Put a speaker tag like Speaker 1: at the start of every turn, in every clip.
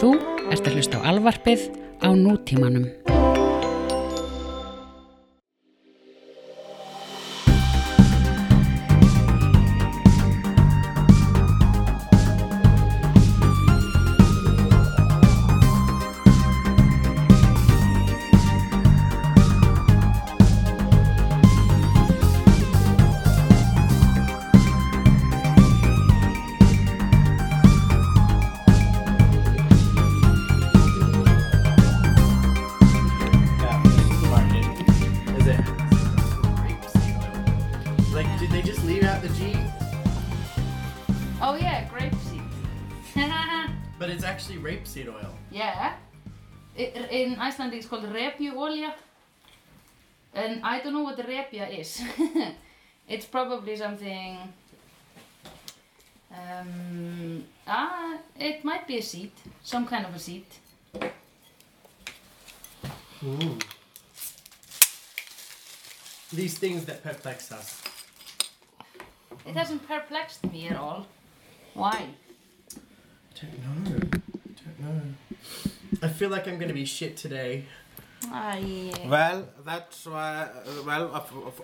Speaker 1: Þú ert að hlusta á alvarpið á nútímanum.
Speaker 2: Yeah, supermarket. Is it grapes? Like, did they just leave out the G?
Speaker 3: Oh yeah, grapeseed.
Speaker 2: But it's actually rapeseed oil.
Speaker 3: yeah. I- in Iceland it's called repju olja. And I don't know what repja is. it's probably something... Um, ah, it might be a seed. Some kind of a seed.
Speaker 2: Ooh. These things that perplex us.
Speaker 3: It hasn't perplexed me at all. Why?
Speaker 2: Don't know. Don't know. I feel like I'm gonna be shit today.
Speaker 3: I...
Speaker 4: Well, that's why. Well,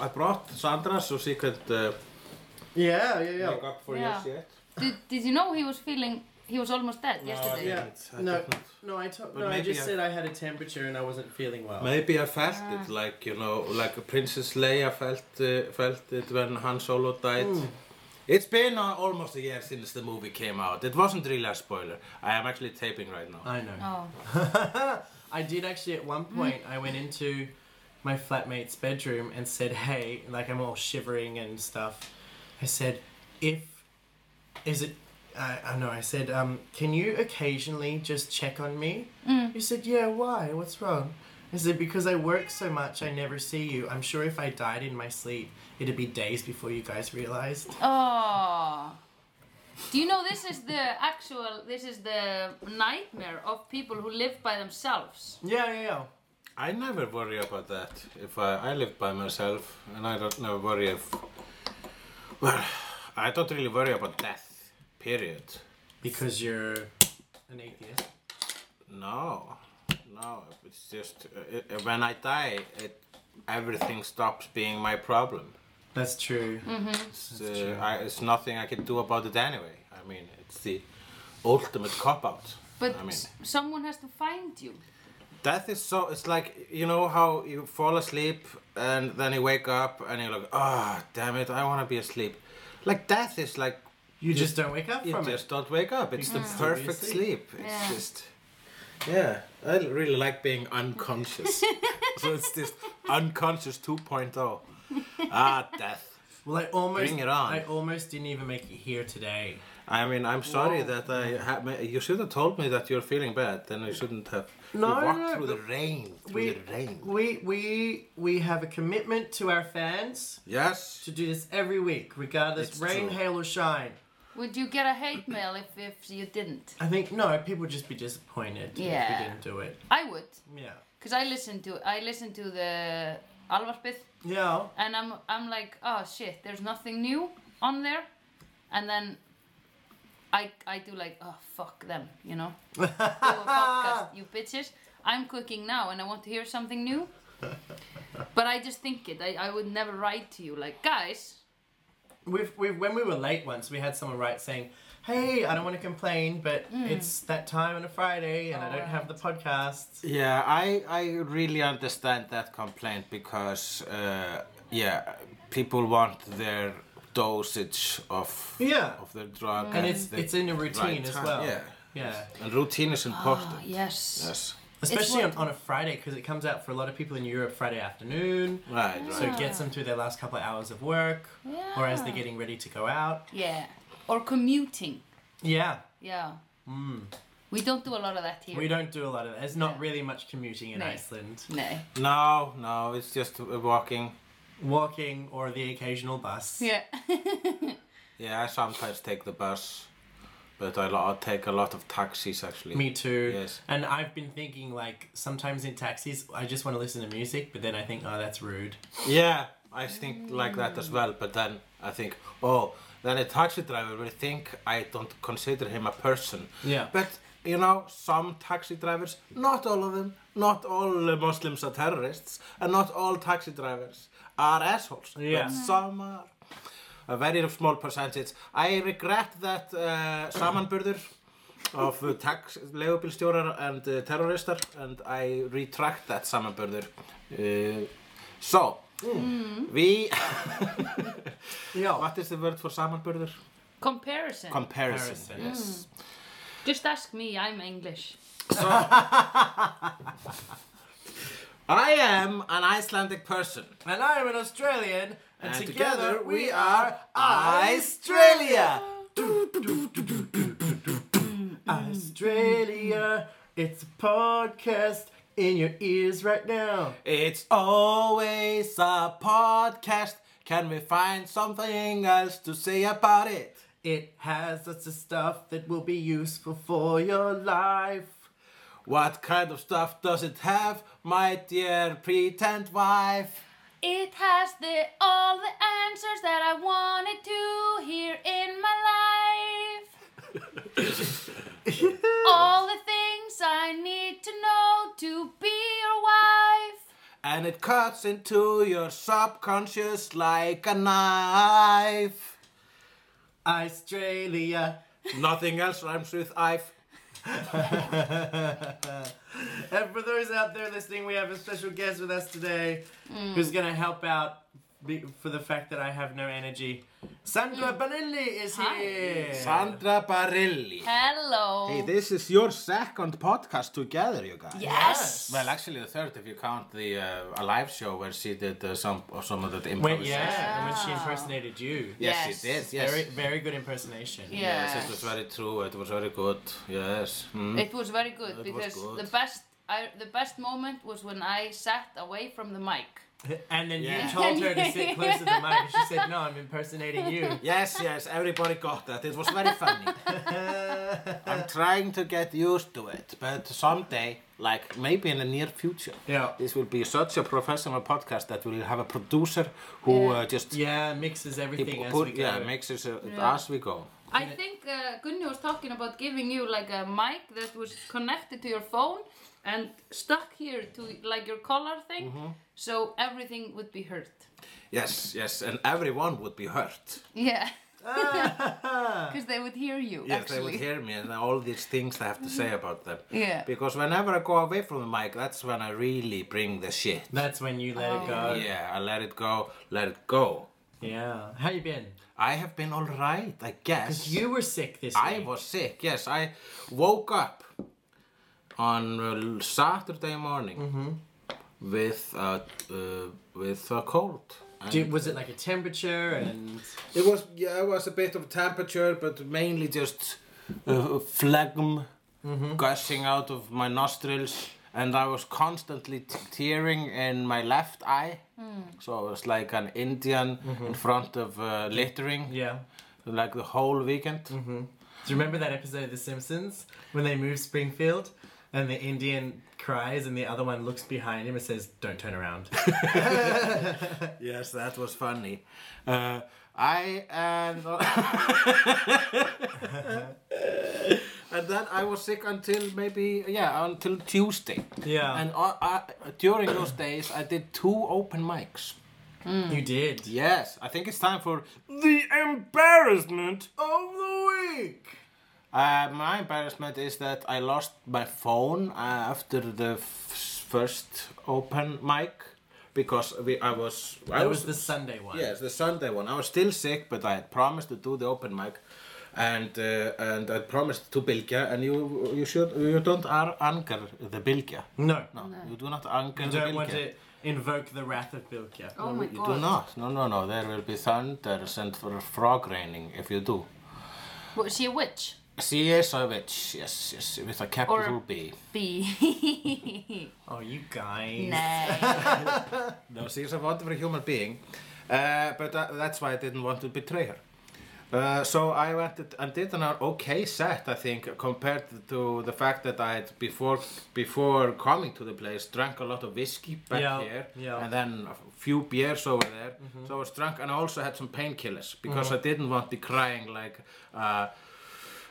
Speaker 4: I, I brought Sandra's your secret uh,
Speaker 2: Yeah, yeah, yeah.
Speaker 4: makeup for
Speaker 3: Yeah.
Speaker 4: your shit.
Speaker 3: Did, did you know he was feeling... He was almost dead yesterday?
Speaker 2: Yeah.
Speaker 4: It's- I
Speaker 2: No,
Speaker 4: did not.
Speaker 2: no, I to-
Speaker 4: But
Speaker 2: no, I
Speaker 4: maybe
Speaker 2: just
Speaker 4: I-
Speaker 2: said I had a temperature and I wasn't feeling well.
Speaker 4: Maybe I felt it, like you know, like Princess Leia felt uh, felt it when Han Solo died.
Speaker 2: Mm.
Speaker 4: It's been uh, almost a year since the movie came out. It wasn't really a spoiler. I am actually taping right now.
Speaker 2: I know.
Speaker 3: Oh.
Speaker 2: I did actually at one point. I went into my flatmate's bedroom and said, "Hey," like I'm all shivering and stuff. I said, "If is it?" I I know. I said, um, "Can you occasionally just check on me?" He said, "Yeah. Why? What's wrong?" I said, "Because I work so much, I never see you. I'm sure if I died in my sleep, it'd be days before you guys realized."
Speaker 3: Oh. Do you know this is the actual, this is the nightmare of people who live by themselves?
Speaker 2: Yeah, yeah, yeah.
Speaker 4: I never worry about that. If I, I live by myself, and I don't never worry if. Well, I don't really worry about death. Period.
Speaker 2: Because you're an atheist.
Speaker 4: No, no. It's just uh, uh, when I die, it, everything stops being my problem.
Speaker 2: That's true.
Speaker 4: It's, uh, I, it's nothing I can do about it anyway. I mean, it's the ultimate cop out.
Speaker 3: But
Speaker 4: I mean,
Speaker 3: s- someone has to find you.
Speaker 4: death is so. It's like you know how you fall asleep and then you wake up and you're like, ah, damn it, I want to be asleep. Like death is like
Speaker 2: You just don't wake up
Speaker 4: you
Speaker 2: from it.
Speaker 4: just don't wake up. It's the
Speaker 2: still be
Speaker 4: perfect
Speaker 2: asleep.
Speaker 4: sleep. It's
Speaker 3: Yeah.
Speaker 4: just yeah. I really like being unconscious. so it's just unconscious 2.0. Ah, death.
Speaker 2: Well, I almost
Speaker 4: Bring it on.
Speaker 2: I almost didn't even make it here today.
Speaker 4: I mean, I'm sorry that I ha- ma- You should have told me that you're feeling bad. Then I shouldn't have.
Speaker 2: No,
Speaker 4: we walked
Speaker 2: no,
Speaker 4: through
Speaker 2: but
Speaker 4: the rain. Through
Speaker 2: We
Speaker 4: the rain.
Speaker 2: we we we have a commitment to our fans
Speaker 4: Yes.
Speaker 2: to do this every week, regardless
Speaker 4: It's
Speaker 2: rain,
Speaker 4: true.
Speaker 2: hail, or shine.
Speaker 3: Would you get a hate mail if, if you didn't?
Speaker 2: I think no, people would just be disappointed if
Speaker 3: Yeah.
Speaker 2: we didn't do it.
Speaker 3: I would,
Speaker 2: Yeah,
Speaker 3: because I listen to I listen to the Alvarpið
Speaker 2: yeah.
Speaker 3: and I'm I'm like, oh shit, there's nothing new on there, and then I I do like, oh fuck them, you know, do a podcast, you bitches. I'm cooking now and I want to hear something new, but I just think it. I, I would never write to you like, guys,
Speaker 2: We've, we've when we were late once, we had someone write saying, "Hey, I don't want to complain, but
Speaker 3: Hmm.
Speaker 2: it's that time on a Friday, and I don't have the podcast."
Speaker 4: Yeah, I I really understand that complaint because uh, yeah, people want their dosage of
Speaker 2: Yeah.
Speaker 4: of their drug
Speaker 2: And it's
Speaker 4: the
Speaker 2: it's in a routine
Speaker 4: right
Speaker 2: as
Speaker 4: time.
Speaker 2: well.
Speaker 4: Yeah.
Speaker 2: yeah.
Speaker 4: And routine is important.
Speaker 3: oh, yes.
Speaker 4: Yes.
Speaker 2: Especially on,
Speaker 3: what-
Speaker 2: on a Friday because it comes out for a lot of people in Europe Friday afternoon.
Speaker 4: Right. Right.
Speaker 2: So it gets them through their last couple of hours of work or as they're
Speaker 3: Yeah.
Speaker 2: getting ready to go out.
Speaker 3: yeah, or commuting,
Speaker 2: Yeah,
Speaker 3: yeah. We don't do a lot of that here.
Speaker 2: we don't do a lot of that. There's not
Speaker 3: Yeah.
Speaker 2: really much commuting in
Speaker 3: No.
Speaker 2: Iceland.
Speaker 3: No.
Speaker 4: No, no, it's just uh, walking.
Speaker 2: Walking or the occasional bus.
Speaker 3: Yeah.
Speaker 4: Yeah, I sometimes take the bus, but I, lo- I take a lot of taxis actually.
Speaker 2: Me too.
Speaker 4: Yes.
Speaker 2: And I've been thinking, like, sometimes in taxis, I just want to listen to music, but then I think, oh, that's rude.
Speaker 4: Yeah, I think like that as well, but then I think, oh, then a taxi driver will think I don't consider him a person.
Speaker 2: Yeah.
Speaker 4: But you know, some taxi drivers, not all of them, not all uh, Muslims are terrorists, and not all taxi drivers are assholes.
Speaker 2: Yeah.
Speaker 4: But some are. A very small percentage. I regret that uh, samanburður of uh, tax, leigubílstjórar and uh, terroristar and I retract that samanburður. Uh, so, we,
Speaker 2: Yeah.
Speaker 4: what is the word for samanburður?
Speaker 3: Comparison.
Speaker 4: Comparison.
Speaker 2: Comparison.
Speaker 4: Yes.
Speaker 3: Just ask me, I'm English.
Speaker 4: I am an Icelandic person.
Speaker 2: And I'm an Australian, and,
Speaker 4: And
Speaker 2: together,
Speaker 4: together
Speaker 2: we
Speaker 4: we
Speaker 2: are
Speaker 4: are
Speaker 2: Australia. Australia, it's a podcast in your ears right now.
Speaker 4: It's always a podcast. Can we find something else to say about it?
Speaker 2: It has lots of stuff that will be useful for your life.
Speaker 4: What kind of stuff does it have, my dear pretend wife?
Speaker 3: It has the all the answers that I wanted to hear in my life. all the things I need to know to be your wife.
Speaker 4: And it cuts into your subconscious like a knife.
Speaker 2: Australia,
Speaker 4: Nothing else rhymes with I've.
Speaker 2: And for those out there listening, we have a special guest with us today who's going to help out be- for the fact that I have no energy. Sandra Bonelli is
Speaker 3: Hi.
Speaker 2: here.
Speaker 4: Sandra Barilli.
Speaker 3: Hello.
Speaker 4: Hey, this is your second podcast together, you guys.
Speaker 3: yes.
Speaker 4: Well, actually, the third, if you count the uh, a live show where she did uh, some of some of the
Speaker 2: Wait,
Speaker 4: improvisation.
Speaker 2: yeah, and when she impersonated you.
Speaker 4: Yes,
Speaker 3: Yes.
Speaker 4: it is. Yes.
Speaker 2: Very, very good impersonation.
Speaker 4: Yes,
Speaker 3: Yes.
Speaker 4: it was very true. It was very good. Yes. Mm.
Speaker 3: It was very good
Speaker 4: It was
Speaker 3: because
Speaker 4: good.
Speaker 3: the best I, the best moment was when I sat away from the mic.
Speaker 2: And then
Speaker 4: Yeah.
Speaker 2: you told her to sit close to the mic, and she said, "No, I'm impersonating you."
Speaker 4: Yes, yes, everybody got that. It was very funny. I'm trying to get used to it, but someday, like maybe in the near future,
Speaker 2: Yeah.
Speaker 4: this will be such a professional podcast that we'll have a producer who
Speaker 3: Yeah.
Speaker 4: uh, just
Speaker 2: Yeah, mixes
Speaker 4: he
Speaker 2: everything as
Speaker 4: put-
Speaker 2: we go.
Speaker 4: yeah, makes it uh,
Speaker 3: Yeah.
Speaker 4: as we go.
Speaker 3: I think uh, Gunni was talking about giving you like a mic that was connected to your phone and stuck here to like your collar thing,
Speaker 4: Mm-hmm.
Speaker 3: so everything would be heard.
Speaker 4: Yes, yes, and everyone would be hurt.
Speaker 3: Yeah. Because they would hear you.
Speaker 4: Ah. Yes,
Speaker 3: actually.
Speaker 4: they would hear me and all these things I have to say about them.
Speaker 3: Yeah.
Speaker 4: Because whenever I go away from the mic, that's when I really bring the shit.
Speaker 2: That's when you let it go. Yeah.
Speaker 4: Yeah, I let it go, let it go.
Speaker 2: How you been?
Speaker 4: I have been all right, I guess.
Speaker 2: You were sick this
Speaker 4: I
Speaker 2: week.
Speaker 4: was sick. Yes, I woke up on uh, Saturday morning
Speaker 2: Mm-hmm.
Speaker 4: with a uh, with a cold. And
Speaker 2: Dude, was it like a temperature and
Speaker 4: It was yeah, it was a bit of temperature, but mainly just uh, phlegm gushing out of my nostrils, and I was constantly t- tearing in my left eye. So it was like an Indian in front of uh, littering,
Speaker 2: yeah?
Speaker 4: like the whole weekend.
Speaker 2: Do you remember that episode of The Simpsons when they move Springfield and the Indian cries and the other one looks behind him and says, "Don't turn around."
Speaker 4: Yes, that was funny. Uh, I and and then I was sick until maybe yeah until Tuesday.
Speaker 2: Yeah.
Speaker 4: And I, I, during those days, I did two open mics.
Speaker 2: You did.
Speaker 4: Yes, I think it's time for the embarrassment.
Speaker 2: Of the week.
Speaker 4: Uh, my embarrassment is that I lost my phone uh, after the f- first open mic because we I was I
Speaker 2: That was the Sunday one.
Speaker 4: Yes, the Sunday one. I was still sick, but I had promised to do the open mic, and uh, and I promised to Bilgja, and you you should you don't ar- anger the Bilgja.
Speaker 2: No.
Speaker 4: No, you do not anger
Speaker 2: You
Speaker 4: the
Speaker 2: don't want
Speaker 4: Bilgja.
Speaker 2: to invoke the wrath of Bilkia.
Speaker 3: Oh my
Speaker 4: You
Speaker 3: god.
Speaker 4: do not. No, no, no. There will be thunders and fr- frog raining if you do.
Speaker 3: Was she a witch?
Speaker 4: She is a witch. Yes, yes, with a capital
Speaker 3: Or-
Speaker 4: B.
Speaker 3: B.
Speaker 2: Oh, you guys.
Speaker 3: Nay.
Speaker 4: No, she is a wonderful human being, uh, but uh, that's why I didn't want to betray her. Uh, so I went to- and did an okay set, I think, compared to the fact that I had before before coming to the place drank a lot of whiskey back
Speaker 2: Yeah,
Speaker 4: here,
Speaker 2: yeah. Mm-hmm.
Speaker 4: and then a few beers over there. So I was drunk, and I also had some painkillers because I didn't want to be crying like uh,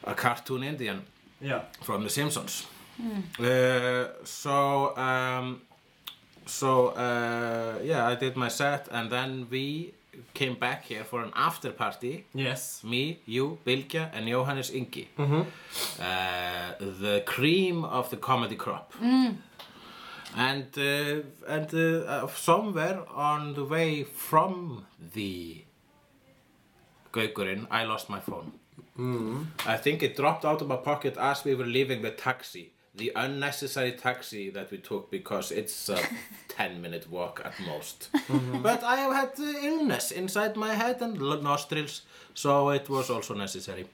Speaker 4: a cartoon Indian.
Speaker 2: Yeah.
Speaker 4: from The Simpsons. Uh, so um, so uh, yeah, I did my set, and then we came back here for an after party.
Speaker 2: Yes.
Speaker 4: Me, you, Bilgja, and Jóhannes Ingi. Uh, the cream of the comedy crop. And uh, and uh, uh, somewhere on the way from the Gaukurinn, I lost my phone.
Speaker 2: Mm.
Speaker 4: I think it dropped out of my pocket as we were leaving the taxi. The unnecessary taxi that we took because it's a 10 minute walk at most.
Speaker 2: Mm-hmm.
Speaker 4: But I have had uh, illness inside my head and l- nostrils, so it was also necessary.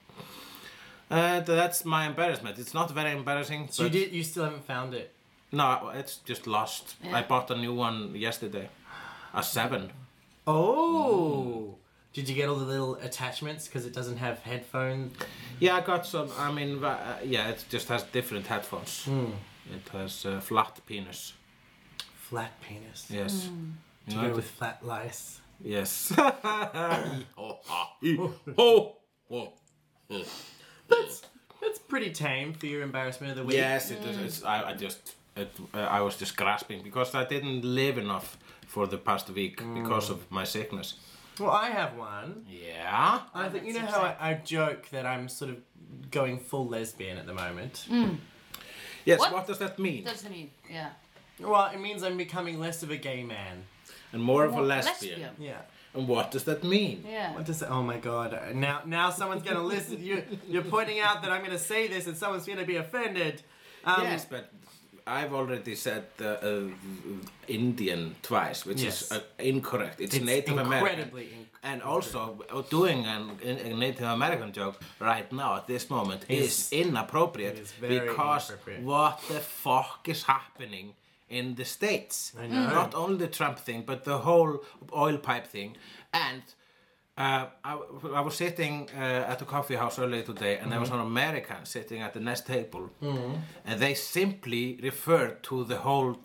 Speaker 4: And that's my embarrassment. It's not very embarrassing.
Speaker 2: So you
Speaker 4: but-
Speaker 2: did. You still haven't found it.
Speaker 4: No, it's just lost.
Speaker 3: Yeah.
Speaker 4: I bought a new one yesterday. A 7.
Speaker 2: Oh. Did you get all the little attachments because it doesn't have headphones?
Speaker 4: Yeah, I got some. I mean, va- uh, yeah, it just has different headphones.
Speaker 2: Hmm.
Speaker 4: It has uh, flat penis.
Speaker 2: Flat penis.
Speaker 4: Yes. You
Speaker 2: To
Speaker 4: know,
Speaker 2: go
Speaker 4: it-
Speaker 2: with flat lice.
Speaker 4: Yes. oh, ah, ee, ho, ho.
Speaker 2: That's that's pretty tame for your embarrassment of the week.
Speaker 4: Yes, it is. It's, I, I just, it, uh, I was just grasping because I didn't live enough for the past week
Speaker 2: Hmm.
Speaker 4: because of my sickness.
Speaker 2: Well, I have one.
Speaker 4: Yeah.
Speaker 2: I think you know how I, I joke that I'm sort of going full lesbian at the moment.
Speaker 4: Yes. What,
Speaker 3: What?
Speaker 4: does that mean?
Speaker 3: Doesn't mean, yeah.
Speaker 2: Well, it means I'm becoming less of a gay man.
Speaker 4: And more of a
Speaker 3: Well,
Speaker 4: lesbian.
Speaker 3: lesbian.
Speaker 2: Yeah.
Speaker 4: And what does that mean?
Speaker 3: Yeah.
Speaker 2: What does that? Oh my god! uh, Now, now someone's gonna listen. You, you're pointing out that I'm gonna say this, and someone's gonna be offended. Um,
Speaker 4: yes, but I've already said uh, uh, Indian twice, which
Speaker 2: Yes.
Speaker 4: is uh, incorrect. It's,
Speaker 2: It's
Speaker 4: Native American.
Speaker 2: incredibly inc-
Speaker 4: And also, uh, doing an, a Native American joke right now at this moment is,
Speaker 2: Is-
Speaker 4: inappropriate
Speaker 2: it is very
Speaker 4: because
Speaker 2: inappropriate.
Speaker 4: what the fuck is happening in the States?
Speaker 2: I know.
Speaker 4: Not only the Trump thing, but the whole oil pipe thing. And uh, I, I was sitting uh, at a coffee house earlier today, and there was an American sitting at the next table, and they simply referred to the whole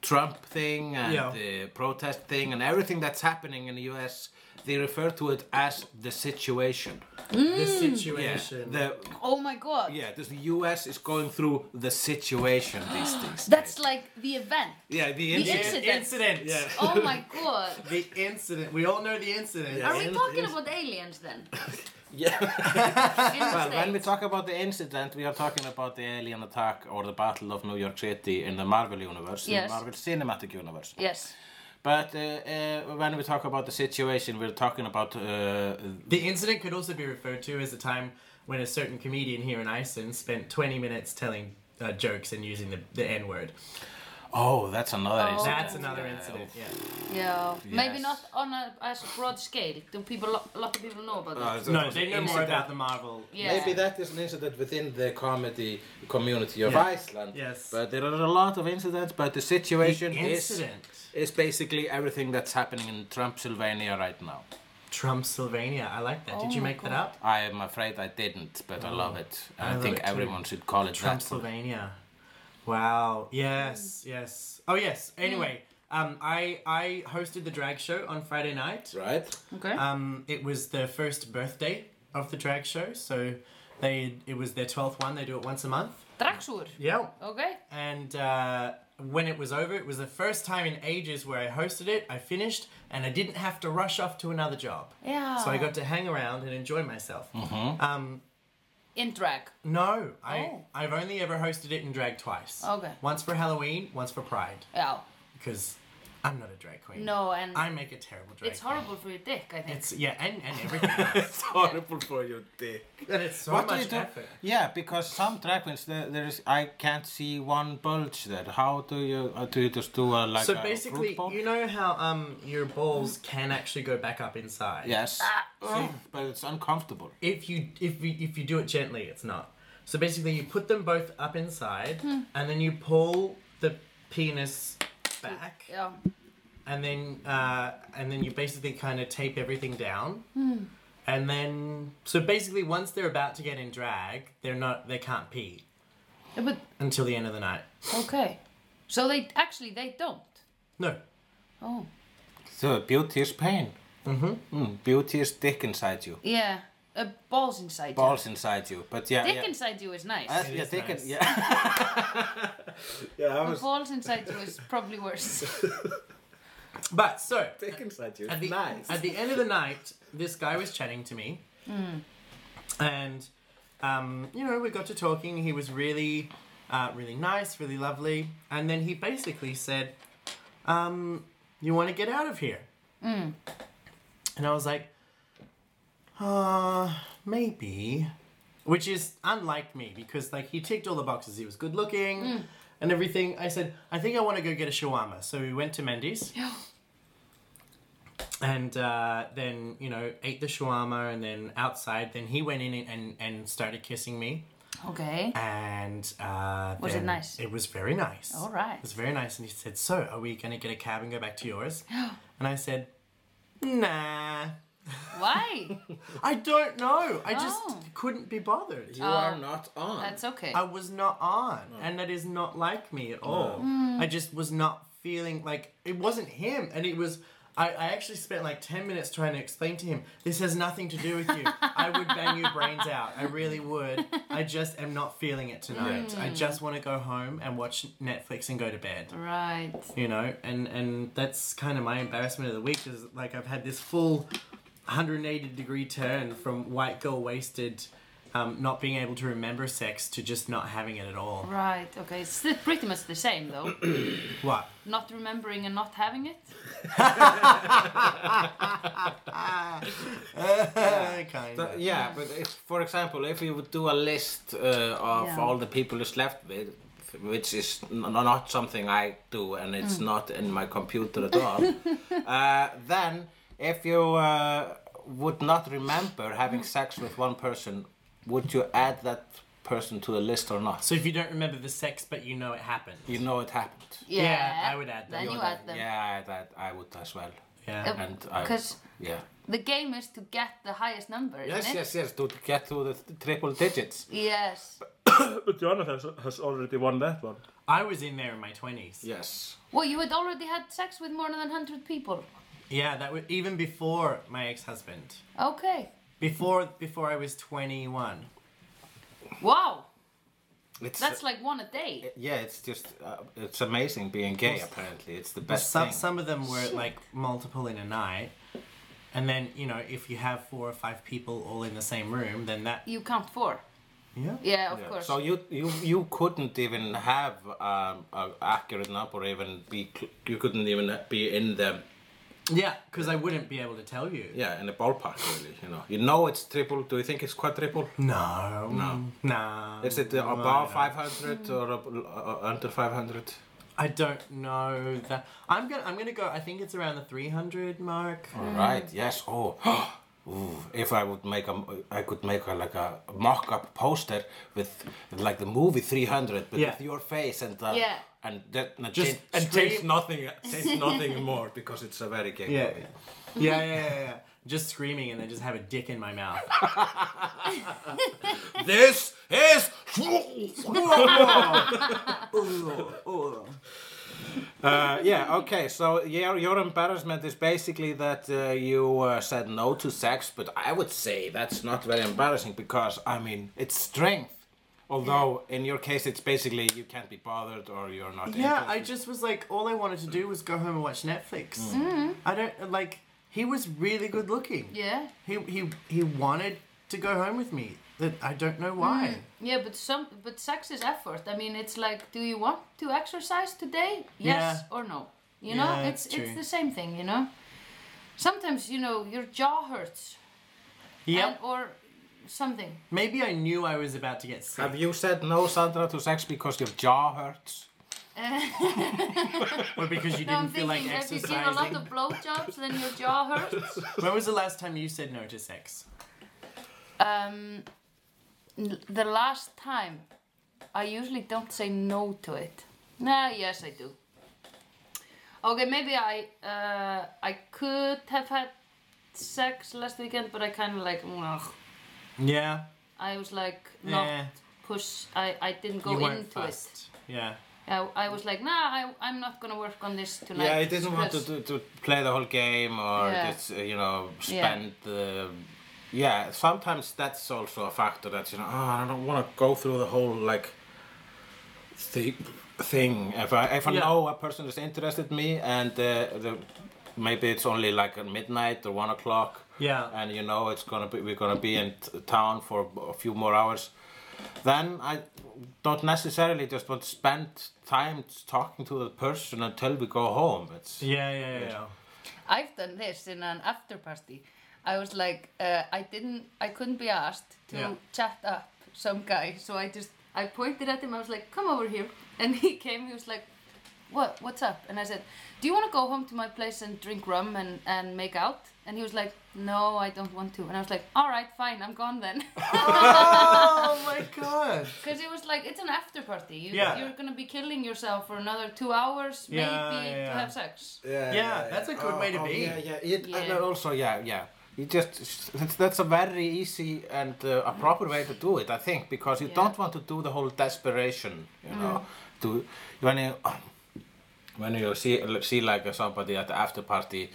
Speaker 4: Trump thing and
Speaker 2: Yeah.
Speaker 4: the protest thing and everything that's happening in the U.S. They refer to it as the situation.
Speaker 2: the
Speaker 4: Yeah,
Speaker 2: situation.
Speaker 4: the,
Speaker 3: Oh my god.
Speaker 4: yeah, this- the U.S. is going through the situation these days.
Speaker 3: That's like the event.
Speaker 4: yeah, the
Speaker 3: The
Speaker 4: Indian-
Speaker 3: incident.
Speaker 2: incident.
Speaker 4: Yeah.
Speaker 3: Oh my god.
Speaker 2: The incident. We all know the incident.
Speaker 4: Yeah.
Speaker 3: Are we
Speaker 4: In-
Speaker 3: talking
Speaker 4: in-
Speaker 3: about aliens then?
Speaker 4: yeah.
Speaker 3: In the
Speaker 4: Well, when we
Speaker 3: States?
Speaker 4: talk about the incident, we are talking about the alien attack or the Battle of New York City in the Marvel Universe, in
Speaker 3: Yes.
Speaker 4: the Marvel Cinematic Universe.
Speaker 3: Yes.
Speaker 4: But uh, uh, when we talk about the situation, we're talking about. Uh,
Speaker 2: The incident could also be referred to as the time when a certain comedian here in Iceland spent 20 minutes telling uh, jokes and using the, the N word.
Speaker 4: oh, that's another
Speaker 3: Oh.
Speaker 4: incident.
Speaker 2: That's another incident. Yeah.
Speaker 3: Yeah. Maybe
Speaker 4: Yes.
Speaker 3: not on a as a broad scale. Do people a lot of people know about that?
Speaker 4: Uh, so
Speaker 2: No,
Speaker 4: it's
Speaker 2: they
Speaker 4: an
Speaker 2: know more
Speaker 4: incident.
Speaker 2: about the Marvel.
Speaker 3: Yeah.
Speaker 4: Maybe that is an incident within the comedy community of
Speaker 2: Yeah.
Speaker 4: Iceland.
Speaker 2: Yes.
Speaker 4: But there are a lot of incidents, but the situation
Speaker 2: The
Speaker 4: is,
Speaker 2: incident.
Speaker 4: is basically everything that's happening in Transylvania right now.
Speaker 2: Trump Sylvania. I like that.
Speaker 3: Oh
Speaker 2: Did you
Speaker 3: my
Speaker 2: make that
Speaker 3: God.
Speaker 2: up?
Speaker 4: I am afraid I didn't, but I love it.
Speaker 2: I
Speaker 4: I,
Speaker 2: love
Speaker 4: think
Speaker 2: it too.
Speaker 4: everyone should call it
Speaker 2: Trump
Speaker 4: that.
Speaker 2: Sylvania. Wow. Yes.
Speaker 3: Mm.
Speaker 2: Yes. Oh yes. Anyway, um, I I hosted the drag show on Friday night.
Speaker 4: Right?
Speaker 3: Okay.
Speaker 2: Um, it was their first birthday of the drag show, so they it was their twelfth one. They do it once a month.
Speaker 3: Dragsur.
Speaker 2: Yeah.
Speaker 3: Okay.
Speaker 2: And uh, when it was over, it was the first time in ages where I hosted it. I finished, and I didn't have to rush off to another job.
Speaker 3: Yeah.
Speaker 2: So I got to hang around and enjoy myself.
Speaker 4: Mm.
Speaker 2: Um,
Speaker 3: in drag.
Speaker 2: no, I
Speaker 3: Oh.
Speaker 2: I've only ever hosted it in drag twice.
Speaker 3: Okay.
Speaker 2: Once for Halloween, once for Pride,
Speaker 3: Yeah.
Speaker 2: because I'm not a drag queen.
Speaker 3: No, and
Speaker 2: I make a terrible drag.
Speaker 3: it's
Speaker 2: queen.
Speaker 3: horrible for your dick, I think.
Speaker 2: It's yeah, and, and everything else.
Speaker 4: It's horrible for your dick.
Speaker 2: and it's so
Speaker 4: What do you
Speaker 2: much
Speaker 4: do?
Speaker 2: effort.
Speaker 4: Yeah, because some drag queens, there, there is I can't see one bulge there. How do you uh, do you just do a like
Speaker 2: So
Speaker 4: a
Speaker 2: basically,
Speaker 4: fruit bowl?
Speaker 2: you know how um your balls can actually go back up inside.
Speaker 4: yes, See, but it's uncomfortable.
Speaker 2: If you if you, if you do it gently, it's not. So basically, you put them both up inside,
Speaker 3: Hmm.
Speaker 2: and then you pull the penis back,
Speaker 3: Yeah.
Speaker 2: and then uh, and then you basically kind of tape everything down, and then so basically, once they're about to get in drag, they're not they can't pee
Speaker 3: Yeah, But
Speaker 2: until the end of the night.
Speaker 3: okay. So they actually they don't.
Speaker 2: No,
Speaker 3: Oh.
Speaker 4: So beauty is pain. Mm-hmm. beauty is Mm, dick inside you.
Speaker 3: Yeah. uh, balls inside
Speaker 4: balls inside you. But yeah,
Speaker 3: you. Dick
Speaker 4: yeah.
Speaker 3: inside you is nice.
Speaker 4: Uh,
Speaker 2: It
Speaker 4: yeah,
Speaker 2: is
Speaker 4: dick
Speaker 2: nice.
Speaker 4: and, yeah. yeah, I
Speaker 3: but
Speaker 4: was
Speaker 3: balls inside you is probably worse.
Speaker 2: But so
Speaker 4: dick inside you.
Speaker 2: at the at the end of the night, this guy was chatting to me, and um, you know we got to talking. He was really, uh, really nice, really lovely, and then he basically said, um, "You want to get out of here?" And I was like, "Uh, maybe," which is unlike me because like he ticked all the boxes. He was good looking. And everything, I said, I think I want to go get a shawarma. So we went to Mendy's and uh, then you know ate the shawarma and then outside then he went in and, and, and started kissing me
Speaker 3: okay.
Speaker 2: and uh,
Speaker 3: Was it
Speaker 2: then
Speaker 3: nice?
Speaker 2: it was very nice
Speaker 3: All right.
Speaker 2: it was very nice and he said so are we gonna get a cab and go back to yours and i said nah
Speaker 3: Why?
Speaker 2: i don't know i just
Speaker 3: Oh.
Speaker 2: couldn't be bothered
Speaker 4: you are not on.
Speaker 3: That's okay.
Speaker 2: i was not on and that is not like me at all i just was not feeling like it wasn't him and it was I, I actually spent like 10 minutes trying to explain to him this has nothing to do with you i would bang your brains out i really would i just am not feeling it tonight i just want to go home and watch netflix and go to bed
Speaker 3: Right.
Speaker 2: you know and and that's kind of my embarrassment of the week is like i've had this full 180 degree turn from white girl wasted um, not being able to remember sex to just not having it at all
Speaker 3: Right. Okay. It's still pretty much the same though.
Speaker 2: what
Speaker 3: not remembering and not having it.
Speaker 2: kind
Speaker 4: But
Speaker 2: of
Speaker 4: yeah, but if, for example, if you would do a list uh, of
Speaker 3: Yeah.
Speaker 4: all the people you slept with, which is n- not something I do and
Speaker 3: Mm.
Speaker 4: it's not in my computer at all, uh, then if you uh, would not remember having sex with one person, would you add that person to the list or not?
Speaker 2: so if you don't remember the sex but you know it happened
Speaker 4: You know it happened.
Speaker 2: Yeah, I would add them.
Speaker 3: Then
Speaker 2: You
Speaker 3: you
Speaker 2: would add
Speaker 3: add them.
Speaker 4: Yeah, that I would as well.
Speaker 2: yeah
Speaker 3: Uh,
Speaker 4: And I,
Speaker 3: 'Cause-
Speaker 4: yeah.
Speaker 3: The game is to get the highest number, isn't
Speaker 4: Yes,
Speaker 3: it?
Speaker 4: yes, yes, to get to the th- triple digits.
Speaker 3: Yes.
Speaker 5: But Jonathan has, has already won that one.
Speaker 2: i was in there in my 20s yeah,
Speaker 4: Yes.
Speaker 3: Well, you had already had sex with more than 100 people.
Speaker 2: that was even before my ex-husband
Speaker 3: Okay.
Speaker 2: before before i was 21
Speaker 3: Wow.
Speaker 4: It's,
Speaker 3: That's like one a day.
Speaker 4: Yeah, it's just uh, it's amazing being gay. Apparently, it's the best
Speaker 2: some,
Speaker 4: thing.
Speaker 2: some of them were like multiple in a night and then you know if you have four or five people all in the same room then that
Speaker 3: You count four.
Speaker 2: yeah
Speaker 3: Yeah, of
Speaker 4: Yeah.
Speaker 3: course.
Speaker 4: So you you you couldn't even have um, an accurate number, or even be cl- you couldn't even be in the
Speaker 2: Yeah, because I wouldn't be able to tell you.
Speaker 4: yeah in the ballpark really. You know, you know it's triple. Do you think it's quadruple?
Speaker 2: No. No. No.
Speaker 4: Is it uh,
Speaker 2: No,
Speaker 4: above
Speaker 2: no.
Speaker 4: five hundred or ab- uh, under five hundred?
Speaker 2: I don't know that. I'm gonna. I'm gonna go. I think it's around the 300 mark.
Speaker 4: All right. Yes. Oh. Ooh, if I would make a, I could make a, like a mock-up poster with like the movie 300, but
Speaker 2: Yeah.
Speaker 4: with your face and uh,
Speaker 3: Yeah.
Speaker 4: and that and
Speaker 2: Just
Speaker 4: change, and
Speaker 2: scream.
Speaker 4: change nothing, change nothing more because it's a very gay
Speaker 2: Yeah.
Speaker 4: movie.
Speaker 2: Yeah, yeah, yeah, yeah. Just screaming and then just have a dick in my mouth.
Speaker 4: This is. Uh, yeah. Okay. So your your embarrassment is basically that uh, you uh, said no to sex, but I would say that's not very embarrassing because I mean it's strength. Although in your case it's basically you can't be bothered or you're not.
Speaker 2: yeah,
Speaker 4: interested.
Speaker 2: I just was like, all I wanted to do was go home and watch Netflix.
Speaker 4: Mm.
Speaker 2: I don't like. He was really good looking.
Speaker 3: yeah.
Speaker 2: He he he wanted to go home with me. That I don't know why.
Speaker 3: Yeah, but some but sex is effort. I mean, it's like do you want to exercise today? Yes
Speaker 2: Yeah.
Speaker 3: or no. You know,
Speaker 2: Yeah,
Speaker 3: it's
Speaker 2: it's
Speaker 3: it's
Speaker 2: true.
Speaker 3: the same thing, you know. Sometimes, you know, your jaw hurts
Speaker 2: Yep.
Speaker 3: and, or something.
Speaker 2: Maybe I knew I was about to get sick.
Speaker 4: Have you said no, Sandra, to sex because your jaw hurts?
Speaker 2: Or because you
Speaker 3: No, I'm
Speaker 2: didn't feel like
Speaker 3: thinking if you give a lot
Speaker 2: exercising.
Speaker 3: of blowjobs, then your jaw hurts.
Speaker 2: When was the last time you said no to sex?
Speaker 3: Um, n- the last time, I usually don't say no to it. Nah, yes I do. Okay, maybe I uh, I could have had sex last weekend, but I kind of like, "Ugh."
Speaker 2: Yeah.
Speaker 3: I was like not
Speaker 2: Yeah.
Speaker 3: push. I I didn't go
Speaker 2: you weren't
Speaker 3: into it.
Speaker 2: fussed. Yeah.
Speaker 3: I, I was like, nah, I I'm not gonna work on this tonight.
Speaker 4: yeah, it doesn't want to,
Speaker 3: because-
Speaker 4: to to play the whole game or
Speaker 3: Yeah.
Speaker 4: just uh, you know
Speaker 3: Yeah.
Speaker 4: spend the Yeah, sometimes that's also a factor that you know, oh, I don't want to go through the whole like thi- thing. If I if I
Speaker 2: Yeah.
Speaker 4: know a person is interested in me and uh, the, maybe it's only like at midnight or one o'clock,
Speaker 2: Yeah.
Speaker 4: and you know it's gonna be we're gonna be in t- town for a few more hours, then I don't necessarily just want to spend time talking to the person until we go home. It's
Speaker 2: Yeah, yeah, yeah.
Speaker 3: I've done this in an after party. I was like, uh, I didn't, I couldn't be asked to
Speaker 2: Yeah.
Speaker 3: chat up some guy, so I just, I pointed at him. I was like, come over here, and he came. He was like, what, what's up? And I said, do you want to go home to my place and drink rum and and make out? And he was like, no, I don't want to. And I was like, all right, fine, I'm gone then,
Speaker 2: oh my god.
Speaker 3: because it was like, it's an after party. You,
Speaker 2: Yeah.
Speaker 3: you're gonna be killing yourself for another two hours,
Speaker 2: Yeah,
Speaker 3: maybe,
Speaker 2: yeah.
Speaker 3: to have sex.
Speaker 4: Yeah, Oh,
Speaker 2: Yeah, that's a good way to be.
Speaker 4: Yeah, yeah. It,
Speaker 3: Yeah.
Speaker 4: And then also, yeah, yeah. You just that's, that's a very easy and uh, a proper way to do it, I think, because you
Speaker 3: Yeah. Mm-hmm.
Speaker 4: don't want to do the whole desperation, you know. To when you when you see see like uh, somebody at the after party,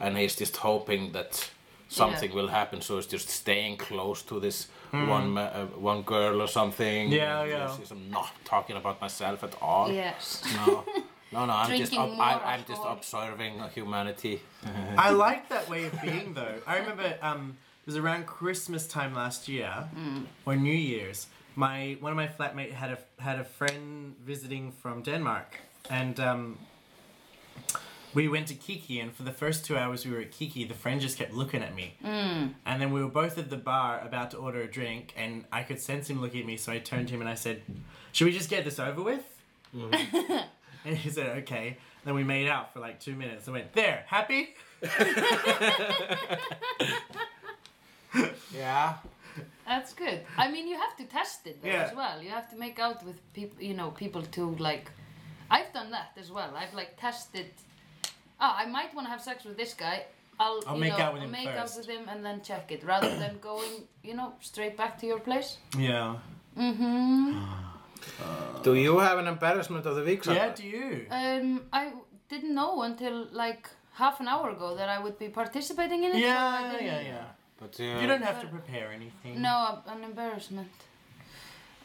Speaker 4: and he's just hoping that something will happen, so it's just staying close to this one ma- uh, one girl or something.
Speaker 2: Hmm. Yeah,
Speaker 4: and
Speaker 2: yeah.
Speaker 4: just- I'm not talking about myself at all.
Speaker 3: Yes.
Speaker 4: No, no, no. I'm just
Speaker 3: Drinking
Speaker 4: ob-
Speaker 3: more
Speaker 4: I, I'm just
Speaker 3: alcohol.
Speaker 4: observing humanity.
Speaker 2: I like that way of being though. I remember um, it was around Christmas time last year or New Year's. My one of my flatmate had a had a friend visiting from Denmark, and um, we went to Kiki. And for the first two hours we were at Kiki, the friend just kept looking at me. And then we were both at the bar about to order a drink, and I could sense him looking at me. So I turned to him and I said, "Should we just get this over with?" and he said, "Okay." Then we made out for like two minutes and went, "There, happy."
Speaker 4: Yeah.
Speaker 3: That's good. I mean, you have to test it though,
Speaker 2: Yeah.
Speaker 3: as well. You have to make out with people, you know, people to like. I've done that as well. I've like tested. Oh, I might want to have sex with this guy. I'll,
Speaker 2: I'll
Speaker 3: you
Speaker 2: make
Speaker 3: know,
Speaker 2: out with him
Speaker 3: make
Speaker 2: first.
Speaker 3: out with him and then check it, rather than going, you know, straight back to your place.
Speaker 2: Yeah.
Speaker 4: Do you have an embarrassment of the week?
Speaker 2: Yeah,
Speaker 4: Sandra?
Speaker 2: do you?
Speaker 3: Um, I didn't know until like half an hour ago that I would be participating in it. so I
Speaker 2: Yeah,
Speaker 3: didn't-
Speaker 2: yeah, yeah.
Speaker 4: But uh,
Speaker 2: You don't have to prepare anything.
Speaker 3: No, an embarrassment.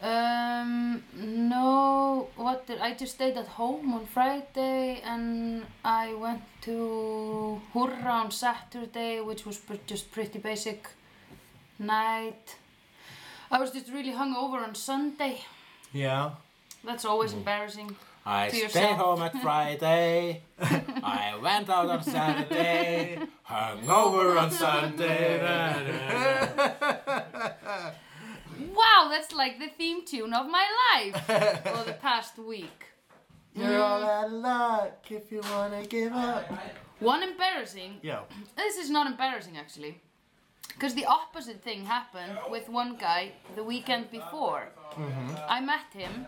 Speaker 3: Um, no, what did I just stayed at home on Friday and I went to Hurra on Saturday, which was pr- just pretty basic night. I was just really hungover on Sunday.
Speaker 2: Yeah.
Speaker 3: That's always embarrassing.
Speaker 4: I
Speaker 3: to
Speaker 4: stay
Speaker 3: yourself.
Speaker 4: home at Friday. I went out on Saturday. Hung over on Sunday. da, da, da.
Speaker 3: Wow, that's like the theme tune of my life for the past week.
Speaker 2: You're all
Speaker 3: Mm.
Speaker 2: out of luck if you wanna give up.
Speaker 3: One embarrassing
Speaker 2: Yeah.
Speaker 3: This is not embarrassing actually, because the opposite thing happened with one guy the weekend before.
Speaker 2: Mm-hmm.
Speaker 3: I met him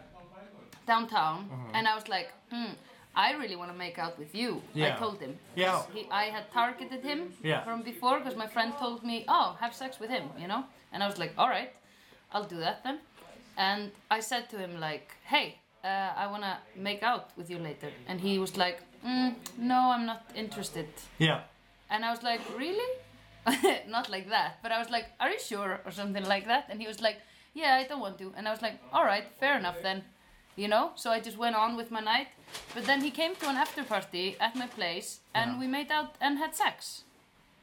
Speaker 3: downtown, and I was like, hmm, I really want to make out with you.
Speaker 2: Yeah.
Speaker 3: I told him.
Speaker 2: Yeah.
Speaker 3: He, I had targeted him
Speaker 2: Yeah.
Speaker 3: from before because my friend told me, oh, have sex with him, you know? And I was like, all right, I'll do that then. And I said to him, like, hey, uh, I want to make out with you later. And he was like, mm, no, I'm not interested.
Speaker 2: Yeah.
Speaker 3: And I was like, really? Not like that. But I was like, are you sure? Or something like that. And he was like, yeah, I don't want to. And I was like, all right, fair enough then. You know? So I just went on with my night. But then he came to an after party at my place and
Speaker 2: Uh-huh.
Speaker 3: we made out and had sex.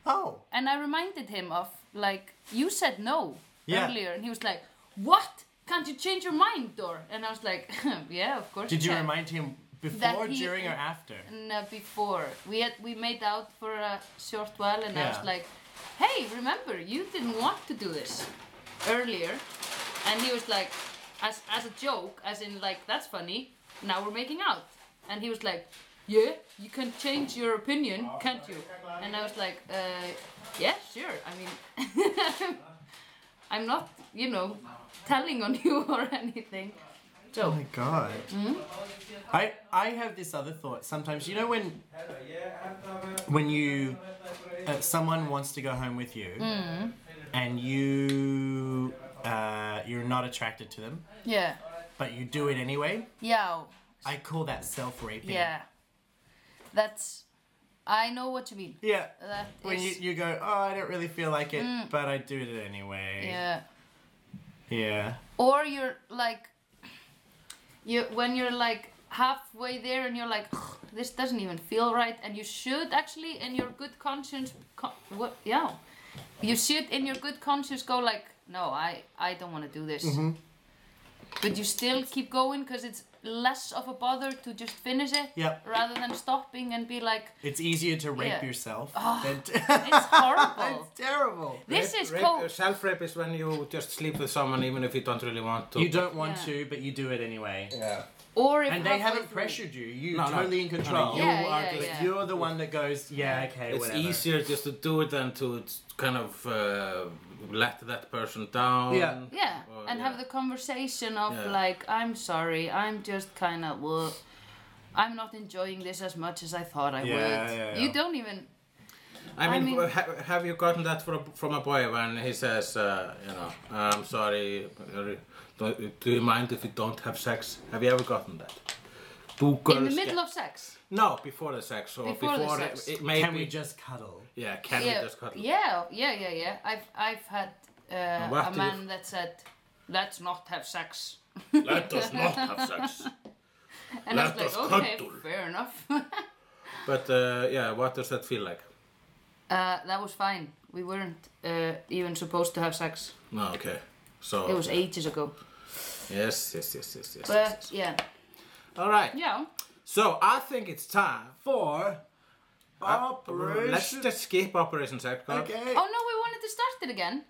Speaker 2: Oh.
Speaker 3: And I reminded him of, like, you said no
Speaker 2: Yeah.
Speaker 3: earlier. And he was like, what? Can't you change your mind, or? And I was like, yeah, of course.
Speaker 2: Did you
Speaker 3: can."
Speaker 2: remind him before,
Speaker 3: That he-
Speaker 2: during, or after?
Speaker 3: No, uh, before we had we made out for a short while, and I
Speaker 2: Yeah.
Speaker 3: was like, "Hey, remember you didn't want to do this earlier," and he was like, as as a joke, as in like that's funny. Now we're making out, and he was like, "Yeah, you can change your opinion, can't you?" And Oh, I was like, uh, "Yeah, sure. I mean, I'm not, you know, telling on you or anything."
Speaker 2: Oh
Speaker 3: So
Speaker 2: my god.
Speaker 3: Hmm?
Speaker 2: I I have this other thought. Sometimes you know when when you uh, someone wants to go home with you
Speaker 3: Hmm.
Speaker 2: and you uh, you're not attracted to them,
Speaker 3: yeah,
Speaker 2: but you do it anyway.
Speaker 3: yeah.
Speaker 2: I call that self-raping.
Speaker 3: Yeah. That's I know what you mean.
Speaker 2: Yeah.
Speaker 3: That
Speaker 2: When you,
Speaker 3: is-
Speaker 2: you go, oh, I don't really feel like it, but I do it anyway.
Speaker 3: Mm. yeah.
Speaker 2: Yeah.
Speaker 3: Or you're like, you when you're like halfway there and you're like, "Ugh, this doesn't even feel right, and you should actually in your good conscience, co- what? Yeah, you should in your good conscience go like, no, I I don't want to do this.
Speaker 2: Mm-hmm.
Speaker 3: But you still keep going because it's less of a bother to just finish it
Speaker 2: Yep.
Speaker 3: rather than stopping and be like,
Speaker 2: It's easier to rape
Speaker 3: Yeah. Oh.
Speaker 2: yourself.
Speaker 3: it's horrible.
Speaker 2: it's terrible.
Speaker 3: this is
Speaker 4: Rape-
Speaker 3: cold.
Speaker 4: Self-rape is when you just sleep with someone even if you don't really want to.
Speaker 2: You don't want
Speaker 3: Yeah.
Speaker 2: to, but you do it anyway.
Speaker 4: Yeah.
Speaker 3: Or if
Speaker 2: And they
Speaker 3: halfway
Speaker 2: haven't
Speaker 3: through.
Speaker 2: pressured you. You're
Speaker 4: No, no.
Speaker 2: totally in
Speaker 4: No, no,
Speaker 2: control.
Speaker 4: you
Speaker 3: Yeah,
Speaker 4: are
Speaker 3: yeah,
Speaker 4: just-
Speaker 3: yeah.
Speaker 2: You're the one that goes, yeah, okay,
Speaker 4: It's
Speaker 2: whatever.
Speaker 4: easier just to do it than to kind of uh, let that person down.
Speaker 2: Yeah.
Speaker 3: Yeah,
Speaker 4: Or-
Speaker 3: and have
Speaker 4: yeah.
Speaker 3: the conversation of
Speaker 4: Yeah.
Speaker 3: like, I'm sorry, I'm just kind of, well, I'm not enjoying this as much as I thought I
Speaker 2: Yeah,
Speaker 3: would.
Speaker 2: yeah, yeah.
Speaker 3: You don't even,
Speaker 4: I
Speaker 3: I
Speaker 4: mean,
Speaker 3: mean-
Speaker 4: ha- have you gotten that from, from a boy when he says, uh, you know, I'm sorry, uh, do, do you mind if we don't have sex? Have you ever gotten that? Do girls
Speaker 3: in the middle
Speaker 4: get-
Speaker 3: of sex.
Speaker 4: No, before the sex or
Speaker 3: Before
Speaker 4: before,
Speaker 3: the sex.
Speaker 4: It, maybe.
Speaker 2: Can we just cuddle?
Speaker 4: Yeah, can
Speaker 3: yeah,
Speaker 4: we just cuddle?
Speaker 3: yeah, yeah, yeah, yeah. I've I've had uh,
Speaker 4: what
Speaker 3: a
Speaker 4: do you-
Speaker 3: man that said, let's not have sex.
Speaker 4: Let us not have sex.
Speaker 3: And I
Speaker 4: Let
Speaker 3: was
Speaker 4: us
Speaker 3: like, okay,
Speaker 4: cuddle."
Speaker 3: fair enough.
Speaker 4: But uh, yeah, what does that feel like?
Speaker 3: uh, that was fine. We weren't uh, even supposed to have sex.
Speaker 4: No, okay. So
Speaker 3: It was ages ago.
Speaker 4: yes, yes, yes, yes, yes.
Speaker 3: But yeah,
Speaker 4: All right.
Speaker 3: yeah.
Speaker 4: So I think it's time.
Speaker 2: For
Speaker 4: Uh, Let's
Speaker 2: operation.
Speaker 4: just uh, skip Operation Sex Club.
Speaker 2: Okay.
Speaker 3: Oh no, we wanted to start it again.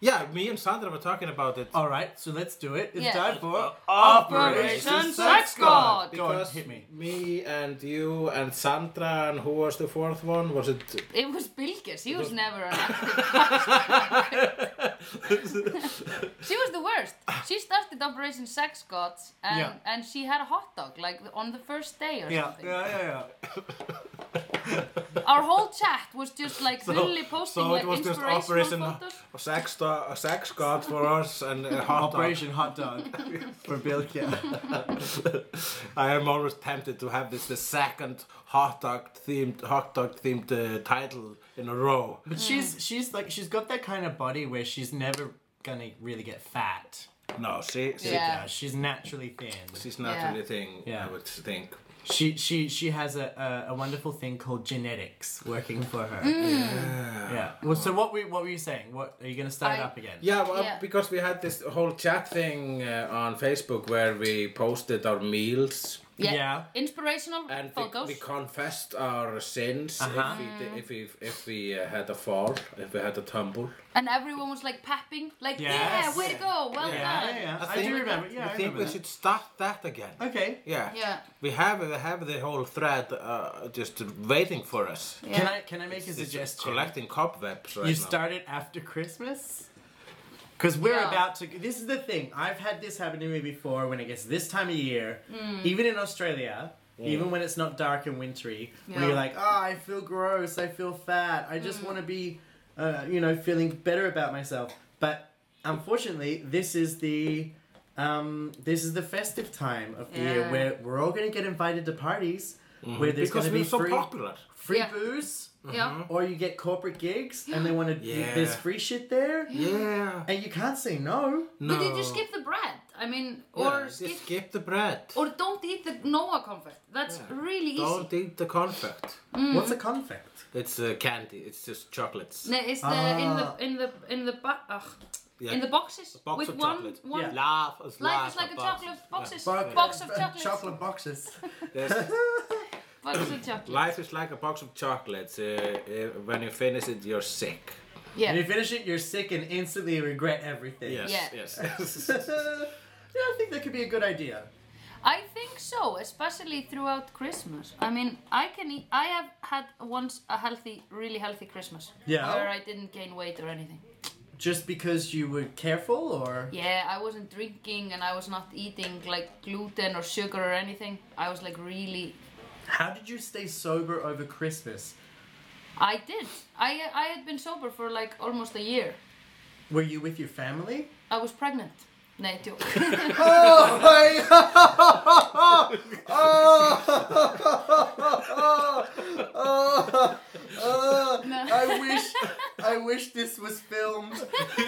Speaker 4: Yeah, me and Sandra were talking about it.
Speaker 2: All right, so let's do it. It's
Speaker 3: Yeah.
Speaker 2: time
Speaker 4: Uh,
Speaker 2: for
Speaker 3: Operation Sex God.
Speaker 2: Go on, hit me.
Speaker 4: me and you and Sandra and who was the fourth one? Was it?
Speaker 3: It was Bilkis. He was never an active She was the worst. She started Operation Sex Gods and,
Speaker 2: Yeah.
Speaker 3: and she had a hot dog like on the first day or
Speaker 2: Yeah,
Speaker 3: something.
Speaker 2: yeah, yeah, yeah.
Speaker 3: Our whole chat was just like fully posting
Speaker 4: so
Speaker 3: like
Speaker 4: it was just
Speaker 3: inspirational
Speaker 4: Operation
Speaker 3: photos.
Speaker 4: Sex, uh, sex God for us and uh, hot dog.
Speaker 2: Operation Hot Dog for Bilkia.
Speaker 4: I am always tempted to have this the second hot dog themed hot dog themed uh, title in a row.
Speaker 2: But she's she's like she's got that kind of body where she's never gonna really get fat.
Speaker 4: No, she, she
Speaker 3: Yeah.
Speaker 2: Yeah, she's naturally thin.
Speaker 4: she's not
Speaker 3: Yeah.
Speaker 4: really thing.
Speaker 2: Yeah.
Speaker 4: I would think.
Speaker 2: She she she has a, a, a wonderful thing called genetics working for her.
Speaker 4: Mm.
Speaker 2: Yeah. Well, so what we what were you saying? What are you gonna start it
Speaker 3: I-
Speaker 2: up again?
Speaker 4: Yeah, well,
Speaker 3: Yeah.
Speaker 4: because we had this whole chat thing uh, on Facebook where we posted our meals
Speaker 3: Yeah.
Speaker 2: Yeah.
Speaker 3: Inspirational
Speaker 4: and we,
Speaker 3: photos.
Speaker 4: we confessed our sins
Speaker 2: Uh-huh.
Speaker 4: if we di- if we if we uh, had a fall, if we had a tumble.
Speaker 3: And everyone was like papping, like,
Speaker 2: Yes.
Speaker 3: yeah, way to go, well
Speaker 2: Yeah,
Speaker 3: done.
Speaker 2: yeah, yeah. I,
Speaker 4: think-
Speaker 2: do remember. Yeah, I,
Speaker 4: I think
Speaker 2: remember
Speaker 4: we
Speaker 2: that.
Speaker 4: should start that again.
Speaker 2: Okay.
Speaker 4: Yeah.
Speaker 3: Yeah.
Speaker 4: We have we have the whole thread uh, just waiting for us.
Speaker 3: Yeah.
Speaker 2: Can I can I make a
Speaker 4: It's just
Speaker 2: suggestion?
Speaker 4: collecting cobwebs right
Speaker 2: You
Speaker 4: now.
Speaker 2: started after Christmas? Because we're
Speaker 3: Yeah.
Speaker 2: about to. This is the thing. I've had this happen to me before when it gets this time of year,
Speaker 3: Mm.
Speaker 2: even in Australia, even when it's not dark and wintry, where
Speaker 3: Yeah. Mm.
Speaker 2: you're like, oh, I feel gross, I feel fat, I just want to be, uh, you know, feeling better about myself. But unfortunately, this is the. Um, this is the festive time of the year
Speaker 3: Yeah.
Speaker 2: where we're all going to get invited to parties where there's going
Speaker 4: Mm-hmm. because
Speaker 2: to
Speaker 4: we're
Speaker 2: be
Speaker 4: so
Speaker 2: free,
Speaker 4: popular.
Speaker 2: free
Speaker 3: Yeah.
Speaker 2: booze
Speaker 3: Yeah.
Speaker 2: or you get corporate gigs and they want to
Speaker 4: Yeah.
Speaker 2: there's free shit there
Speaker 4: Yeah.
Speaker 2: and you can't say no
Speaker 4: No.
Speaker 3: But did you skip the bread? I mean,
Speaker 4: Yeah,
Speaker 3: or
Speaker 4: just
Speaker 3: skip,
Speaker 4: skip the bread.
Speaker 3: or don't eat the Noah confect. That's really easy.
Speaker 4: Don't eat the confect.
Speaker 3: Mm.
Speaker 2: what's a confect
Speaker 4: It's uh, candy. It's just chocolates.
Speaker 3: No, it's the in the in the in the bo- ugh,
Speaker 4: Yeah.
Speaker 3: in the boxes
Speaker 4: box
Speaker 3: with
Speaker 4: of
Speaker 3: one
Speaker 4: chocolate.
Speaker 3: one.
Speaker 2: Yeah.
Speaker 4: Laugh is
Speaker 3: Life is
Speaker 4: laugh
Speaker 3: like a
Speaker 4: box.
Speaker 3: chocolate boxes
Speaker 2: Bo-
Speaker 3: box of chocolates.
Speaker 2: chocolate boxes
Speaker 4: Yes.
Speaker 3: Box of chocolate.
Speaker 4: Life is like a box of chocolates. Uh, uh, when you finish it, you're sick.
Speaker 2: and
Speaker 3: Yeah.
Speaker 2: you finish it you're sick and instantly regret everything
Speaker 3: Yeah.
Speaker 4: yes.
Speaker 2: yeah i think that could be a good idea
Speaker 3: I think so, especially throughout Christmas. I mean, I can eat, I have had once a healthy, really healthy Christmas.
Speaker 2: Yeah.
Speaker 3: Where I didn't gain weight or anything.
Speaker 2: just because you were careful or
Speaker 3: Yeah, I wasn't drinking and I was not eating like gluten or sugar or anything. I was like really
Speaker 2: how did you stay sober over christmas
Speaker 3: I did. I I had been sober for like almost a year.
Speaker 2: were you with your family
Speaker 3: I was pregnant. Nei, joke.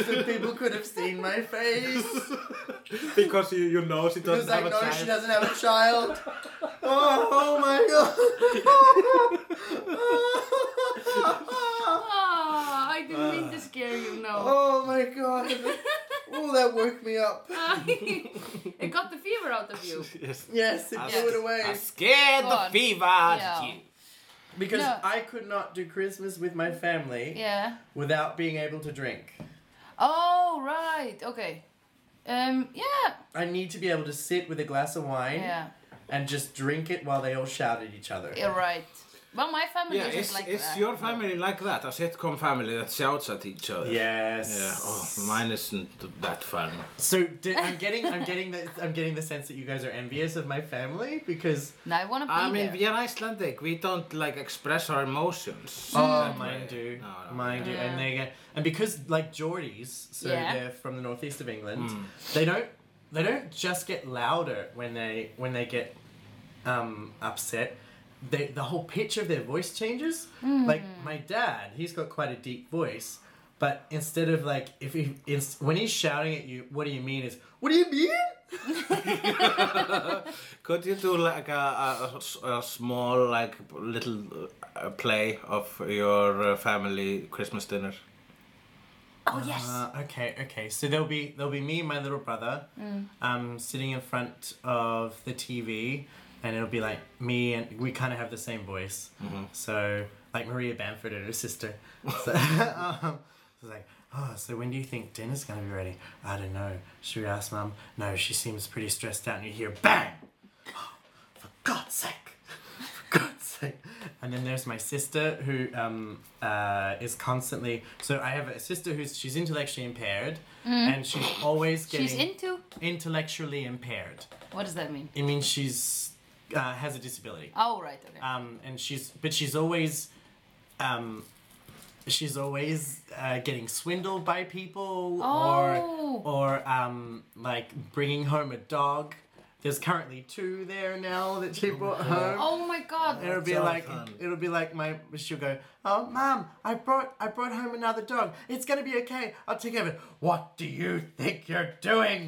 Speaker 2: my face
Speaker 4: Because you, you know she doesn't
Speaker 2: because I
Speaker 4: have a
Speaker 2: know she
Speaker 4: child.
Speaker 2: doesn't have a child. Oh, oh my god.
Speaker 3: Oh, I didn't mean to scare you, no.
Speaker 2: Ah. oh my god. Oh, that woke me up.
Speaker 3: it got the fever out of you.
Speaker 4: Yes.
Speaker 2: Yes, it blew it away.
Speaker 4: I scared
Speaker 3: Go on.
Speaker 4: the fever
Speaker 3: Yeah.
Speaker 4: out of you.
Speaker 2: Because
Speaker 3: No.
Speaker 2: I could not do Christmas with my family
Speaker 3: Yeah.
Speaker 2: without being able to drink.
Speaker 3: Oh, right. Okay. Um, yeah.
Speaker 2: I need to be able to sit with a glass of wine
Speaker 3: Yeah.
Speaker 2: and just drink it while they all shout at each other.
Speaker 3: Yeah, right. Well, my family
Speaker 4: Yeah,
Speaker 3: isn't
Speaker 4: is,
Speaker 3: like
Speaker 4: is
Speaker 3: that.
Speaker 4: your family like that? A sitcom family that shouts at each other?
Speaker 2: Yes.
Speaker 4: Yeah, oh, mine isn't that fun.
Speaker 2: So di- I'm getting, I'm getting the, I'm getting the sense that you guys are envious of my family because
Speaker 3: No, I want to be
Speaker 4: I mean,
Speaker 3: there.
Speaker 4: we are Icelandic. We don't like express our emotions.
Speaker 2: Oh, mine do.
Speaker 4: No, no.
Speaker 2: Mine do. And
Speaker 3: Yeah.
Speaker 2: they get and because like Geordies, so
Speaker 3: Yeah.
Speaker 2: they're from the northeast of England,
Speaker 4: Hmm.
Speaker 2: they don't they don't just get louder when they when they get um, upset. They, the whole pitch of their voice changes.
Speaker 3: Hmm.
Speaker 2: Like my dad, he's got quite a deep voice, but instead of like if he ins- when he's shouting at you, what do you mean? Is what do you mean?
Speaker 4: Could you do like a, a- a s- a small, like little uh, play of your uh, family Christmas dinner?
Speaker 3: Oh, yes.
Speaker 2: Uh, okay, okay. So there'll be there'll be me and my little brother, um, sitting in front of the TV, and it'll be like me and we kind of have the same voice. So like Maria Bamford and her sister. So, um, it's like, oh, so when do you think dinner's gonna be ready? I don't know. Should we ask mum? No, she seems pretty stressed out. And you hear bang. "Oh, for God's sake. For God's sake. And then there's my sister who um, uh, is constantly. So I have a sister who's she's intellectually impaired, and she's always getting
Speaker 3: She's into.
Speaker 2: intellectually impaired.
Speaker 3: What does that mean?
Speaker 2: It means she's uh, has a disability.
Speaker 3: Oh, right. Okay.
Speaker 2: Um, and she's but she's always, um, she's always uh, getting swindled by people
Speaker 3: Oh.
Speaker 2: or or um, like bringing home a dog. There's currently two there now that she brought home.
Speaker 3: oh my God.
Speaker 2: It'll be like
Speaker 4: Jonathan.
Speaker 2: it'll be like my she'll go, Oh mom, I brought I brought home another dog. It's gonna be okay. I'll take care of it. What do you think you're doing?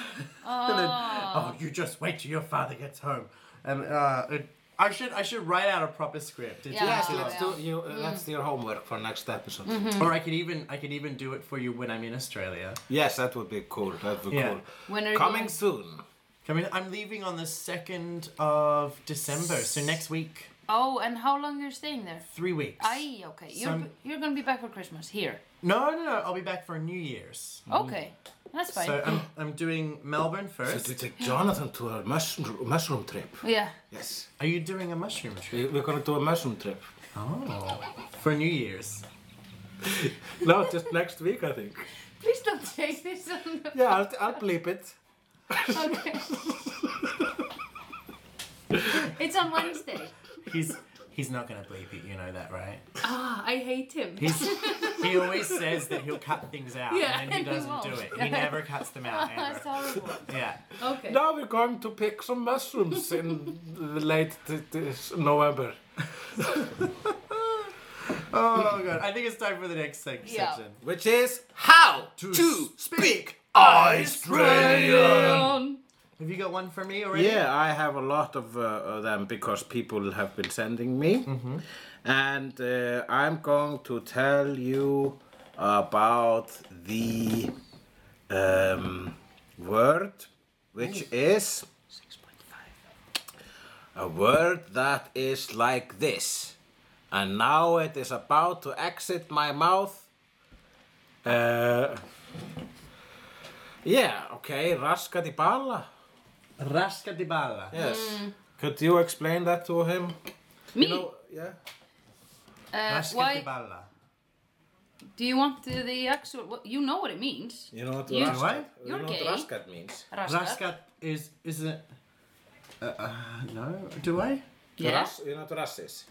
Speaker 2: And then, oh you just wait till your father gets home. And uh it, I should I should write out a proper script. It's
Speaker 3: Yeah. Mm-hmm.
Speaker 4: Yes,
Speaker 2: just too
Speaker 4: let's
Speaker 2: long.
Speaker 4: do you. That's your homework for next episode.
Speaker 2: Or I could even I could even do it for you when I'm in Australia.
Speaker 4: Yes, that would be cool. That would be
Speaker 2: Yeah.
Speaker 4: cool.
Speaker 3: When are you
Speaker 4: Coming
Speaker 3: going?
Speaker 4: soon.
Speaker 2: I mean I'm leaving on the second of December, so next week.
Speaker 3: Oh, and how long you're staying there?
Speaker 2: Three weeks.
Speaker 3: Aye, okay. You're
Speaker 2: Some-
Speaker 3: you're gonna be back for Christmas here.
Speaker 2: No, no, no. I'll be back for New Year's.
Speaker 3: Okay, that's fine.
Speaker 2: Mm-hmm. So I'm, I'm doing Melbourne
Speaker 4: Should
Speaker 2: first.
Speaker 4: we take Jonathan to a mushroom, mushroom trip?
Speaker 3: yeah.
Speaker 4: Yes.
Speaker 2: Are you doing a mushroom trip?
Speaker 4: We- We're gonna do a mushroom trip.
Speaker 2: Oh, for New Year's.
Speaker 4: No, just next week, I think.
Speaker 3: Please don't take this on. The...
Speaker 4: Yeah, I'll, I'll bleep it.
Speaker 3: Okay. it's on Wednesday.
Speaker 2: He's he's not gonna bleep it. You know that, right?
Speaker 3: Ah, I hate him.
Speaker 2: He's he always says that he'll cut things out,
Speaker 3: Yeah,
Speaker 2: and then he
Speaker 3: and he
Speaker 2: doesn't do
Speaker 3: won't.
Speaker 2: it. He never cuts them out
Speaker 3: That's
Speaker 2: ever.
Speaker 3: horrible.
Speaker 2: Yeah.
Speaker 3: Okay.
Speaker 4: Now we're going to pick some mushrooms in the late t- t- November.
Speaker 2: Oh god, I think it's time for the next sec-
Speaker 3: Yeah.
Speaker 2: section.
Speaker 4: Which is how to, speak Australian.
Speaker 3: Um,
Speaker 2: Have you got one for me already?
Speaker 4: Yeah, I have a lot of, uh, of them because people have been sending me, and uh, I'm going to tell you about the um, word, which is a word that is like this, and now it is about to exit my mouth. Uh, yeah, okay, raskadibala.
Speaker 2: Rasca di balla.
Speaker 4: Yes. Could you explain that to him?
Speaker 3: Mm. me.
Speaker 4: You know, yeah.
Speaker 3: uh,
Speaker 2: Rasca di
Speaker 3: why?
Speaker 2: balla.
Speaker 3: Do you want the, the actual? What, you know what it means.
Speaker 4: You know what
Speaker 3: You-
Speaker 4: raskat-
Speaker 2: What?
Speaker 4: you
Speaker 3: You're
Speaker 4: know what
Speaker 3: gay.
Speaker 4: raskat means?
Speaker 3: Raskat.
Speaker 2: Rasca is is it? Uh, uh, no, do I?
Speaker 3: Yeah.
Speaker 4: Ras- you know what ras is?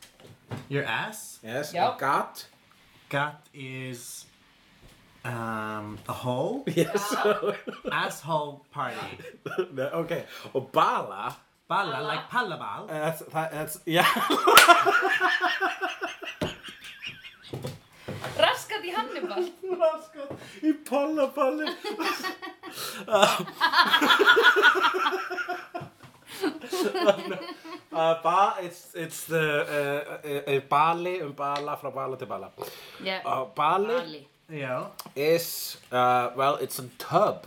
Speaker 2: Your ass.
Speaker 4: Yes.
Speaker 3: Yep.
Speaker 4: Gat.
Speaker 2: Gut is um, a hole. Yes.
Speaker 3: Ah.
Speaker 2: Asshole party.
Speaker 4: okay. Og bala.
Speaker 2: Balla, like palabal.
Speaker 4: uh, That's, that, that's, yeah.
Speaker 3: Raskat það í Hannibal?
Speaker 2: Raskat í pallapalli
Speaker 4: Uh, ba, it's, it's the, uh, uh, uh, Bali um Bala frá Bala til Bala
Speaker 3: Yeah.
Speaker 4: uh, Bali,
Speaker 3: Bali.
Speaker 2: Já
Speaker 4: is uh, well it's a tub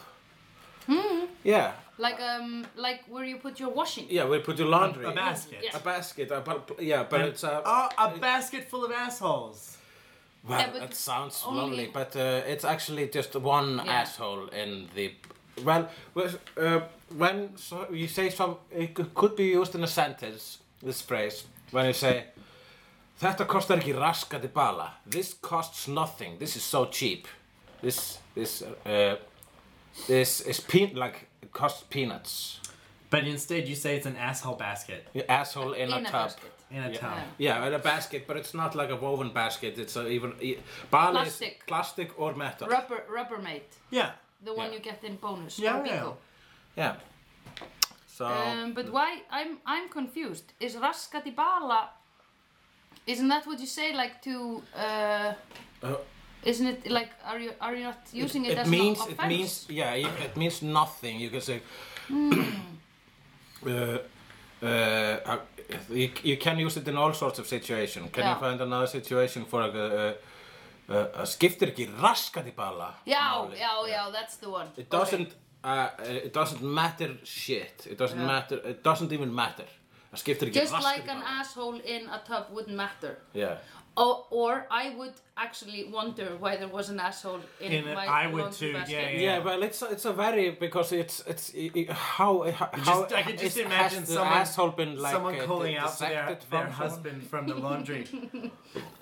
Speaker 4: yeah
Speaker 3: Like um, like where you put your washing.
Speaker 4: yeah we put your laundry
Speaker 2: A basket
Speaker 3: Yeah.
Speaker 4: a basket a, bu- yeah but it's a
Speaker 2: Oh, a basket full of assholes
Speaker 4: Well,
Speaker 3: Yeah, but
Speaker 4: it sounds
Speaker 3: only-
Speaker 4: lovely, but uh, it's actually just one
Speaker 3: Yeah.
Speaker 4: asshole in the. Well, was- uh, when so you say some, it c- could be used in a sentence. This phrase when you say, "Þetta kostar ekki raskati bala." This costs nothing. This is so cheap. This this uh, this is pe- like it costs peanuts.
Speaker 2: But instead you say it's an asshole basket
Speaker 4: Your asshole in,
Speaker 3: In
Speaker 4: a
Speaker 3: a
Speaker 4: tub.
Speaker 3: basket.
Speaker 2: in a tub
Speaker 3: Yeah.
Speaker 4: Yeah, in a basket, but it's not like a woven basket. It's a even e- bala is
Speaker 3: Plastic.
Speaker 4: plastic or metal.
Speaker 3: Rubber, Rubbermaid,
Speaker 2: Yeah
Speaker 3: the one
Speaker 4: Yeah.
Speaker 3: you get in bonus.
Speaker 2: Yeah,
Speaker 3: or
Speaker 2: yeah.
Speaker 3: Bigo.
Speaker 4: Yeah. So
Speaker 3: Um, but why? I'm I'm confused. Is Raskati Bala? Isn't that what you say? Like to? Uh,
Speaker 4: Uh,
Speaker 3: isn't it like are you are you not using it, as
Speaker 4: means
Speaker 3: an
Speaker 4: it
Speaker 3: offense?
Speaker 4: means yeah you- it means nothing. You can say
Speaker 3: Hmm.
Speaker 4: uh, uh, how- you, you can use it in all sorts of situations. Can
Speaker 3: Yeah.
Speaker 4: you find another situation for like a, uh uh, skiptir ekki raskat í bala?
Speaker 3: Yeah,
Speaker 4: máli?
Speaker 3: yeah, yeah, that's the one.
Speaker 4: It doesn't uh, it doesn't matter shit. It doesn't
Speaker 3: Yeah.
Speaker 4: matter. It doesn't even matter. Það skiptir ekki
Speaker 3: Just
Speaker 4: raskat
Speaker 3: like
Speaker 4: í
Speaker 3: an
Speaker 4: bala.
Speaker 3: asshole in a tub wouldn't matter.
Speaker 4: Yeah.
Speaker 3: Or, or I would actually wonder why there was an asshole in,
Speaker 2: In it,
Speaker 3: my
Speaker 2: I would
Speaker 3: laundry
Speaker 2: too,
Speaker 3: basket.
Speaker 2: yeah, yeah.
Speaker 4: Yeah, well, it's it's a very because it's it's i- i- how how
Speaker 2: Just, I can
Speaker 4: is-
Speaker 2: just
Speaker 4: has
Speaker 2: imagine
Speaker 4: the
Speaker 2: someone,
Speaker 4: asshole been like
Speaker 2: someone
Speaker 4: uh,
Speaker 2: calling out to their,
Speaker 4: dissected from
Speaker 2: their
Speaker 4: someone?
Speaker 2: husband from the laundry.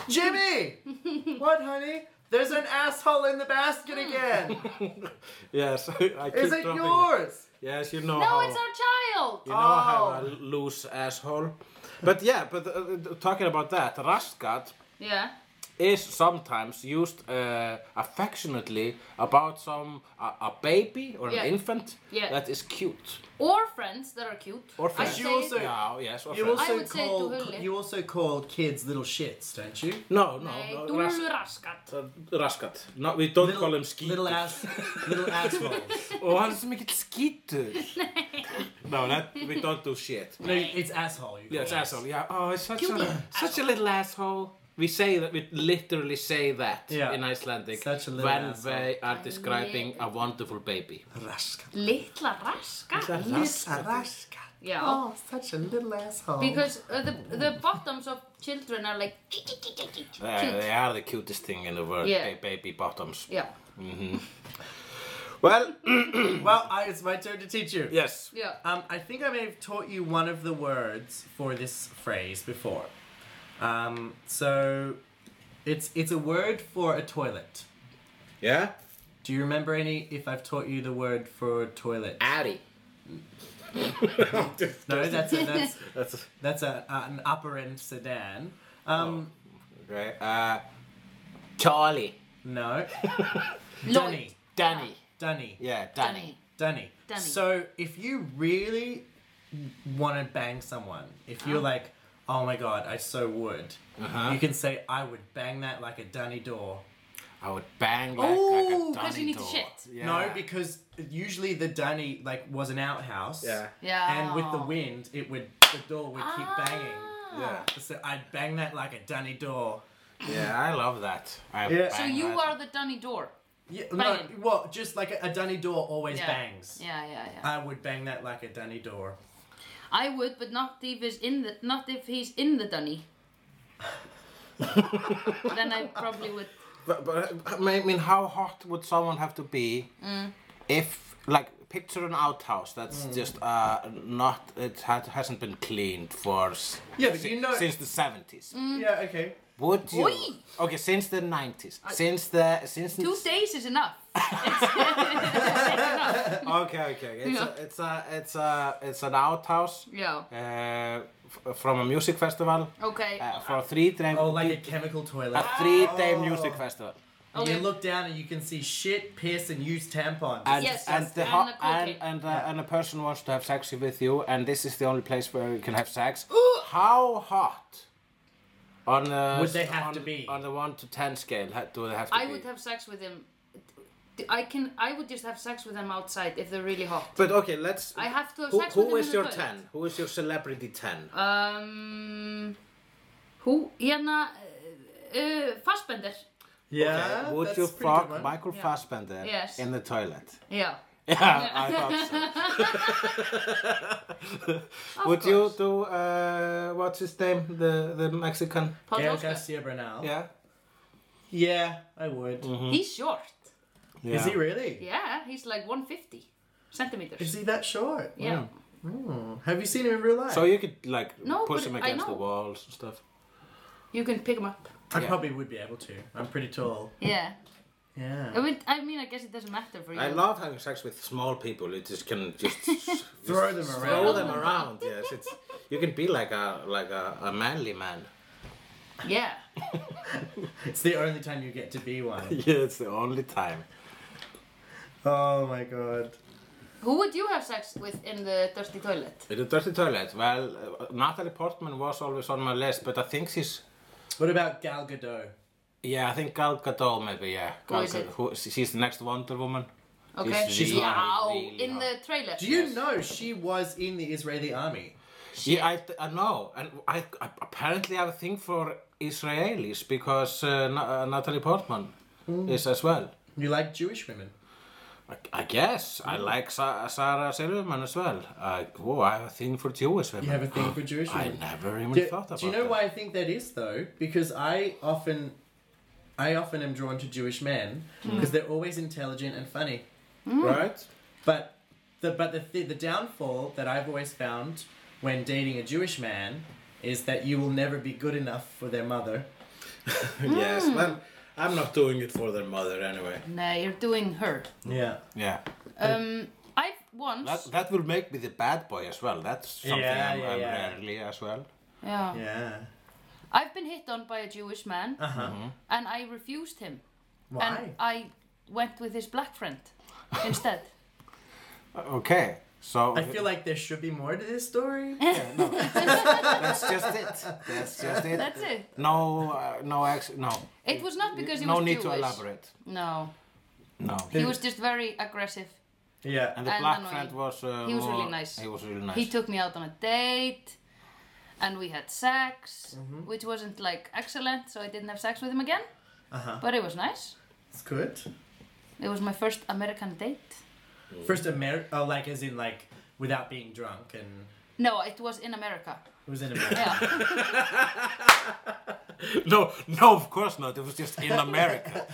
Speaker 2: Jimmy! What, honey? There's an asshole in the basket
Speaker 3: Hmm.
Speaker 2: again!
Speaker 4: Yes, I keep
Speaker 2: Is it
Speaker 4: dropping
Speaker 2: yours?
Speaker 4: Yes, you know
Speaker 3: No,
Speaker 4: how
Speaker 3: it's our child.
Speaker 4: you know how I loose asshole. But yeah, but uh, uh, talking about that, raskat
Speaker 3: Yeah.
Speaker 4: is sometimes used uh, affectionately about some a, a baby or
Speaker 3: Yeah.
Speaker 4: an infant
Speaker 3: Yeah.
Speaker 4: that is cute
Speaker 3: Or friends that are cute.
Speaker 4: or
Speaker 3: I
Speaker 4: friends.
Speaker 2: But
Speaker 3: say,
Speaker 2: you also-
Speaker 4: yeah, yes, or
Speaker 2: You
Speaker 4: friends.
Speaker 2: also
Speaker 3: would say
Speaker 2: call
Speaker 3: Duhulli.
Speaker 2: you also call kids little shits, don't you?
Speaker 4: No, no,
Speaker 3: Nei,
Speaker 4: no, ras,
Speaker 3: dúllu raskat.
Speaker 4: uh, raskat. No, we don't call him skeet.
Speaker 2: Little ass, little assholes.
Speaker 4: og hann er svo mikill skítur no, that, we don't do shit
Speaker 2: No, it's asshole. You call
Speaker 4: yeah, it's
Speaker 2: it.
Speaker 4: asshole, yeah, oh, it's such
Speaker 3: Cutie
Speaker 4: a such a little asshole we say that, we literally say that
Speaker 2: Yeah.
Speaker 4: in Icelandic
Speaker 2: Such a little
Speaker 4: when
Speaker 2: asshole.
Speaker 4: they are describing a wonderful baby
Speaker 2: Raskat.
Speaker 3: Litla raskat.
Speaker 2: Little raskat.
Speaker 3: Yeah.
Speaker 2: Oh, such a little asshole.
Speaker 3: Because uh, the the bottoms of children are like
Speaker 4: They,
Speaker 3: cute.
Speaker 4: they are the cutest thing in the world,
Speaker 3: Yeah.
Speaker 4: ba- baby bottoms.
Speaker 3: Yeah.
Speaker 4: Well,
Speaker 2: well, I, it's my turn to teach you.
Speaker 4: yes.
Speaker 3: Yeah.
Speaker 2: Um, I think I may have taught you one of the words for this phrase before. Um, so it's it's a word for a toilet.
Speaker 4: Yeah?
Speaker 2: Do you remember any? If I've taught you the word for toilet,
Speaker 4: Addy.
Speaker 2: no, that's a, that's
Speaker 4: That's
Speaker 2: that's a, uh, an upper end sedan. Um,
Speaker 4: okay. Uh, Charlie.
Speaker 2: no,
Speaker 3: Lloyd.
Speaker 2: dunny,
Speaker 4: Danny.
Speaker 2: dunny,
Speaker 4: Yeah,
Speaker 3: Danny.
Speaker 4: Danny.
Speaker 2: dunny,
Speaker 3: Dunny.
Speaker 2: So if you really want to bang someone, if
Speaker 3: Uh-huh.
Speaker 2: you're like, oh my god, I so would, you can say I would bang that like a dunny door.
Speaker 4: I would bang like, like a
Speaker 3: Oh,
Speaker 4: Danny
Speaker 3: because you need to
Speaker 4: door.
Speaker 3: shit.
Speaker 4: Yeah.
Speaker 2: No, because usually the dunny like was an outhouse.
Speaker 4: Yeah.
Speaker 3: Yeah. Ah.
Speaker 2: And with the wind, it would the door would keep banging.
Speaker 4: Yeah.
Speaker 2: So I'd bang that like a dunny door.
Speaker 4: Yeah, I love that. I
Speaker 2: Yeah.
Speaker 3: So
Speaker 4: bang
Speaker 3: you
Speaker 4: that.
Speaker 3: are the dunny door.
Speaker 2: Yeah, no,
Speaker 3: Banging.
Speaker 2: well, just like a, a dunny door always
Speaker 3: Yeah.
Speaker 2: bangs.
Speaker 3: Yeah, yeah, yeah.
Speaker 2: I would bang that like a dunny door.
Speaker 3: I would, but not if he's in the not if he's in the dunny. then I probably would.
Speaker 4: But, but I mean, how hot would someone have to be
Speaker 3: Mm.
Speaker 4: if, like, picture an outhouse that's just uh, not it had, hasn't been cleaned for s-
Speaker 2: Yeah, but you know-
Speaker 4: since the seventies.
Speaker 2: Yeah, okay.
Speaker 4: Would you?
Speaker 3: Mm. Oi!
Speaker 4: Okay, since the nineties. Since the since
Speaker 3: Two days is enough.
Speaker 4: Okay, okay. It's
Speaker 3: Yeah.
Speaker 4: a, it's a it's a it's an outhouse
Speaker 3: Yeah.
Speaker 4: uh, f- from a music festival
Speaker 3: Okay.
Speaker 4: uh, for a three day
Speaker 2: Oh, like a chemical toilet.
Speaker 4: a three day music festival.
Speaker 2: And
Speaker 3: okay.
Speaker 2: You look down and you can see shit, piss, and used tampons.
Speaker 4: and
Speaker 3: Yes,
Speaker 4: and
Speaker 3: yes,
Speaker 4: the
Speaker 3: and
Speaker 4: ho-
Speaker 3: the
Speaker 4: and
Speaker 3: cooking.
Speaker 4: and, uh, and a person wants to have sex with you, and this is the only place where you can have sex. How hot On a,
Speaker 2: Would they have
Speaker 4: on,
Speaker 2: to be?
Speaker 4: on the one to ten scale? ha- Do they have to
Speaker 3: I
Speaker 4: be?
Speaker 3: would have sex with him. I can. I would just have sex with them outside if they're really hot.
Speaker 4: But okay, let's.
Speaker 3: I have to have
Speaker 4: who,
Speaker 3: sex with
Speaker 4: who
Speaker 3: him
Speaker 4: is
Speaker 3: in the
Speaker 4: your
Speaker 3: toilet. Uh,
Speaker 4: ten? Who is your celebrity ten?
Speaker 3: Um, who? Hérna, uh, Fassbender.
Speaker 2: Yeah.
Speaker 4: would
Speaker 2: that's
Speaker 4: you
Speaker 2: a pretty good
Speaker 4: fuck
Speaker 2: one.
Speaker 4: Michael Fassbender
Speaker 3: Yes.
Speaker 4: in the toilet?
Speaker 3: Yeah.
Speaker 4: Yeah, I thought so. would you
Speaker 3: course.
Speaker 4: do uh, what's his name? The the Mexican?
Speaker 3: Paul
Speaker 2: Gael
Speaker 3: Oscar.
Speaker 2: Garcia Bernal.
Speaker 4: Yeah. Mm-hmm.
Speaker 2: Yeah, I would.
Speaker 3: He's short.
Speaker 4: yeah.
Speaker 2: Is he really?
Speaker 3: Yeah, he's like 150 centimeters.
Speaker 2: Is he that short?
Speaker 3: yeah.
Speaker 4: Oh.
Speaker 2: Have you seen him in real life?
Speaker 4: So you could like
Speaker 3: No,
Speaker 4: push
Speaker 3: but
Speaker 4: him
Speaker 3: I
Speaker 4: against the
Speaker 3: know.
Speaker 4: walls and stuff.
Speaker 3: You can pick him up.
Speaker 2: I
Speaker 4: Yeah.
Speaker 2: probably would be able to. I'm pretty tall.
Speaker 3: Yeah. I
Speaker 2: Yeah.
Speaker 3: mean, I mean, I guess it doesn't matter for you.
Speaker 4: I love having sex with small people. You just can just
Speaker 2: Throw them
Speaker 4: throw
Speaker 2: around.
Speaker 4: them around. Yes, it's you can be like a like a, a manly man.
Speaker 3: Yeah.
Speaker 2: It's the only time you get to be one.
Speaker 4: Yeah, it's the only time.
Speaker 2: oh my god.
Speaker 3: Who would you have sex with in the dirty toilet?
Speaker 4: In the dirty toilet. Well, uh, Natalie Portman was always on my list, but I think she's.
Speaker 2: What about Gal Gadot?
Speaker 4: Yeah, I think Gal Gadot maybe. Yeah, Gal
Speaker 3: is it?
Speaker 4: Gadot, who, she's the next Wonder Woman.
Speaker 3: Okay.
Speaker 4: She's really,
Speaker 3: yeah.
Speaker 4: really
Speaker 3: in
Speaker 4: hot.
Speaker 3: the trailer.
Speaker 2: Do you know she was in the Israeli army?
Speaker 4: Yeah, I, I know, and I, I apparently have a thing for Israelis because uh, Na- uh, Natalie Portman
Speaker 2: Mm.
Speaker 4: is as well.
Speaker 2: You like Jewish women?
Speaker 4: I, I guess I
Speaker 2: Mm.
Speaker 4: like Sa- Sarah Silverman as well. I, oh, I have a thing for Jewish women.
Speaker 2: You have a thing for Jewish
Speaker 4: I
Speaker 2: women?
Speaker 4: never even
Speaker 2: Do,
Speaker 4: thought about.
Speaker 2: do you know
Speaker 4: that.
Speaker 2: why I think that is though? Because I often, I often am drawn to Jewish men because they're always intelligent and funny.
Speaker 4: Right?
Speaker 2: But the but the th- the downfall that I've always found when dating a Jewish man is that you will never be good enough for their mother.
Speaker 4: yes. Well, I'm not doing it for their mother anyway.
Speaker 3: Nah, you're doing her.
Speaker 2: Yeah.
Speaker 4: Yeah.
Speaker 3: Um, I've once.
Speaker 4: Uh, That that will make me the bad boy as well. That's something
Speaker 2: Yeah,
Speaker 4: I'm,
Speaker 2: yeah,
Speaker 4: I'm
Speaker 2: yeah.
Speaker 4: rarely as well.
Speaker 3: yeah.
Speaker 2: Yeah.
Speaker 3: I've been hit on by a Jewish man,
Speaker 4: Uh-huh.
Speaker 2: Uh huh.
Speaker 3: and I refused him,
Speaker 2: Why?
Speaker 3: and I went with his black friend instead.
Speaker 4: Okay. So
Speaker 2: I feel like there should be more to this story.
Speaker 4: that's just it. That's just it.
Speaker 3: That's it.
Speaker 4: No, uh, no, ex- no.
Speaker 3: It was not because he
Speaker 4: no
Speaker 3: was
Speaker 4: need
Speaker 3: Jewish.
Speaker 4: to elaborate.
Speaker 3: No,
Speaker 4: No.
Speaker 3: he was just very aggressive.
Speaker 2: Yeah.
Speaker 4: and the
Speaker 3: and
Speaker 4: black
Speaker 3: annoying.
Speaker 4: friend was. Uh,
Speaker 3: He was really
Speaker 4: more-
Speaker 3: nice.
Speaker 4: He was really nice.
Speaker 3: He took me out on a date, and we had sex,
Speaker 4: Mm-hmm.
Speaker 3: which wasn't like excellent, so I didn't have sex with him again.
Speaker 2: Uh-huh.
Speaker 3: But it was nice.
Speaker 2: It's good.
Speaker 3: It was my first American date.
Speaker 2: First America, oh, like as in like without being drunk and
Speaker 3: No, it was in America.
Speaker 2: it was in America.
Speaker 3: Yeah,
Speaker 4: No, no, of course not. It was just in America.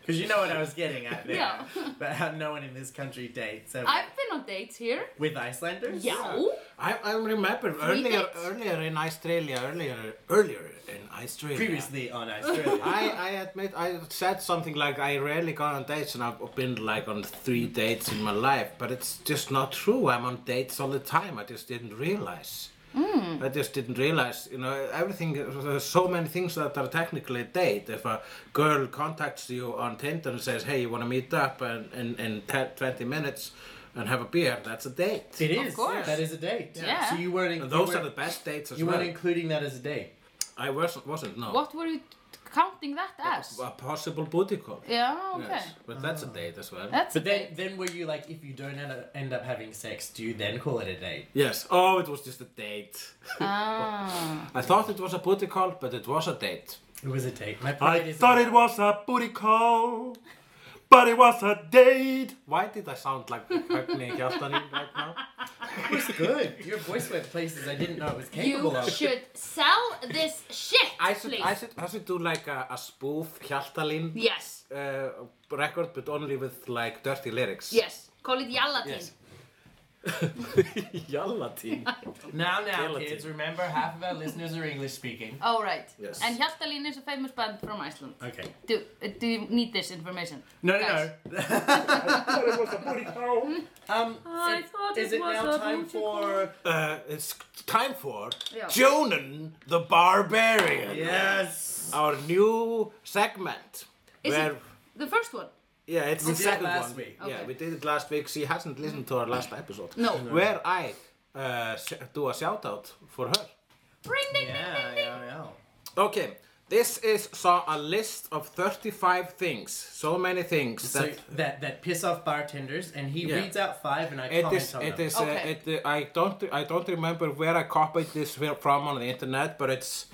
Speaker 2: Because you know what I was getting at there.
Speaker 3: Yeah.
Speaker 2: But how no one in this country dates ever.
Speaker 3: I've been on dates here.
Speaker 2: with Icelanders?
Speaker 3: Yeah.
Speaker 4: I, I remember earlier,
Speaker 3: dates.
Speaker 4: earlier in Australia, earlier, earlier in Australia.
Speaker 2: Previously on Australia.
Speaker 4: I, I admit I said something like I rarely go on dates and I've been like on three dates in my life, but it's just not true. I'm on dates all the time. I just didn't realize.
Speaker 3: Hmm.
Speaker 4: I just didn't realize, you know, everything. There's so many things that are technically a date. If a girl contacts you on Tinder and says, "Hey, you want to meet up and in in te- 20 minutes and have a beer," that's a date.
Speaker 2: it is.
Speaker 3: course.
Speaker 2: That is a date.
Speaker 3: Yeah.
Speaker 2: So you weren't. in-
Speaker 4: And
Speaker 2: you
Speaker 4: those
Speaker 2: weren't-
Speaker 4: are the best dates as
Speaker 2: You
Speaker 4: well.
Speaker 2: weren't including that as a date.
Speaker 4: I wasn't, wasn't no.
Speaker 3: What were you t- counting that as?
Speaker 4: A possible booty call.
Speaker 3: Yeah, okay.
Speaker 4: Yes, but that's
Speaker 2: Ah.
Speaker 4: a date as well.
Speaker 3: That's
Speaker 2: But
Speaker 3: a
Speaker 2: then,
Speaker 3: date.
Speaker 2: then were you like, if you don't end up- end up having sex, do you then call it a date?
Speaker 4: Yes. Oh, it was just a date.
Speaker 3: Ah.
Speaker 4: I thought it was a booty call, but it was a date.
Speaker 2: It was a date. My
Speaker 4: I
Speaker 2: pride is.
Speaker 4: thought it was a booty call, but it was a date. Why did I sound like Högni Hjaltanin right now?
Speaker 2: good. Your voice went places I didn't know it was capable
Speaker 3: You
Speaker 2: of.
Speaker 3: should sell this shit,
Speaker 4: I should,
Speaker 3: please.
Speaker 4: I should, I should do like a, a spoof Hjaltalin
Speaker 3: Yes,
Speaker 4: uh, record, but only with like dirty lyrics.
Speaker 3: yes. Call it Yallatin.
Speaker 4: Yes. Hjaltanin.
Speaker 2: Now, now,
Speaker 4: Gelatin.
Speaker 2: kids, remember half of our listeners are English speaking.
Speaker 3: All right.
Speaker 4: Yes.
Speaker 3: And Hjaltalin is a famous band from Iceland.
Speaker 2: Okay.
Speaker 3: Do, uh, do you need this information?
Speaker 2: No, no,
Speaker 3: Guys.
Speaker 2: no.
Speaker 5: It was a booty call.
Speaker 2: Um,
Speaker 3: I
Speaker 2: it-
Speaker 3: thought
Speaker 2: is
Speaker 3: it
Speaker 2: it
Speaker 3: was
Speaker 2: now
Speaker 3: a
Speaker 2: time
Speaker 3: booty
Speaker 2: for?
Speaker 4: Uh, it's time for
Speaker 3: Yeah.
Speaker 4: Jonan the Barbarian,
Speaker 2: Yes.
Speaker 4: our new segment.
Speaker 3: Is
Speaker 4: where
Speaker 3: it the first one?
Speaker 4: Yeah, it's the
Speaker 2: did it
Speaker 4: second
Speaker 2: last
Speaker 4: one.
Speaker 2: week.
Speaker 4: Yeah,
Speaker 3: Okay.
Speaker 4: we did it last week. She hasn't listened to our last episode.
Speaker 3: No.
Speaker 4: Where I uh, sh- do a shout out for her.
Speaker 3: Ring ding ding
Speaker 2: Yeah,
Speaker 3: ding ding.
Speaker 2: yeah, yeah.
Speaker 4: Okay, this is so a list of 35 things. So many things
Speaker 2: So
Speaker 4: that
Speaker 2: that that piss off bartenders, and he
Speaker 4: Yeah.
Speaker 2: reads out five, and I
Speaker 4: it
Speaker 2: comment
Speaker 4: is.
Speaker 2: on
Speaker 4: It
Speaker 2: them.
Speaker 4: is. uh,
Speaker 3: Okay.
Speaker 4: it, uh, I don't. I don't remember where I copied this where- from on the internet, but it's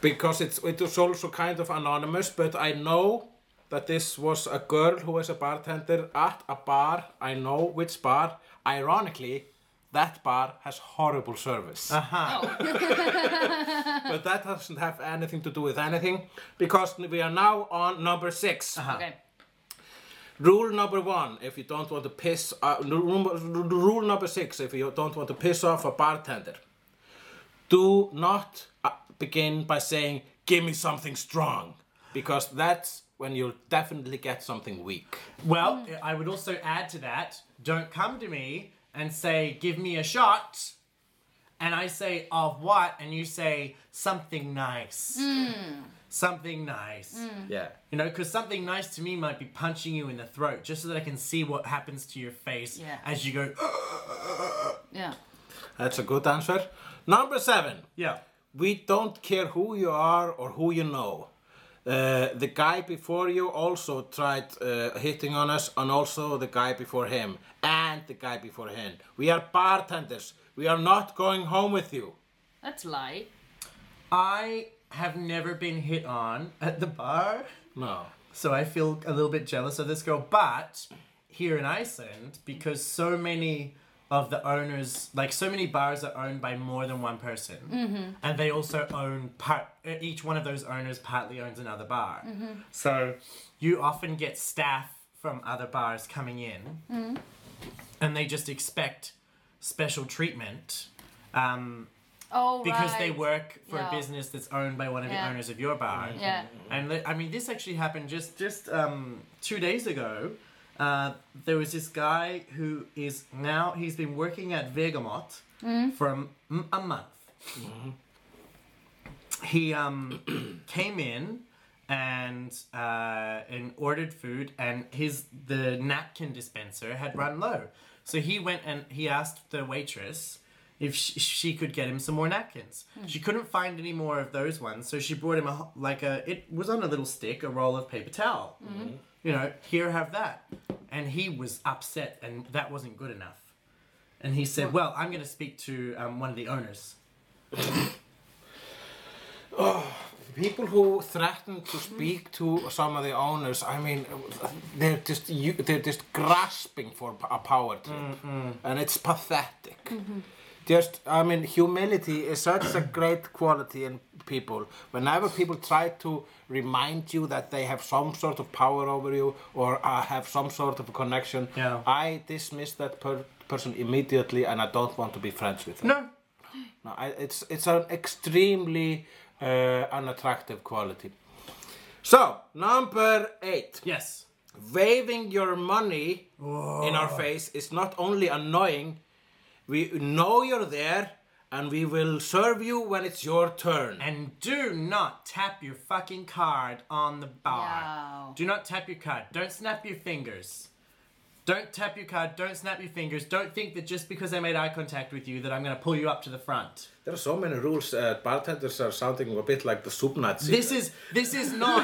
Speaker 4: because it's it was also kind of anonymous. But I know that this was a girl who was a bartender at a bar. I know which bar. Ironically, that bar has horrible service. but that doesn't have anything to do with anything because we are now on number 6
Speaker 3: Okay.
Speaker 4: Rule number one: If you don't want to piss, uh, rule, rule number six: If you don't want to piss off a bartender, do not uh, begin by saying "Give me something strong," because that's when you'll definitely get something weak.
Speaker 2: Well, I would also add to that: don't come to me and say, "Give me a shot," and I say, "Of what?" and you say, "Something nice." Something nice.
Speaker 4: Yeah.
Speaker 2: You know, because something nice to me might be punching you in the throat, just so that I can see what happens to your face
Speaker 3: Yeah.
Speaker 2: as you go.
Speaker 3: Yeah.
Speaker 4: That's a good answer. Number seven.
Speaker 2: Yeah.
Speaker 4: We don't care who you are or who you know. Uh, the guy before you also tried uh, hitting on us, and also the guy before him, and the guy before him. We are bartenders. We are not going home with you.
Speaker 3: That's lie.
Speaker 2: I have never been hit on at the bar.
Speaker 4: No.
Speaker 2: So I feel a little bit jealous of this girl. But here in Iceland, because so many of the owners, like so many bars are owned by more than one person.
Speaker 3: Mm-hmm.
Speaker 2: And they also own part, each one of those owners partly owns another bar.
Speaker 3: Mm-hmm.
Speaker 2: So you often get staff from other bars coming in
Speaker 3: Mm-hmm.
Speaker 2: and they just expect special treatment. Um,
Speaker 3: Oh,
Speaker 2: because
Speaker 3: right.
Speaker 2: they work for
Speaker 3: Yeah.
Speaker 2: a business that's owned by one of
Speaker 3: Yeah. Mm-hmm.
Speaker 2: the owners of your bar.
Speaker 3: Yeah.
Speaker 2: And li- I mean, this actually happened just just um, two days ago. Uh, there was this guy who is now he's been working at Vegamot for a, m- a month. He um, came in and uh, and ordered food, and his the napkin dispenser had run low. So he went and he asked the waitress if she, she could get him some more napkins. She couldn't find any more of those ones, so she brought him a ho- like a it was on a little stick, a roll of paper towel. You know, here have that. And he was upset, and that wasn't good enough. And he said, "Well, I'm going to speak to um, one of the owners."
Speaker 4: People who threaten to speak to some of the owners, I mean, they're just you, they're just grasping for a power trip, and it's pathetic. Just, I mean, humility is such a great quality in people. Whenever people try to remind you that they have some sort of power over you or uh, have some sort of connection,
Speaker 2: Yeah.
Speaker 4: I dismiss that per- person immediately, and I don't want to be friends with them.
Speaker 2: No,
Speaker 4: No, I, it's it's an extremely uh, unattractive quality. So number eight,
Speaker 2: yes,
Speaker 4: waving your money in our face is not only annoying. We know you're there, and we will serve you when it's your turn.
Speaker 2: and do not tap your fucking card on the bar.
Speaker 3: Wow.
Speaker 2: Do not tap your card. Don't snap your fingers. Don't tap your card. Don't snap your fingers. Don't think that just because I made eye contact with you that I'm going to pull you up to the front.
Speaker 4: There are so many rules. Uh, bartenders are sounding a bit like the soup Nazi.
Speaker 2: This is this is not.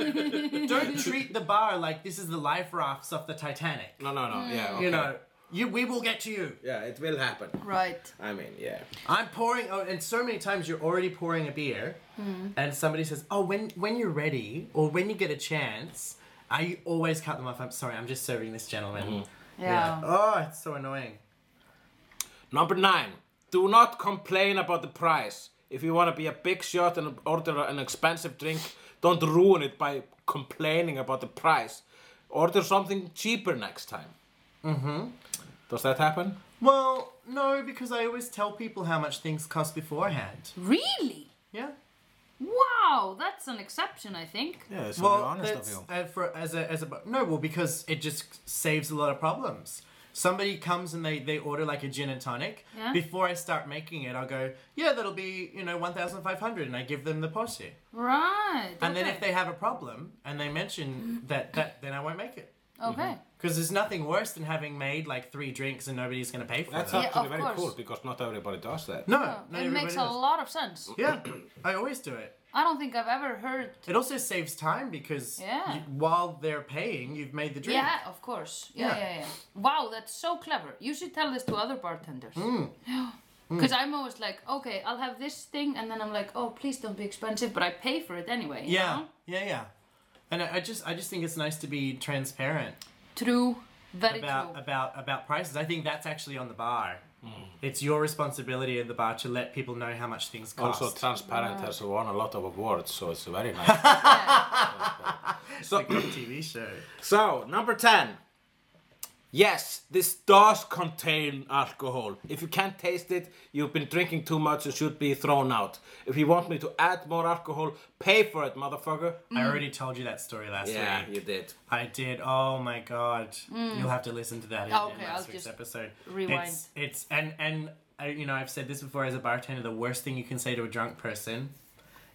Speaker 2: Don't treat the bar like this is the life rafts off the Titanic.
Speaker 4: no, no, no. Yeah, okay.
Speaker 2: You know, you we will get to you.
Speaker 4: Yeah, it will happen.
Speaker 3: Right.
Speaker 4: I mean, yeah.
Speaker 2: I'm pouring, oh, and so many times you're already pouring a beer,
Speaker 3: Hmm.
Speaker 2: and somebody says, "Oh, when when you're ready, or when you get a chance." I always cut them off. I'm sorry. I'm just serving this gentleman.
Speaker 3: Yeah.
Speaker 2: Oh, it's so annoying.
Speaker 4: Number nine, do not complain about the price. If you want to be a big shot and order an expensive drink, don't ruin it by complaining about the price. Order something cheaper next time. Mm-hmm. Does that happen?
Speaker 2: Well, no, because I always tell people how much things cost beforehand.
Speaker 3: Hmm. Really?
Speaker 2: Yeah.
Speaker 3: Wow, that's an exception, I think.
Speaker 4: Yeah, it's
Speaker 2: that's, uh, for as a as a no, well, because it just saves a lot of problems. Somebody comes and they they order like a gin and tonic.
Speaker 3: Yeah.
Speaker 2: Before I start making it, I'll go, yeah, that'll be you know one thousand five hundred, and I give them the posse.
Speaker 3: Right.
Speaker 2: And then
Speaker 3: okay.
Speaker 2: if they Mm-hmm. have a problem and they mention that that, then I won't make it.
Speaker 3: Okay.
Speaker 2: Because there's nothing worse than having made like three drinks and nobody's going to pay for
Speaker 4: That's
Speaker 2: it.
Speaker 3: Yeah,
Speaker 4: actually
Speaker 3: of
Speaker 4: very
Speaker 3: course.
Speaker 4: cool because not everybody does that.
Speaker 2: No,
Speaker 3: Oh,
Speaker 2: not
Speaker 3: it
Speaker 2: everybody
Speaker 3: makes a
Speaker 2: does.
Speaker 3: lot of sense.
Speaker 2: Yeah, I always do it.
Speaker 3: I don't think I've ever heard.
Speaker 2: It also saves time because
Speaker 3: Yeah.
Speaker 2: you, while they're paying, you've made the drink.
Speaker 3: Yeah, of course. Yeah,
Speaker 2: Yeah.
Speaker 3: yeah, yeah, Wow, that's so clever. You should tell this to other bartenders.
Speaker 2: Hmm.
Speaker 3: Because I'm always like, okay, I'll have this thing, and then I'm like, oh, please don't be expensive, but I pay for it anyway. you
Speaker 2: yeah,
Speaker 3: know?
Speaker 2: yeah, yeah. And I, I just, I just think it's nice to be transparent
Speaker 3: True. Very
Speaker 2: about
Speaker 3: true.
Speaker 2: about about prices. I think that's actually on the bar.
Speaker 4: Mm.
Speaker 2: It's your responsibility at the bar to let people know how much things cost.
Speaker 4: Also, Transparent has won a lot of awards, so it's very nice.
Speaker 3: Yeah.
Speaker 4: so,
Speaker 2: TV show.
Speaker 4: so, number 10. Yes, this does contain alcohol. If you can't taste it, you've been drinking too much, it should be thrown out. If you want me to add more alcohol, pay for it, motherfucker.
Speaker 2: I
Speaker 3: Mm.
Speaker 2: already told you that story last
Speaker 4: Yeah,
Speaker 2: week.
Speaker 4: you did.
Speaker 2: I did. Oh my god! You'll have to listen to that in,
Speaker 3: Mm. Oh,
Speaker 2: in
Speaker 3: okay,
Speaker 2: last
Speaker 3: I'll
Speaker 2: week's
Speaker 3: just
Speaker 2: episode.
Speaker 3: rewind.
Speaker 2: It's, it's and and I, you know I've said this before as a bartender. The worst thing you can say to a drunk person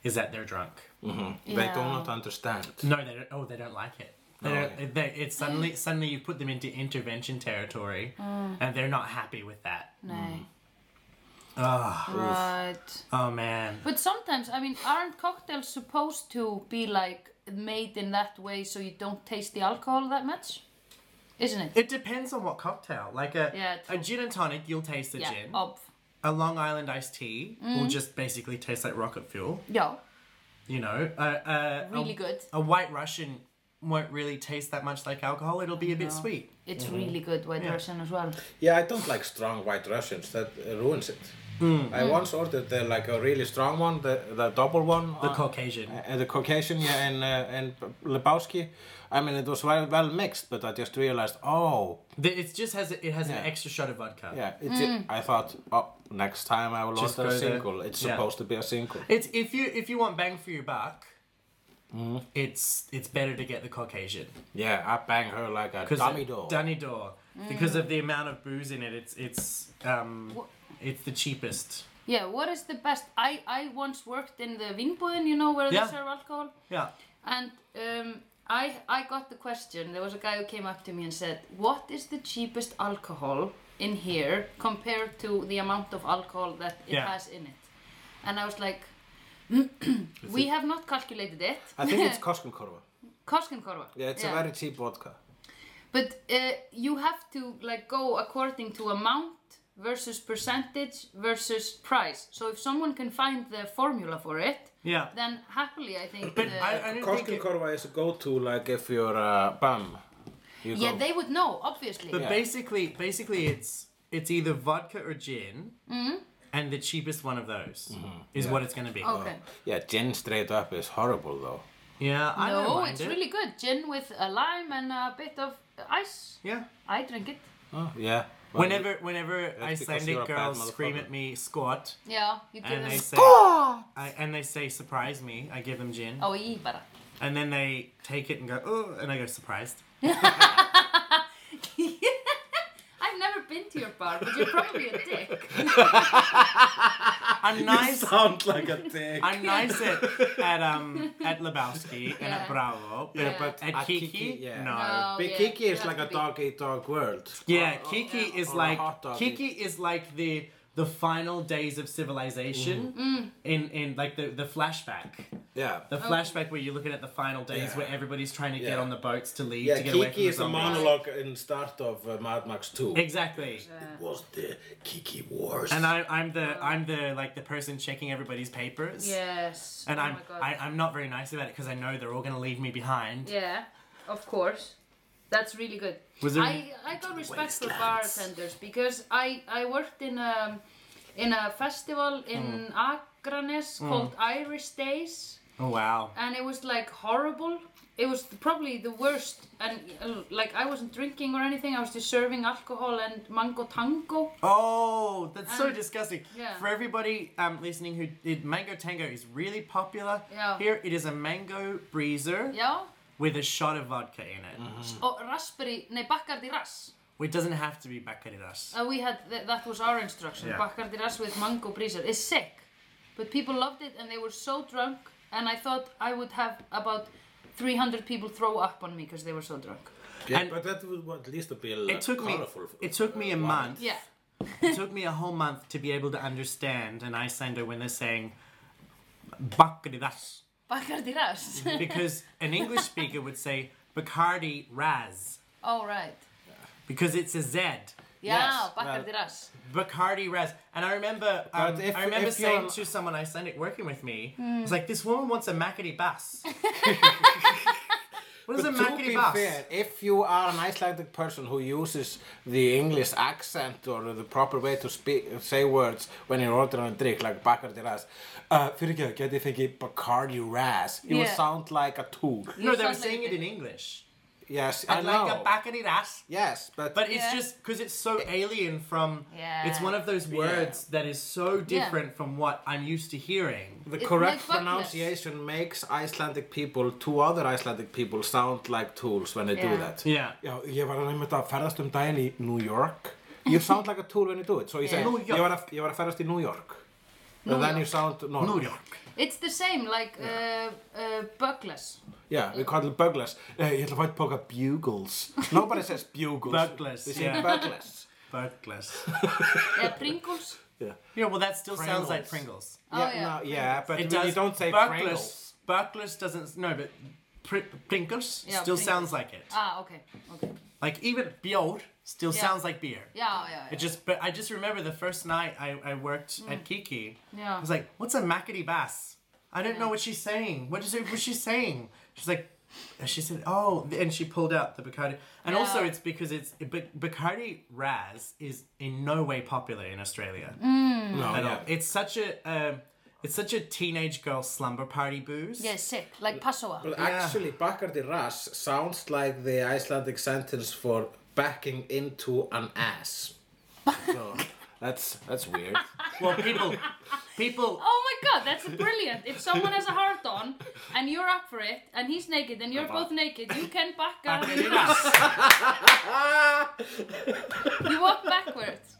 Speaker 2: is that they're drunk.
Speaker 4: They
Speaker 3: Yeah.
Speaker 4: do not understand.
Speaker 2: No, they don't. Oh, they don't like it. They
Speaker 4: No.
Speaker 2: don't, they, it's suddenly suddenly you put them into intervention territory,
Speaker 3: Mm.
Speaker 2: and they're not happy with that.
Speaker 3: Nay.
Speaker 2: Oh,
Speaker 3: Right.
Speaker 2: oh man.
Speaker 3: But sometimes, I mean, aren't cocktails supposed to be like made in that way so you don't taste the alcohol that much? Isn't it?
Speaker 2: It depends on what cocktail. Like a
Speaker 3: Yeah,
Speaker 2: a gin and tonic, you'll taste the
Speaker 3: yeah. Oh. Mm.
Speaker 2: gin.
Speaker 3: Ob.
Speaker 2: A Long Island iced tea will just basically taste like rocket fuel.
Speaker 3: Yeah.
Speaker 2: You know, a, a, a-
Speaker 3: Really good.
Speaker 2: a White Russian won't really taste that much like alcohol. It'll be a bit sweet.
Speaker 3: It's really good white Russian as well.
Speaker 4: Yeah, I don't like strong white Russians. That uh, ruins it. I once ordered the, like a really strong one, the, the double one.
Speaker 2: The
Speaker 4: uh,
Speaker 2: Caucasian.
Speaker 4: uh, the Caucasian, yeah, and uh, and Lebowski. I mean, it was very well mixed, but I just realized, oh,
Speaker 2: The- It just has it has an
Speaker 4: Yeah.
Speaker 2: extra shot of vodka.
Speaker 4: yeah. It's I thought, oh, next time I will
Speaker 2: Just
Speaker 4: order a
Speaker 2: go there.
Speaker 4: single. It's
Speaker 2: Yeah.
Speaker 4: supposed to be a single.
Speaker 2: It's if you if you want bang for your buck, it's it's better to get the Caucasian
Speaker 4: Yeah, I bang her like a
Speaker 2: 'Cause
Speaker 4: dummy
Speaker 2: it-
Speaker 4: door.
Speaker 2: Dummy door. Because of the amount of booze in it, it's it's um
Speaker 3: Mm. Wha-
Speaker 2: it's the cheapest.
Speaker 3: Yeah, what is the best? I, I once worked in the Vinbúðin, you know, where
Speaker 2: Yeah.
Speaker 3: they serve alcohol.
Speaker 2: Yeah.
Speaker 3: And um, I, I got the question. There was a guy who came up to me and said, What is the cheapest alcohol in here compared to the amount of alcohol that it
Speaker 2: Yeah.
Speaker 3: has in it? And I was like, We have not calculated it.
Speaker 4: I think it's Koskenkorva.
Speaker 3: Koskenkorva.
Speaker 4: Yeah, it's a very cheap vodka.
Speaker 3: But uh, you have to like go according to amount versus percentage versus price. So if someone can find the formula for it,
Speaker 2: Yeah.
Speaker 3: then happily I think.
Speaker 2: But
Speaker 3: uh,
Speaker 2: I, I don't think it,
Speaker 4: Koskenkorva is a go-to, like if you're uh, bum. You
Speaker 3: yeah,
Speaker 4: go-
Speaker 3: they would know obviously.
Speaker 2: But
Speaker 4: Yeah.
Speaker 2: basically, basically, it's it's either vodka or gin,
Speaker 3: Mm-hmm.
Speaker 2: and the cheapest one of those
Speaker 4: Mm-hmm.
Speaker 2: is what it's going to be.
Speaker 3: Oh, okay.
Speaker 4: Yeah, gin straight up is horrible though.
Speaker 2: Yeah, I don't
Speaker 3: no,
Speaker 2: mind
Speaker 3: it's
Speaker 2: it.
Speaker 3: really good. Gin with a lime and a bit of ice.
Speaker 2: yeah.
Speaker 3: I drink it.
Speaker 4: Oh, yeah. Well,
Speaker 2: Whenever whenever
Speaker 4: because you're
Speaker 2: Icelandic
Speaker 4: a bad
Speaker 2: girls scream
Speaker 4: motherfucker.
Speaker 2: at me squat
Speaker 3: Yeah, you give
Speaker 2: and they
Speaker 3: them.
Speaker 2: say I, and they say surprise me, I give them gin,
Speaker 3: Oh, í bara.
Speaker 2: and then they take it and go oh, and I go surprised.
Speaker 3: I've never been to your bar, but you're probably a dick.
Speaker 2: I'm nice.
Speaker 4: sound like a dick.
Speaker 2: I'm nice at at um at Lebowski and at
Speaker 3: Yeah.
Speaker 2: Bravo. But
Speaker 4: Yeah, but
Speaker 2: At
Speaker 4: at
Speaker 2: Kiki?
Speaker 4: yeah.
Speaker 2: No.
Speaker 3: No,
Speaker 4: But
Speaker 3: yeah,
Speaker 4: Kiki
Speaker 3: you
Speaker 4: is
Speaker 3: have
Speaker 4: like
Speaker 3: to
Speaker 4: a
Speaker 3: be-
Speaker 4: dog eat dog world.
Speaker 2: Yeah, Kiki is
Speaker 4: Or Uh, a
Speaker 2: like
Speaker 4: hot dog.
Speaker 2: Kiki is like the the final days of civilization
Speaker 4: Mm.
Speaker 3: Mm.
Speaker 2: in in like the the flashback.
Speaker 4: Yeah.
Speaker 3: Oh.
Speaker 2: The flashback where you're looking at the final days
Speaker 4: Yeah.
Speaker 2: where everybody's trying to get
Speaker 4: Yeah.
Speaker 2: on the boats to leave
Speaker 4: Yeah,
Speaker 2: to get away from
Speaker 4: Kiki
Speaker 2: the
Speaker 4: is a
Speaker 2: zombies.
Speaker 4: monologue in start of uh, Mad Max 2.
Speaker 2: Exactly.
Speaker 4: was the Kiki Wars.
Speaker 2: And I I'm
Speaker 3: Oh.
Speaker 2: the I'm the like the person checking everybody's papers.
Speaker 3: Yes.
Speaker 2: And
Speaker 3: oh
Speaker 2: I'm
Speaker 3: my God.
Speaker 2: I, I'm not very nice about it because I know they're all gonna leave me behind.
Speaker 3: Yeah, of course. That's really good.
Speaker 2: Was there-
Speaker 3: I, I got respect for bartenders because I, I worked in a, in a festival
Speaker 2: Hmm.
Speaker 3: in Akranes called Irish Days
Speaker 2: Oh wow.
Speaker 3: and it was like horrible. It was probably the worst and uh, like I wasn't drinking or anything. I was just serving alcohol and mango tango.
Speaker 2: Oh, that's so
Speaker 3: Um,
Speaker 2: disgusting.
Speaker 3: yeah.
Speaker 2: For everybody um, listening who did Mango Tango is really popular.
Speaker 3: Yeah.
Speaker 2: Here it is a mango breezer
Speaker 3: Yeah.
Speaker 2: with a shot of vodka in it.
Speaker 3: Mm. Oh, raspberry, nei, Bacardi ras.
Speaker 2: It doesn't have to be Bacardiras.
Speaker 3: Uh, we had th- that was our instruction.
Speaker 2: Yeah.
Speaker 3: Bacardi Ras with mango breezer. It's sick, but people loved it and they were so drunk. And I thought I would have about 300 people throw up on me because they were so drunk.
Speaker 4: Yeah,
Speaker 2: And-
Speaker 4: but that would at least be a lot
Speaker 2: It took me.
Speaker 4: colorful.
Speaker 2: It took me a
Speaker 4: uh,
Speaker 2: month.
Speaker 3: Yeah.
Speaker 2: It took me a whole month to be able to understand an Icelander when they're saying "Bacardi das,"
Speaker 3: Bacardi Ras.
Speaker 2: because an English speaker would say "Bacardi Raz"
Speaker 3: All right.
Speaker 2: because it's a Z.
Speaker 3: Yeah,
Speaker 4: Yes,
Speaker 3: Bacardi Ras.
Speaker 2: Bacardi Raz. And I remember, um,
Speaker 4: But if-
Speaker 2: I remember
Speaker 4: if you're-
Speaker 2: saying to someone Icelandic working with me, I was like, "This woman wants a Macadie Bass." what is a
Speaker 4: But to
Speaker 2: Macadie
Speaker 4: be
Speaker 2: Bass?
Speaker 4: fair, if you are an Icelandic person who uses the English accent or the proper way to speak, say words when you're ordering a drink, like Bacardi Ras, uh, fyrir ekki, geti ég fengið Bacardi Ras, you would
Speaker 3: Yeah.
Speaker 4: sound like a tool.
Speaker 2: No, they were
Speaker 3: Sounds
Speaker 2: saying
Speaker 3: like-
Speaker 2: it in English.
Speaker 4: Yes, I
Speaker 2: I'd
Speaker 4: know.
Speaker 2: like a Bacardi Ras.
Speaker 4: yes, but,
Speaker 2: But it's
Speaker 3: Yeah.
Speaker 2: just because it's so alien from.
Speaker 3: Yeah.
Speaker 2: It's one of those words that is so different from what I'm used to hearing.
Speaker 4: the
Speaker 3: It-
Speaker 4: correct
Speaker 3: like Buckness.
Speaker 4: pronunciation makes Icelandic people, two other Icelandic people, sound like tools when they do
Speaker 3: Yeah.
Speaker 4: that.
Speaker 2: Yeah.
Speaker 4: Já, ég var að nefnda að ferðast um daginn í New York. You sound like a tool when you do it. So you say,
Speaker 3: Yeah.
Speaker 4: New York. Ég var að, ég var að ferðast í New York. And then you sound normal.
Speaker 2: New York.
Speaker 3: It's the same like uh, uh, Buckles.
Speaker 4: Yeah, we call it buglers. Uh, ég ætla að fæta póka bugles. Nobody says bugles.
Speaker 2: Buglers,
Speaker 4: They say
Speaker 2: yeah.
Speaker 4: buglers.
Speaker 2: Burglars.
Speaker 3: Yeah, Pringles.
Speaker 4: Yeah.
Speaker 2: yeah, well, that still sounds like Pringles.
Speaker 3: Oh,
Speaker 4: Pringles.
Speaker 3: yeah,
Speaker 4: no, yeah, but
Speaker 2: It
Speaker 4: when
Speaker 2: does.
Speaker 4: you don't say
Speaker 2: Burglars-
Speaker 4: Pringles.
Speaker 2: Burglars doesn't. No, but pr- Pringles
Speaker 3: Yeah,
Speaker 2: still
Speaker 3: Pringles.
Speaker 2: sounds like it.
Speaker 3: Ah, okay, okay.
Speaker 2: Like even beer still
Speaker 3: Yeah.
Speaker 2: sounds like beer.
Speaker 3: Yeah, yeah, yeah.
Speaker 2: It just, but I just remember the first night I, I worked at Kiki.
Speaker 3: Mm. Yeah.
Speaker 2: I was like, "What's a mackety bass?" I don't know what she's saying. What is it? What's she saying? She's like, and she said, "Oh," and she pulled out the Bacardi. And also,
Speaker 3: Yeah.
Speaker 2: it's because it's Bac- Bacardi Raz is in no way popular in Australia
Speaker 3: Mm.
Speaker 4: No,
Speaker 2: at
Speaker 4: yeah.
Speaker 2: all. It's such a, um, it's such a teenage girl slumber party booze.
Speaker 3: Yeah, sick. Like Passoa.
Speaker 4: Well, actually, Bacardi Ras sounds like the Icelandic sentence for backing into an ass. so, that's that's weird.
Speaker 2: Well, people, people.
Speaker 3: Oh my god, that's brilliant. If someone has a heart on and you're up for it and he's naked and you're both naked, you can back out
Speaker 2: Bacardi
Speaker 3: and
Speaker 2: Raz.
Speaker 3: you walk backwards.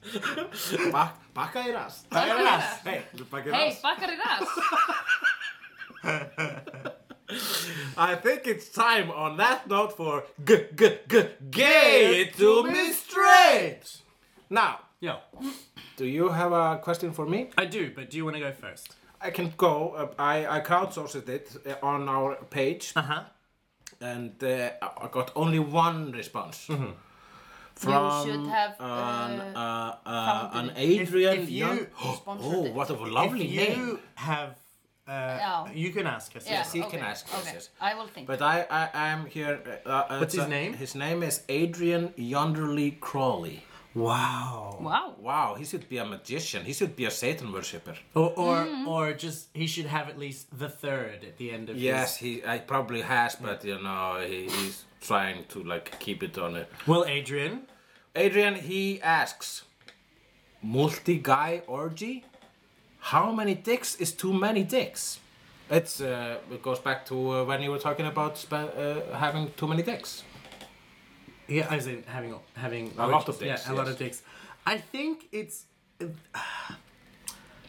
Speaker 4: Bac- Bacardi Ras.
Speaker 2: Bacardi Ras. Hey.
Speaker 4: Bacardi
Speaker 3: Hey,
Speaker 4: Ras.
Speaker 3: Bacardi Ras.
Speaker 4: I think it's time on that note for g g g gay to me straight. Now,
Speaker 2: Yo,
Speaker 4: do you have a question for me?
Speaker 2: I do, but do you want to go first?
Speaker 4: I can go. Uh, I I crowdsourced it uh, on our page.
Speaker 2: Uh huh.
Speaker 4: and uh, I got only one response
Speaker 3: You should have
Speaker 4: an,
Speaker 3: uh,
Speaker 4: uh, uh, an
Speaker 3: fountain.
Speaker 4: Adrian
Speaker 2: If- if you
Speaker 4: Young.
Speaker 3: sponsored
Speaker 4: oh,
Speaker 3: it.
Speaker 4: what a lovely
Speaker 2: if you
Speaker 4: name!
Speaker 2: have, uh,
Speaker 3: Oh.
Speaker 2: you can ask us.
Speaker 3: yeah,
Speaker 2: yes.
Speaker 4: he
Speaker 3: okay,
Speaker 4: can ask us,
Speaker 3: Okay,
Speaker 4: yes.
Speaker 3: I will think.
Speaker 4: But I, I, I'm here. Uh, uh,
Speaker 2: What's his
Speaker 4: uh,
Speaker 2: name?
Speaker 4: His name is Adrian Yonderly Crawley.
Speaker 2: Wow.
Speaker 3: wow.
Speaker 4: Wow, he should be a magician. He should be a Satan worshipper.
Speaker 2: Or or,
Speaker 3: Mm-hmm.
Speaker 2: or just he should have at least the third at the end of.
Speaker 4: Yes, he. I probably has, but you know, he, he's trying to like keep it on it.
Speaker 2: His... Well, Adrian.
Speaker 4: Adrian, he asks, multi guy orgy? How many dicks is too many dicks? It's, uh, it goes back to uh, when you were talking about spe- uh, having too many dicks.
Speaker 2: Yeah, as in having having
Speaker 4: A lot of dicks,
Speaker 2: Yeah, a lot
Speaker 4: yes.
Speaker 2: of dicks. I think it's.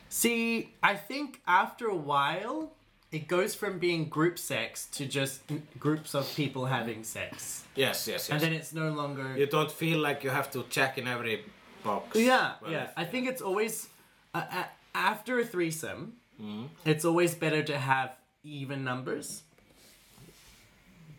Speaker 2: See, I think after a while, it goes from being group sex to just groups of people having sex,
Speaker 4: Yes, yes, yes.
Speaker 2: and then it's no longer.
Speaker 4: you don't feel like you have to check in every box.
Speaker 2: Yeah,
Speaker 4: Well,
Speaker 2: yeah.
Speaker 4: if-
Speaker 2: I think it's always uh, uh, after a threesome.
Speaker 4: Mm-hmm.
Speaker 2: It's always better to have even numbers.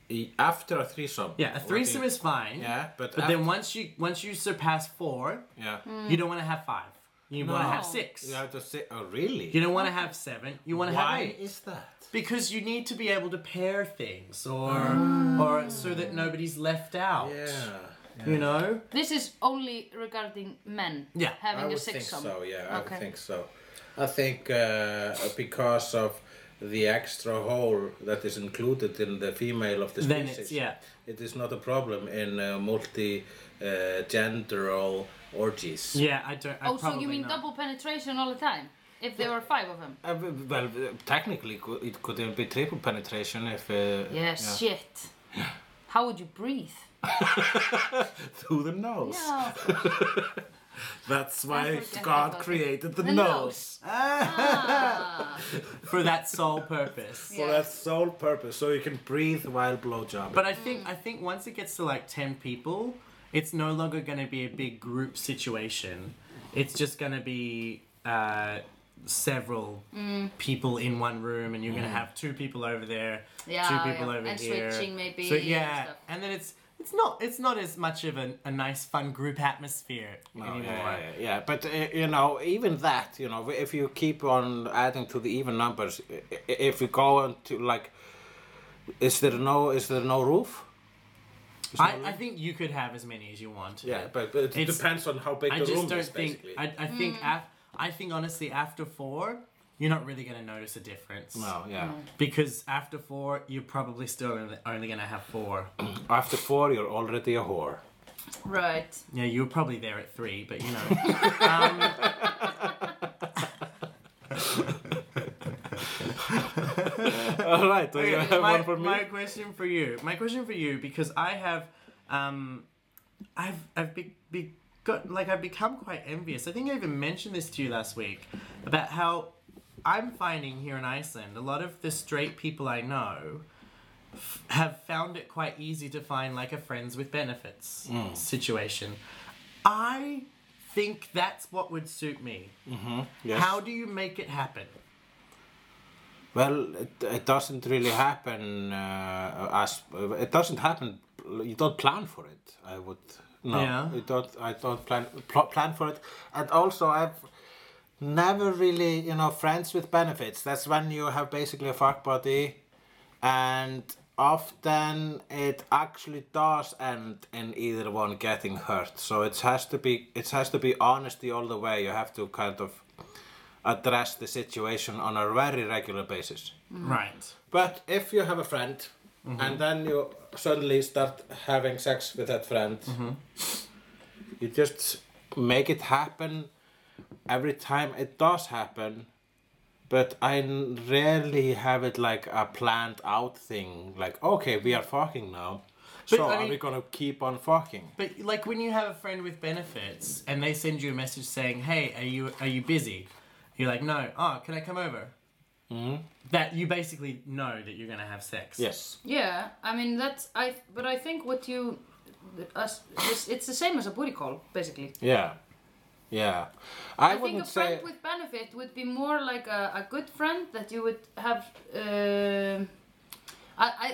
Speaker 4: E- After a threesome.
Speaker 2: Yeah, a
Speaker 4: what do
Speaker 2: threesome
Speaker 4: you-
Speaker 2: is fine.
Speaker 4: Yeah, but,
Speaker 2: But
Speaker 4: af-
Speaker 2: then once you once you surpass four,
Speaker 4: Yeah.
Speaker 2: you don't want to have five. You want to
Speaker 4: No.
Speaker 2: have six.
Speaker 4: You have to say, oh, really?
Speaker 2: You don't want to have seven. You want to have
Speaker 4: Why
Speaker 2: eight.
Speaker 4: is that?
Speaker 2: Because you need to be able to pair things, or
Speaker 3: Ah.
Speaker 2: or so that nobody's left out.
Speaker 4: Yeah.
Speaker 2: You know.
Speaker 3: This is only regarding men
Speaker 2: Yeah,
Speaker 4: I
Speaker 3: having a
Speaker 4: would think
Speaker 3: six sum.
Speaker 4: so. Yeah, I
Speaker 3: Okay.
Speaker 4: would think so. I think uh, because of the extra hole that is included in the female of the species,
Speaker 2: Then it's- yeah.
Speaker 4: it is not a problem in uh, multi-genderal orgies.
Speaker 2: Yeah, I don't. I
Speaker 3: Oh, so
Speaker 2: probably
Speaker 3: you mean
Speaker 2: not.
Speaker 3: double penetration all the time? If there were five of them?
Speaker 4: Uh, well, uh, technically, cou- it could even be triple penetration if uh,
Speaker 3: Yeah, shit. How would you breathe?
Speaker 4: through the nose.
Speaker 3: No.
Speaker 4: That's why
Speaker 3: forget
Speaker 4: God
Speaker 3: about
Speaker 4: created the,
Speaker 3: The
Speaker 4: nose.
Speaker 3: nose. Ah.
Speaker 2: for that sole purpose.
Speaker 4: For that sole purpose, so you can breathe while blowjobbing.
Speaker 2: But I
Speaker 3: Mm.
Speaker 2: think I think once it gets to like ten people, it's no longer going to be a big group situation. It's just going to be uh, several
Speaker 3: Mm.
Speaker 2: people in one room, and you're
Speaker 4: Mm.
Speaker 2: going to have two people over there,
Speaker 3: Yeah,
Speaker 2: two people
Speaker 3: yeah.
Speaker 2: over
Speaker 3: And
Speaker 2: here,
Speaker 3: switching maybe
Speaker 2: So
Speaker 3: and
Speaker 2: yeah,
Speaker 3: stuff.
Speaker 2: and then it's it's not it's not as much of a, a nice fun group atmosphere
Speaker 4: Oh,
Speaker 2: anymore.
Speaker 4: yeah, yeah, yeah. But uh, you know, even that, you know, if you keep on adding to the even numbers, i- i- if you go on to like, is there no is there no roof? Is
Speaker 2: I,
Speaker 4: no
Speaker 2: I
Speaker 4: roof?
Speaker 2: think you could have as many as you want.
Speaker 4: yeah, but, but it
Speaker 2: It's-
Speaker 4: depends on how big
Speaker 2: I
Speaker 4: the
Speaker 2: just
Speaker 4: room
Speaker 2: don't
Speaker 4: is.
Speaker 2: think.
Speaker 4: Basically,
Speaker 2: I, I think.
Speaker 3: Mm.
Speaker 2: af- I think honestly, after four, you're not really going to notice a difference.
Speaker 4: no, yeah.
Speaker 3: Mm.
Speaker 2: Because after four, you're probably still only- only going to have four.
Speaker 4: After four, you're already a whore.
Speaker 3: Right.
Speaker 2: yeah, you were probably there at three, but you know.
Speaker 4: All right, do you have
Speaker 2: my,
Speaker 4: one for me?
Speaker 2: my question for you. My question for you, because I have, um, I've I've be, be got like I've become quite envious. I think I even mentioned this to you last week about how I'm finding here in Iceland a lot of the straight people I know f- have found it quite easy to find like a friends with benefits situation. I think that's what would suit me.
Speaker 4: Yes.
Speaker 2: How do you make it happen?
Speaker 4: Well, it, it doesn't really happen uh, as it doesn't happen. You don't plan for it. I would no.
Speaker 2: Yeah.
Speaker 4: You don't. I don't plan pl- plan for it. And also, I've never really you know friends with benefits. That's when you have basically a fuck buddy, and often it actually does end in either one getting hurt. So it has to be it has to be honesty all the way. You have to kind of address the situation on a very regular basis.
Speaker 2: Right.
Speaker 4: But if you have a friend
Speaker 2: Mm-hmm.
Speaker 4: and then you suddenly start having sex with that friend,
Speaker 2: Mm-hmm.
Speaker 4: you just make it happen every time it does happen. But I n- rarely have it like a planned out thing, like, okay, we are fucking now.
Speaker 2: But,
Speaker 4: so
Speaker 2: I
Speaker 4: are
Speaker 2: mean-
Speaker 4: we gonna keep on fucking?
Speaker 2: But like when you have a friend with benefits and they send you a message saying, "Hey, are you are you busy?" You're like, "No." Oh, can I come over? Mm-hmm. That you basically know that you're gonna have sex.
Speaker 4: Yes.
Speaker 3: Yeah, I mean that's I. But I think what you, us, this, it's the same as a booty call basically.
Speaker 4: Yeah. Yeah. I,
Speaker 3: I think a
Speaker 4: wouldn't say.
Speaker 3: friend with benefit would be more like a, a good friend that you would have. um I, I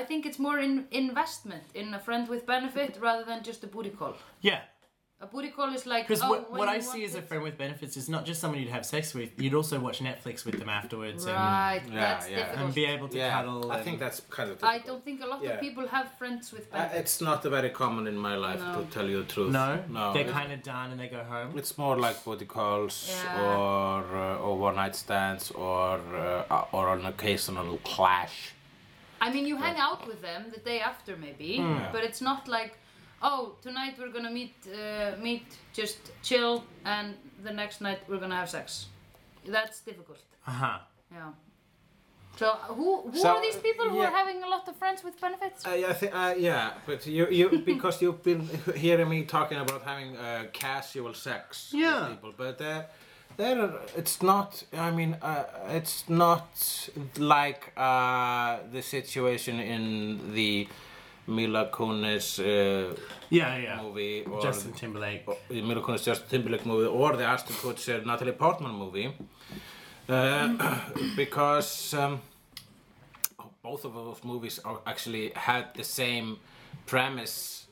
Speaker 3: I think it's more in investment in a friend with benefit rather than just a booty call.
Speaker 2: Yeah.
Speaker 3: A booty call is like
Speaker 2: Because
Speaker 3: oh,
Speaker 2: what,
Speaker 3: when
Speaker 2: what
Speaker 3: you
Speaker 2: I
Speaker 3: want
Speaker 2: see as a
Speaker 3: it-
Speaker 2: friend with benefits is not just someone you'd have sex with. You'd also watch Netflix with them afterwards
Speaker 3: Right,
Speaker 4: Yeah,
Speaker 3: that's
Speaker 4: yeah.
Speaker 2: and, and
Speaker 3: difficult.
Speaker 2: be able to
Speaker 4: yeah,
Speaker 2: cuddle.
Speaker 4: I
Speaker 2: and-
Speaker 4: think that's kind
Speaker 3: I
Speaker 4: of. difficult.
Speaker 3: don't think a lot
Speaker 4: Yeah.
Speaker 3: of people have friends with
Speaker 4: Uh,
Speaker 3: benefit.
Speaker 4: It's not very common in my life,
Speaker 3: No.
Speaker 4: to tell you the truth.
Speaker 2: no,
Speaker 4: no.
Speaker 2: they're kind of done and they go home.
Speaker 4: It's more like booty calls
Speaker 3: Yeah.
Speaker 4: or uh, or one night stands or uh, or an occasional clash.
Speaker 3: I mean, you hang out with them the day after, maybe,
Speaker 4: Mm,
Speaker 3: but it's not like, oh, tonight we're gonna meet, uh, meet, just chill, and the next night we're gonna have sex. That's difficult.
Speaker 2: Uh huh.
Speaker 3: Yeah. So who who
Speaker 4: So,
Speaker 3: are these people who
Speaker 4: yeah.
Speaker 3: are having a lot of friends with benefits?
Speaker 4: I, I think uh, yeah, but you you because you've been hearing me talking about having uh, casual sex
Speaker 2: Yeah.
Speaker 4: with people, but uh, there are- it's not. I mean, uh, it's not like uh, the situation in the Mila Kunis uh,
Speaker 2: Yeah, yeah.
Speaker 4: movie or
Speaker 2: Justin Timberlake.
Speaker 4: the Mila Kunis Justin Timberlake movie or the Ashton Kutcher Natalie Portman movie uh, because um, both of those movies are actually had the same premise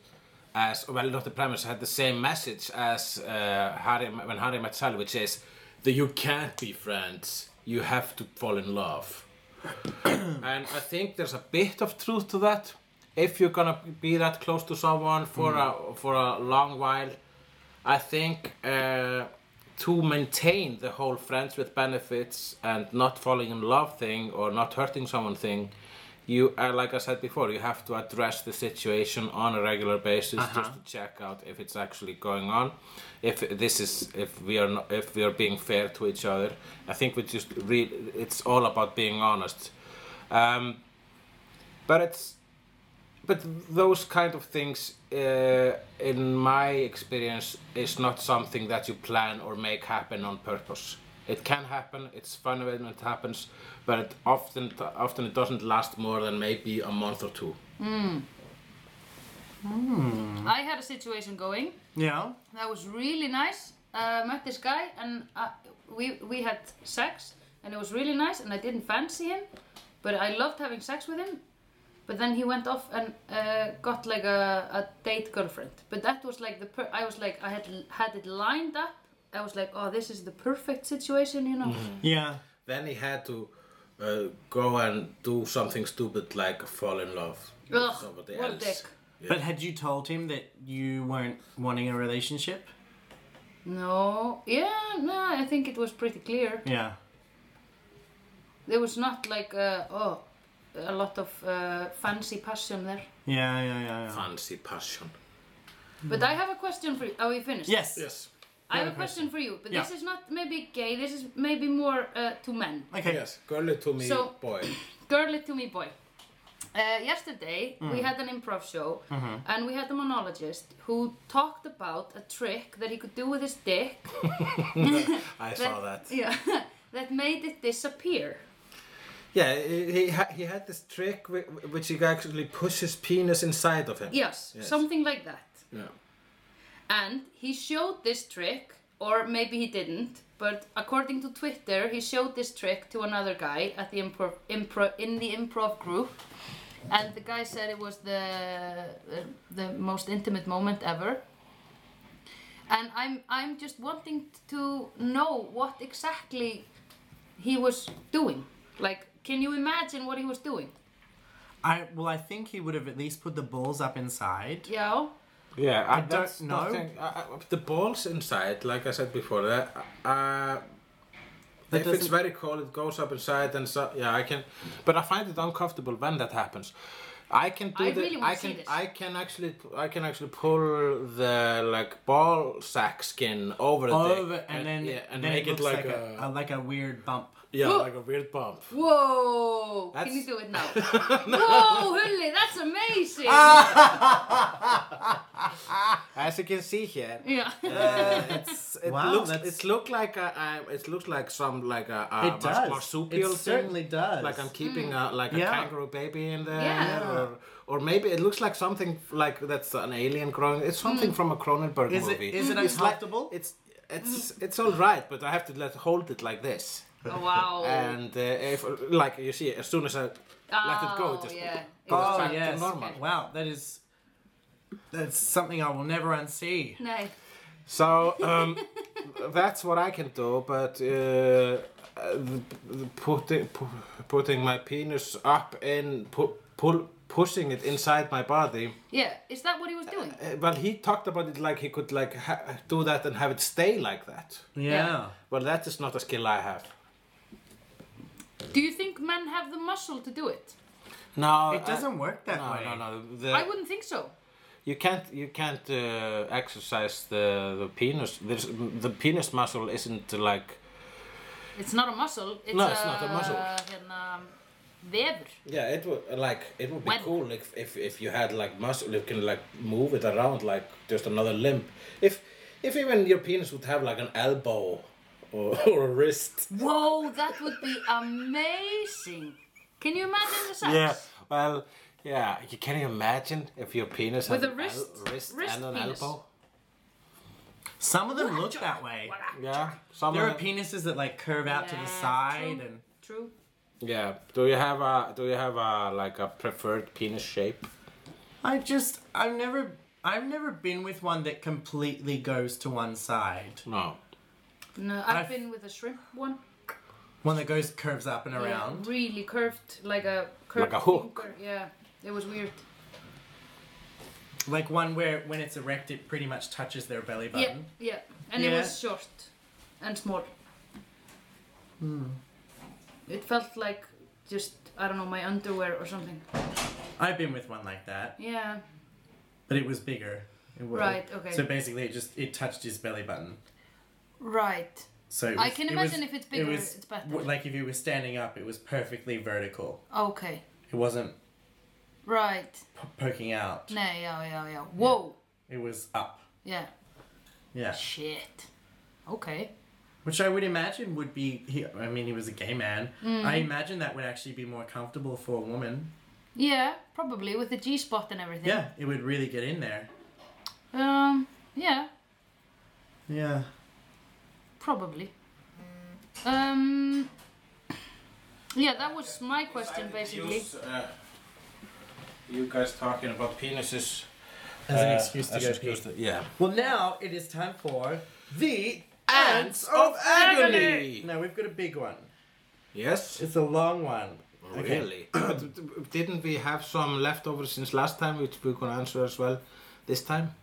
Speaker 4: as well not the premise had the same message as uh, Harry when Harry Met Sally which is that you can't be friends you have to fall in love and I think there's a bit of truth to that. If you're gonna be that close to someone for a for a long while, I think uh, to maintain the whole friends with benefits and not falling in love thing or not hurting someone thing, you uh, like I said before, you have to address the situation on a regular basis just to check out if it's actually going on, if this is if we are not, if we are being fair to each other. I think we just re- it's all about being honest. Um, but it's but those kind of things, uh, in my experience, is not something that you plan or make happen on purpose. It can happen. It's fun when it happens, but it often often it doesn't last more than maybe a month or two.
Speaker 3: I had a situation going
Speaker 2: Yeah.
Speaker 3: that was really nice. Uh, met this guy and uh, we we had sex and it was really nice and I didn't fancy him, but I loved having sex with him. But then he went off and uh, got like a, a date girlfriend. But that was like the per- I was like I had had it lined up. I was like, oh, this is the perfect situation, you know.
Speaker 4: Mm-hmm.
Speaker 2: Yeah.
Speaker 4: Then he had to uh, go and do something stupid like fall in love with
Speaker 3: Ugh,
Speaker 4: somebody
Speaker 3: what a
Speaker 4: else.
Speaker 3: dick.
Speaker 2: But had you told him that you weren't wanting a relationship?
Speaker 3: No, yeah, no, I think it was pretty clear.
Speaker 2: Yeah.
Speaker 3: There was not like uh, oh, a lot of uh, fancy passion there.
Speaker 2: Yeah, yeah, yeah, yeah.
Speaker 4: Fancy passion.
Speaker 3: But I have a question for you. Are we finished?
Speaker 2: Yes.
Speaker 4: Yes.
Speaker 3: I have
Speaker 2: have
Speaker 3: a
Speaker 2: a
Speaker 3: question for you, but
Speaker 2: Yeah.
Speaker 3: this is not maybe gay. This is maybe more uh, to men.
Speaker 2: Okay.
Speaker 4: Yes. Girl it to me,
Speaker 3: So-
Speaker 4: boy.
Speaker 3: Girl it to me, boy. Uh, yesterday we had an improv show and we had a monologist who talked about a trick that he could do with his dick
Speaker 4: I saw that.
Speaker 3: yeah, that made it disappear.
Speaker 4: Yeah, he he, ha- he had this trick whi- which he actually pushes his penis inside of him.
Speaker 3: Yes,
Speaker 4: Yes.
Speaker 3: something like that.
Speaker 4: Yeah.
Speaker 3: And he showed this trick, or maybe he didn't, but according to Twitter, he showed this trick to another guy at the improv, improv in the improv group. And the guy said it was the uh, the most intimate moment ever. And I'm I'm just wanting to know what exactly he was doing. Like, can you imagine what he was doing?
Speaker 2: I well, I think he would have at least put the balls up inside.
Speaker 3: Yeah.
Speaker 4: Yeah, I
Speaker 2: don't know.
Speaker 4: I, I, uh, the balls inside, like I said before, that uh,
Speaker 2: That
Speaker 4: if it's
Speaker 2: doesn't-
Speaker 4: very cold, it goes up inside and so. Yeah, I can, but I find it uncomfortable when that happens. I can do
Speaker 3: I
Speaker 4: the.
Speaker 3: really wanna
Speaker 4: I
Speaker 3: see
Speaker 4: can.
Speaker 3: this.
Speaker 4: I can actually. I can actually pull the like ball sack skin over the dick
Speaker 2: Over and then
Speaker 4: yeah, and
Speaker 2: then
Speaker 4: make
Speaker 2: it
Speaker 4: it
Speaker 2: looks
Speaker 4: like, a,
Speaker 2: like a weird bump.
Speaker 4: yeah
Speaker 3: Whoa.
Speaker 4: like a weird bump.
Speaker 3: Whoa!
Speaker 4: That's-
Speaker 3: Can you do it now? Whoa, Hulli, that's amazing!
Speaker 4: As you can see here,
Speaker 3: yeah.
Speaker 4: Uh, it's, it
Speaker 2: Wow,
Speaker 4: looks.
Speaker 2: that's-
Speaker 4: It's look like a, a. It looks like some like a. a
Speaker 2: It does.
Speaker 4: marsupial
Speaker 2: It
Speaker 4: thing.
Speaker 2: certainly does. Hmm.
Speaker 4: Like I'm keeping a, like
Speaker 2: Yeah.
Speaker 4: a kangaroo baby in there,
Speaker 3: Yeah.
Speaker 4: or, or maybe it looks like something like that's an alien growing. It's something
Speaker 3: Hmm.
Speaker 4: from a Cronenberg
Speaker 2: Is it-
Speaker 4: movie.
Speaker 2: is it
Speaker 4: It's like-
Speaker 2: uncomfortable?
Speaker 4: It's it's
Speaker 3: Hmm.
Speaker 4: it's all right, but I have to let hold it like this,
Speaker 3: Oh, wow.
Speaker 4: and uh, if like you see, as soon as I let it go, it
Speaker 3: Oh,
Speaker 4: just
Speaker 3: yeah.
Speaker 4: goes
Speaker 2: Oh
Speaker 4: back
Speaker 2: yes.
Speaker 4: to normal.
Speaker 2: Wow, that is that's something I will never unsee.
Speaker 3: Nei.
Speaker 4: So um, that's what I can do, but uh, uh, putting pu- putting my penis up and pu- pull pushing it inside my body.
Speaker 3: Yeah, is that what he was doing?
Speaker 4: Uh, well, he talked about it like he could like ha- do that and have it stay like that.
Speaker 2: Yeah.
Speaker 4: Well, that is not a skill I have.
Speaker 3: Do you think men have the muscle to do it?
Speaker 4: No,
Speaker 2: It doesn't work that
Speaker 4: Uh, no,
Speaker 2: way.
Speaker 4: no, no. The,
Speaker 3: I wouldn't think so.
Speaker 4: you can't you can't uh, exercise the the penis. There's, the penis muscle isn't like
Speaker 3: It's not a muscle. It's uh, um,
Speaker 4: No,
Speaker 3: a,
Speaker 4: it's not a muscle.
Speaker 3: Hérna, vefur.
Speaker 4: Yeah, it would like it would be
Speaker 3: When-
Speaker 4: cool if, if if you had like muscle, you can like move it around like just another limb. If if even your penis would have like an elbow or, or a wrist.
Speaker 3: Whoa, that would be amazing. Can you imagine the sex?
Speaker 4: Well, yeah. You can you imagine if your penis
Speaker 3: With
Speaker 4: had
Speaker 3: a
Speaker 4: an
Speaker 3: wrist-
Speaker 4: el- wrist,
Speaker 3: wrist
Speaker 4: and an
Speaker 3: penis.
Speaker 4: elbow?
Speaker 2: Some of them look that way.
Speaker 3: Ah,
Speaker 4: Yeah. Some
Speaker 2: There
Speaker 4: of
Speaker 2: are
Speaker 4: it-
Speaker 2: penises that like curve out to the
Speaker 3: Yeah,
Speaker 2: side
Speaker 3: true.
Speaker 2: and
Speaker 3: True.
Speaker 4: yeah. Do you have a do you have a like a preferred penis shape?
Speaker 2: I just I've never I've never been with one that completely goes to one side.
Speaker 4: No.
Speaker 3: No, I've,
Speaker 2: I've-
Speaker 3: been with a shrimp one.
Speaker 2: One that goes curves up and
Speaker 3: Yeah,
Speaker 2: around.
Speaker 3: really curved, like a curved
Speaker 4: a hook.
Speaker 3: finger. Yeah, it was weird.
Speaker 2: Like one where when it's erect it pretty much touches their belly
Speaker 3: Yeah,
Speaker 2: button.
Speaker 3: yeah. And it
Speaker 2: Yeah.
Speaker 3: was short and small.
Speaker 2: Hmm.
Speaker 3: It felt like just, I don't know, my underwear or something.
Speaker 2: I've been with one like that,
Speaker 3: Yeah.
Speaker 2: but it was bigger. It was.
Speaker 3: Right, okay.
Speaker 2: So basically it just it touched his belly button.
Speaker 3: Right.
Speaker 2: So it
Speaker 3: I
Speaker 2: was-
Speaker 3: can
Speaker 2: it
Speaker 3: imagine
Speaker 2: was-
Speaker 3: if it's bigger,
Speaker 2: it was,
Speaker 3: it's better.
Speaker 2: w- Like if you were standing up, it was perfectly vertical.
Speaker 3: Okay.
Speaker 2: It wasn't
Speaker 3: Right.
Speaker 2: p- poking out.
Speaker 3: Nei, já, já, já. Wow.
Speaker 2: It was up.
Speaker 3: Yeah.
Speaker 2: Yeah.
Speaker 3: Shit. Okay.
Speaker 2: Which I would imagine would be. He, I mean, he was a gay man. I imagine that would actually be more comfortable for a woman.
Speaker 3: Yeah, probably with the G spot and everything.
Speaker 2: Yeah, it would really get in there.
Speaker 3: Um, yeah,
Speaker 2: Yeah.
Speaker 3: probably. Um, yeah, that was my question basically.
Speaker 4: uh, you guys talking about penises
Speaker 2: As an
Speaker 4: uh,
Speaker 2: excuse to
Speaker 4: as
Speaker 2: go
Speaker 4: excuse
Speaker 2: pee.
Speaker 4: to- Yeah.
Speaker 2: Well, now it is time for the ants of
Speaker 4: Agony.
Speaker 2: agony. Now we've got a big one.
Speaker 4: Yes.
Speaker 2: It's a long one. Okay.
Speaker 4: Really? But Didn't we have some leftovers since last time, which we're gonna answer as well this time?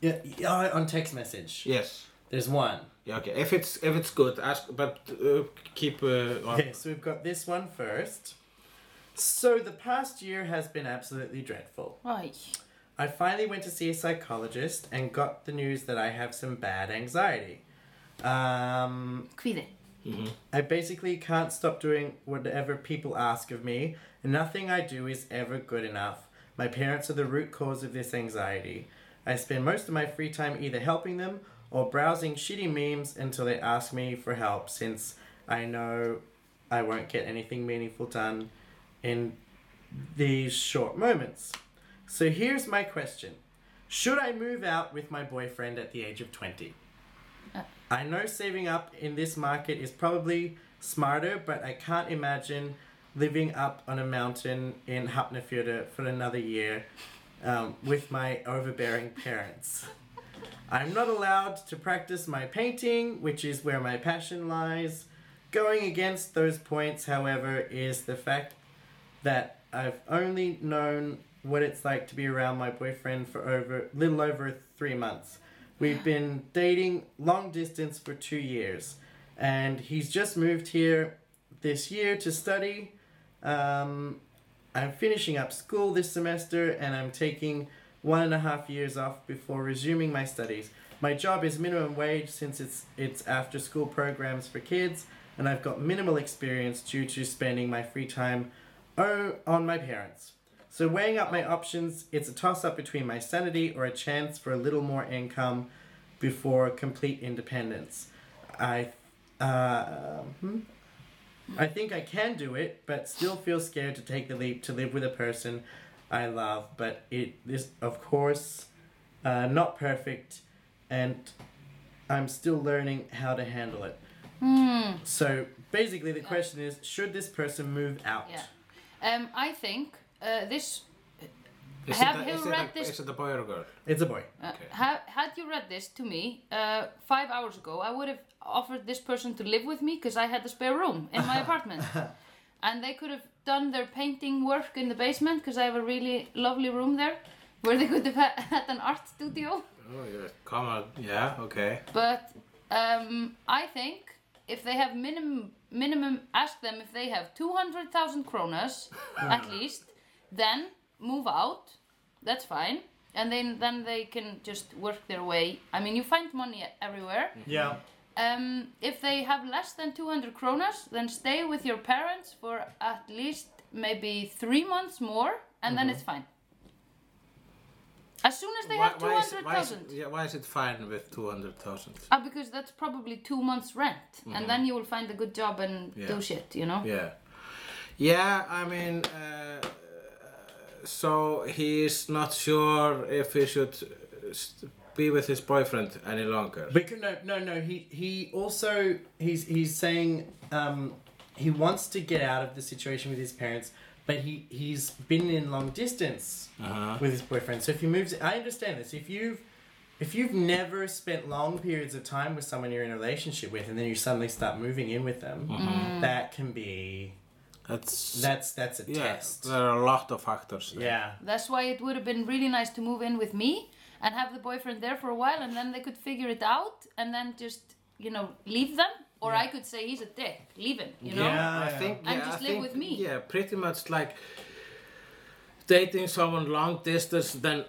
Speaker 2: Yeah, yeah, on text message.
Speaker 4: Yes.
Speaker 2: There's one.
Speaker 4: Yeah. Okay. If it's if it's good, ask. But uh, keep. Uh, on.
Speaker 2: Okay, so we've got this one first. So the past year has been absolutely dreadful.
Speaker 3: Right.
Speaker 2: I finally went to see a psychologist and got the news that I have some bad anxiety. Um,
Speaker 3: Kvíði.
Speaker 2: I basically can't stop doing whatever people ask of me. Nothing I do is ever good enough. My parents are the root cause of this anxiety. I spend most of my free time either helping them or browsing shitty memes until they ask me for help since I know I won't get anything meaningful done in these short moments. So here's my question Should I move out with my boyfriend at the age of 20? I know saving up in this market is probably smarter, but I can't imagine living up on a mountain in Hafnarfjordur for another year um, with my overbearing parents. I'm not allowed to practice my painting, which is where my passion lies. Going against those points, however, is the fact that I've only known what it's like to be around my boyfriend for over little over three months. We've been dating long distance for two years, and he's just moved here this year to study. Um, I'm finishing up school this semester, and I'm taking one and a half years off before resuming my studies. My job is minimum wage since it's it's after school programs for kids, and I've got minimal experience due to spending my free time Oh, on my parents. So weighing up my options, it's a toss up between my sanity or a chance for a little more income before complete independence. I, uh, hmm? I think I can do it, but still feel scared to take the leap to live with a person I love. But it is, of course, uh, not perfect, and I'm still learning how to handle it.
Speaker 3: Hmm.
Speaker 2: So basically, the question is: Should this person move out?
Speaker 3: Yeah. Um, I think uh, this.
Speaker 4: Is
Speaker 3: Have
Speaker 4: it a,
Speaker 3: you
Speaker 4: is
Speaker 3: read
Speaker 4: it a,
Speaker 3: this-
Speaker 4: Is it a boy or a girl?
Speaker 2: It's a boy.
Speaker 3: Uh,
Speaker 4: Okay.
Speaker 3: ha- had you read this to me uh, five hours ago, I would have offered this person to live with me because I had a spare room in my apartment. and they could have done their painting work in the basement because I have a really lovely room there where they could have ha- had an art studio.
Speaker 4: Oh, yeah. Come on. Yeah. Okay.
Speaker 3: But um, I think if they have minimum minimum, ask them if they have two hundred thousand kronas at least, then move out. That's fine, and then then they can just work their way. I mean, you find money everywhere.
Speaker 4: Mm-hmm.
Speaker 2: Yeah.
Speaker 3: Um, if they have less than two hundred kronas, then stay with your parents for at least maybe three months more, and then it's fine. As soon as they have two
Speaker 4: Mm-hmm. why, is,
Speaker 3: hundred
Speaker 4: why, is,
Speaker 3: thousand.
Speaker 4: yeah, why is it fine with 200,000?
Speaker 3: Ah, because that's probably two months' rent, and then you will find a good job and
Speaker 4: Yeah.
Speaker 3: do shit, you know?
Speaker 4: Yeah. Yeah, I mean, uh, so he's not sure if he should uh, st- be with his boyfriend any longer.
Speaker 2: Because no, no, no. He he also he's he's saying um, he wants to get out of the situation with his parents, but he he's been in long distance
Speaker 4: Uh-huh.
Speaker 2: with his boyfriend. So if he moves, I understand this. If you've if you've never spent long periods of time with someone you're in a relationship with, and then you suddenly start moving in with them,
Speaker 4: Mm-hmm.
Speaker 2: that can be
Speaker 4: That's,
Speaker 2: that's that's a
Speaker 4: yeah,
Speaker 2: test.
Speaker 4: There are a lot of factors. there.
Speaker 2: Yeah.
Speaker 3: That's why it would have been really nice to move in with me and have the boyfriend there for a while, and then they could figure it out, and then just, you know, leave them. Or I could say he's a dick, leave him, you know?
Speaker 2: Yeah.
Speaker 4: I think
Speaker 3: And
Speaker 4: yeah,
Speaker 3: just
Speaker 4: I
Speaker 3: live
Speaker 4: think,
Speaker 3: with me.
Speaker 4: Yeah, pretty much like dating someone long distance, then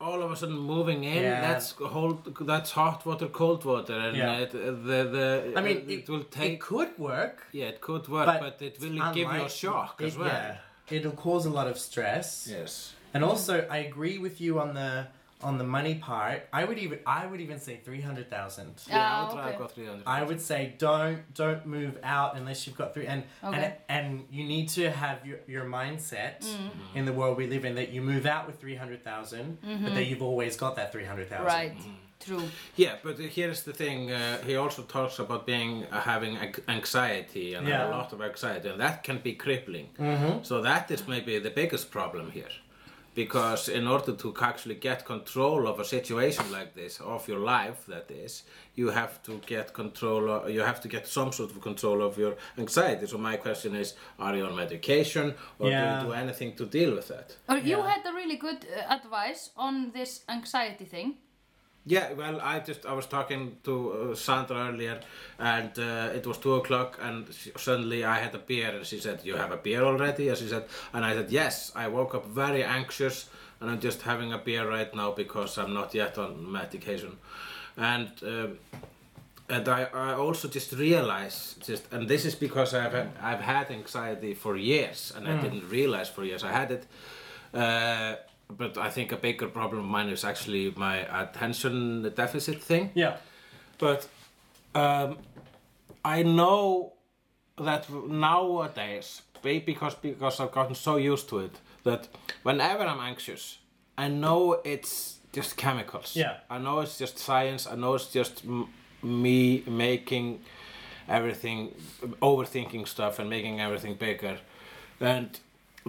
Speaker 4: all of a sudden moving in,
Speaker 2: Yeah.
Speaker 4: that's cold, that's hot water, cold water, and
Speaker 2: Yeah.
Speaker 4: it, the the
Speaker 2: I mean,
Speaker 4: it, will take.
Speaker 2: It could work,
Speaker 4: yeah, it could work,
Speaker 2: but
Speaker 4: but, it will give you a
Speaker 2: unlike-
Speaker 4: shock
Speaker 2: it-
Speaker 4: as well.
Speaker 2: yeah. it'll cause a lot of stress.
Speaker 4: Yes.
Speaker 2: And also, I agree with you on the on the money part. I would even I would even say three hundred thousand.
Speaker 3: Yeah,
Speaker 4: Yeah, I would
Speaker 3: okay.
Speaker 4: try go 300.
Speaker 2: I would say don't don't move out unless you've got through and
Speaker 3: Okay.
Speaker 2: and and you need to have your, your mindset
Speaker 3: Mm-hmm.
Speaker 2: in the world we live in that you move out with three but that you've always got that three hundred thousand.
Speaker 3: Right.
Speaker 4: Mm-hmm.
Speaker 3: True.
Speaker 4: Yeah, but here's the thing. Uh, he also talks about being uh, having anx- anxiety and
Speaker 2: Yeah. Mm-hmm.
Speaker 4: a lot of anxiety, and that can be crippling. So that is maybe the biggest problem here, because in order to actually get control of a situation like this, of your life, that is, you have to get control. o- You have to get some sort of control of your anxiety. So my question is: Are you on medication, or
Speaker 2: Yeah.
Speaker 4: do you do anything to deal with that?
Speaker 3: Or you
Speaker 2: Yeah.
Speaker 3: had a really good uh, advice on this anxiety thing.
Speaker 4: Yeah, well, I just I was talking to uh, Sandra earlier, and uh, it was two o'clock, and she, suddenly I had a beer, and she said, "You have a beer already?" And she said, and I said, "Yes." I woke up very anxious, and I'm just having a beer right now because I'm not yet on medication, and. Um, and I, I also just realize just and this is because I've had, I've had anxiety for years and I didn't realize for years I had it uh, but I think a bigger problem of mine is actually my attention deficit thing
Speaker 2: Yeah.
Speaker 4: but um, I know that nowadays, be- because because I've gotten so used to it, that whenever I'm anxious, I know it's just chemicals.
Speaker 2: Yeah.
Speaker 4: I know it's just science. I know it's just m- me making everything, overthinking stuff, and making everything bigger, and.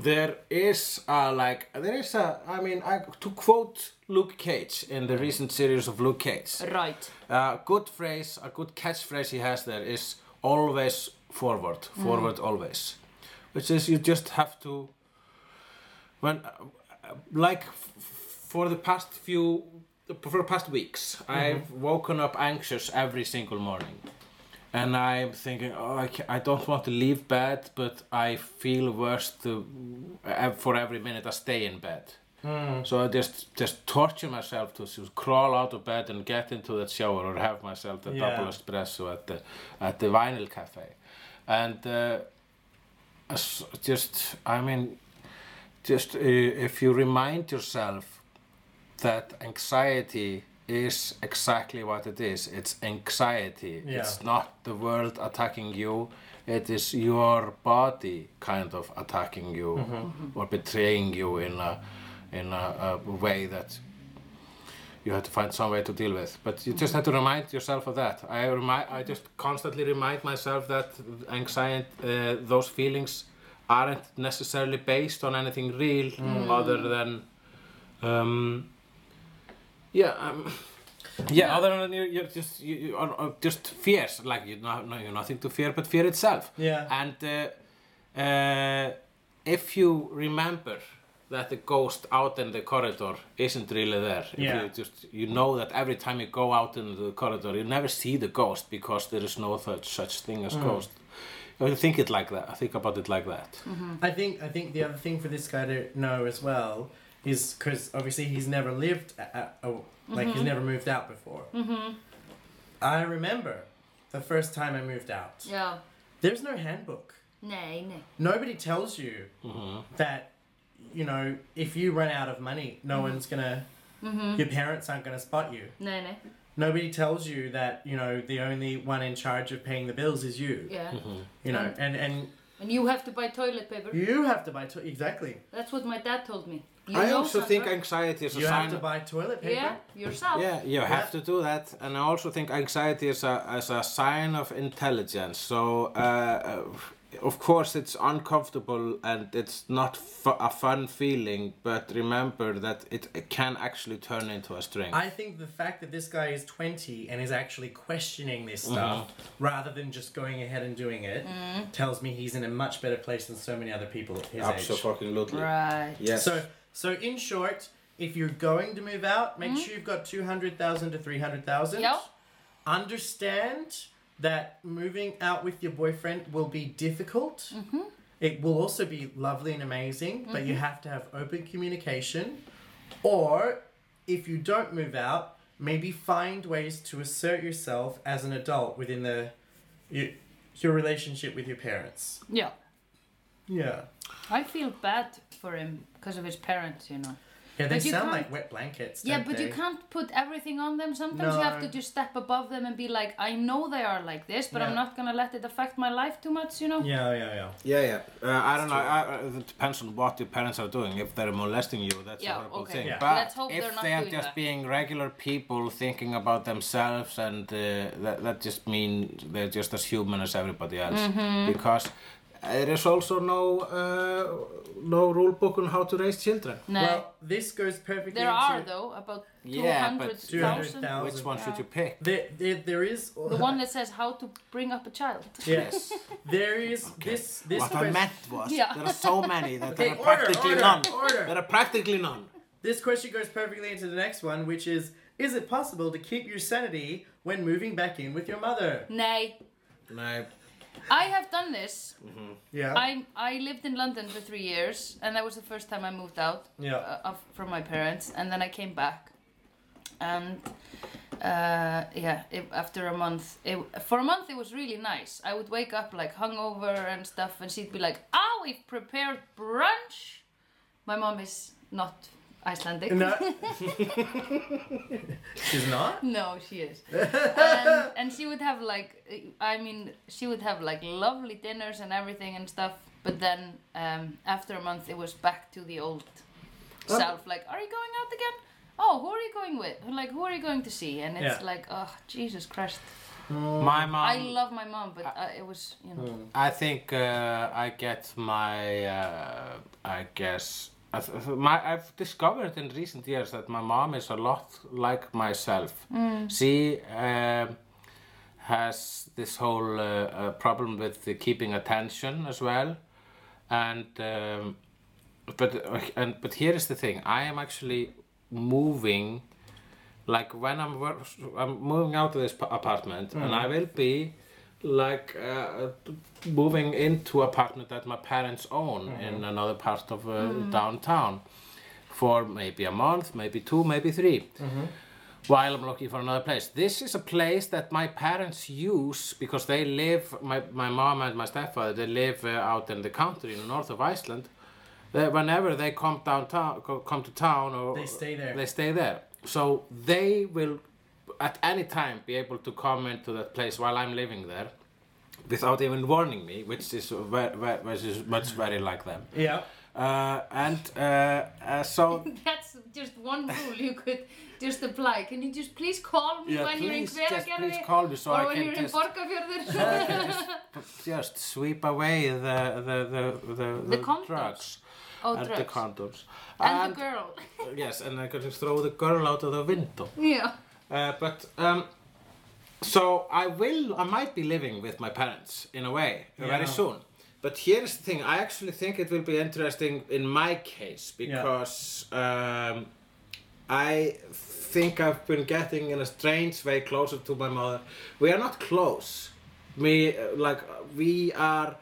Speaker 4: There is a like there is a I mean I, to quote Luke Cage in the recent series of Luke Cage
Speaker 3: Right.
Speaker 4: a good phrase, a good catchphrase he has there is always forward, forward always, which is you just have to when uh, like f- for the past few for the past weeks I've woken up anxious every single morning. And I'm thinking, oh, I, ca- I don't want to leave bed, but I feel worse the, ev- for every minute I stay in bed. So I just just torture myself to s- crawl out of bed and get into that shower or have myself the
Speaker 2: Yeah.
Speaker 4: double espresso at the at the vinyl cafe, and uh, as- just I mean, just uh, if you remind yourself that anxiety is exactly what it is. It's anxiety.
Speaker 2: Yeah.
Speaker 4: It's not the world attacking you. It is your body kind of attacking you or betraying you in a in a, a way that you have to find some way to deal with. But you just have to remind yourself of that. I remind, I just constantly remind myself that anxiety, uh, those feelings, aren't necessarily based on anything real other than, um, yeah, um, yeah, other than you, you're just you, you are, are just fears. Like you know, no, you're nothing to fear but fear itself.
Speaker 2: Yeah.
Speaker 4: And uh, uh, if you remember that the ghost out in the corridor isn't really there, if
Speaker 2: Yeah.
Speaker 4: you just you know that every time you go out in the corridor, you never see the ghost because there is no such such thing
Speaker 2: Mm.
Speaker 4: as ghost. I think it like that. I think about it like that.
Speaker 2: I think I think the other thing for this guy to know as well is because obviously he's never lived a a- a- like
Speaker 3: Mm-hmm.
Speaker 2: he's never moved out before. Mm-hmm. I remember the first time I moved out.
Speaker 3: Yeah.
Speaker 2: There's no handbook.
Speaker 3: Nei, nei.
Speaker 2: Nobody tells you
Speaker 4: Mm-hmm.
Speaker 2: that you know if you run out of money, no
Speaker 3: Mm-hmm.
Speaker 2: one's gonna. Your parents aren't gonna spot you.
Speaker 3: Nei, nei.
Speaker 2: Nobody tells you that you know the only one in charge of paying the bills is you.
Speaker 3: Yeah.
Speaker 4: Mm-hmm.
Speaker 3: Um,
Speaker 2: You know, and and
Speaker 3: And you have to buy toilet paper.
Speaker 2: you have to buy to- exactly.
Speaker 3: That's what my dad told me. You
Speaker 4: I
Speaker 3: know
Speaker 4: also think
Speaker 3: Sandra.
Speaker 4: anxiety is a
Speaker 2: You
Speaker 4: sign.
Speaker 2: have to buy toilet paper.
Speaker 3: Yeah, yourself.
Speaker 4: Yeah, you have to do that, and I also think anxiety is a is a sign of intelligence. So, uh, of course, it's uncomfortable and it's not fu- a fun feeling. But remember that it, it can actually turn into a strength.
Speaker 2: I think the fact that this guy is 20 and is actually questioning this stuff rather than just going ahead and doing it tells me he's in a much better place than so many other people at his age.
Speaker 4: Absolutely.
Speaker 3: Right.
Speaker 4: Yes.
Speaker 2: So, so in short, if you're going to move out, make sure you've got 200,000 to 300,000.
Speaker 3: Mm-hmm. Yep.
Speaker 2: Understand that moving out with your boyfriend will be difficult.
Speaker 3: Mm-hmm.
Speaker 2: It will also be lovely and amazing, but you have to have open communication or if you don't move out, maybe find ways to assert yourself as an adult within the your, your relationship with your parents.
Speaker 3: Yeah.
Speaker 2: Yeah.
Speaker 3: I feel bad for him because of his parents, you know.
Speaker 2: Yeah, they
Speaker 3: But you
Speaker 2: sound
Speaker 3: can't-
Speaker 2: like wet blankets.
Speaker 3: Yeah,
Speaker 2: don't
Speaker 3: but you
Speaker 2: they?
Speaker 3: can't put everything on them. Sometimes you have
Speaker 2: No.
Speaker 3: to just step above them and be like, I know they are like this, but I'm
Speaker 2: Yeah.
Speaker 3: not gonna let it affect my life too much, you know?
Speaker 2: Yeah, yeah, yeah.
Speaker 4: Yeah, yeah. Uh, I don't know. I, I- it depends on what your parents are doing. If they're molesting you, that's
Speaker 3: Yeah,
Speaker 4: a horrible
Speaker 3: okay.
Speaker 4: thing.
Speaker 3: Yeah.
Speaker 4: But
Speaker 3: Let's hope they're
Speaker 4: if
Speaker 3: not
Speaker 4: they are
Speaker 3: doing
Speaker 4: just
Speaker 3: that.
Speaker 4: being regular people thinking about themselves, and uh, that, that just means they're just as human as everybody else.
Speaker 3: Mm-hmm.
Speaker 4: Because there is also no uh, no rule book on how to raise children.
Speaker 3: No.
Speaker 2: Well, this goes perfectly.
Speaker 3: there are
Speaker 2: into-
Speaker 3: though about
Speaker 4: Yeah, but-
Speaker 3: 200,000.
Speaker 2: 200,000.
Speaker 4: Which one should
Speaker 3: Yeah.
Speaker 4: you pick?
Speaker 2: There, there, there is
Speaker 3: the one that says how to bring up a child.
Speaker 2: Yes, there is this. This
Speaker 4: what I
Speaker 2: question,
Speaker 4: meant was
Speaker 3: Yeah.
Speaker 4: there are so many that
Speaker 2: Okay,
Speaker 4: there are
Speaker 2: order,
Speaker 4: practically
Speaker 2: order,
Speaker 4: none.
Speaker 2: order.
Speaker 4: There are practically none.
Speaker 2: this question goes perfectly into the next one, which is: Is it possible to keep your sanity when moving back in with your mother?
Speaker 3: Nay.
Speaker 4: No.
Speaker 3: I have done this.
Speaker 2: Yeah.
Speaker 3: I I lived in London for three years, and that was the first time I moved out
Speaker 2: Yeah.
Speaker 3: uh, of, from my parents, and then I came back, and uh, yeah, it, after a month, it, for a month it was really nice. I would wake up like hungover and stuff, and she'd be like, "Ah, we've prepared brunch." My mom is not Icelandic.
Speaker 2: No. She's not.
Speaker 3: No, she is. and, and she would have like, I mean, she would have like lovely dinners and everything and stuff. But then um, after a month, it was back to the old self. Like, are you going out again? Oh, who are you going with? Like, who are you going to see? And it's
Speaker 2: Yeah.
Speaker 3: like, oh, Jesus Christ.
Speaker 4: My mom.
Speaker 3: I love my mom, but uh, it was, you know.
Speaker 4: I think uh, I get my, uh, I guess, I th- my, I've discovered in recent years that my mom is a lot like myself. She um has this whole uh, uh, problem with the keeping attention as well, and um, but uh, and but here is the thing: I am actually moving like when I'm wor- I'm moving out of this p- apartment and I will be like uh, moving into apartment that my parents own in another part of uh, downtown for maybe a month, maybe two, maybe 3 While I'm looking for another place, this is a place that my parents use because they live. My my mom and my stepfather they live uh, out in the country in the north of Iceland. They, whenever they come downtown, co- come to town, or
Speaker 2: They stay there.
Speaker 4: They stay there. So they will, at any time, be able to come into that place while I'm living there, without even warning me, which is ve- ve- which is much very like them.
Speaker 2: Yeah.
Speaker 4: Uh, and uh, uh, so
Speaker 3: That's just one rule you could just apply. Can you just please call me
Speaker 4: Yeah,
Speaker 3: when you're in
Speaker 4: please, just
Speaker 3: Hveragerði?
Speaker 4: please call me so
Speaker 3: or
Speaker 4: I
Speaker 3: when
Speaker 4: can
Speaker 3: you're
Speaker 4: just-
Speaker 3: in Borgarfjörður?
Speaker 4: just sweep away the the the the,
Speaker 3: condoms.
Speaker 4: drugs
Speaker 3: oh,
Speaker 4: and
Speaker 3: drugs.
Speaker 4: the condoms
Speaker 3: and, the girl.
Speaker 4: yes and I could just throw the girl out of the window
Speaker 3: yeah.
Speaker 4: uh, but um so I will I might be living with my parents in a way very
Speaker 2: Yeah.
Speaker 4: soon but here's the thing I actually think it will be interesting in my case because um I think I've been getting in a strange way closer to my mother. We are not close. We uh, like uh, we are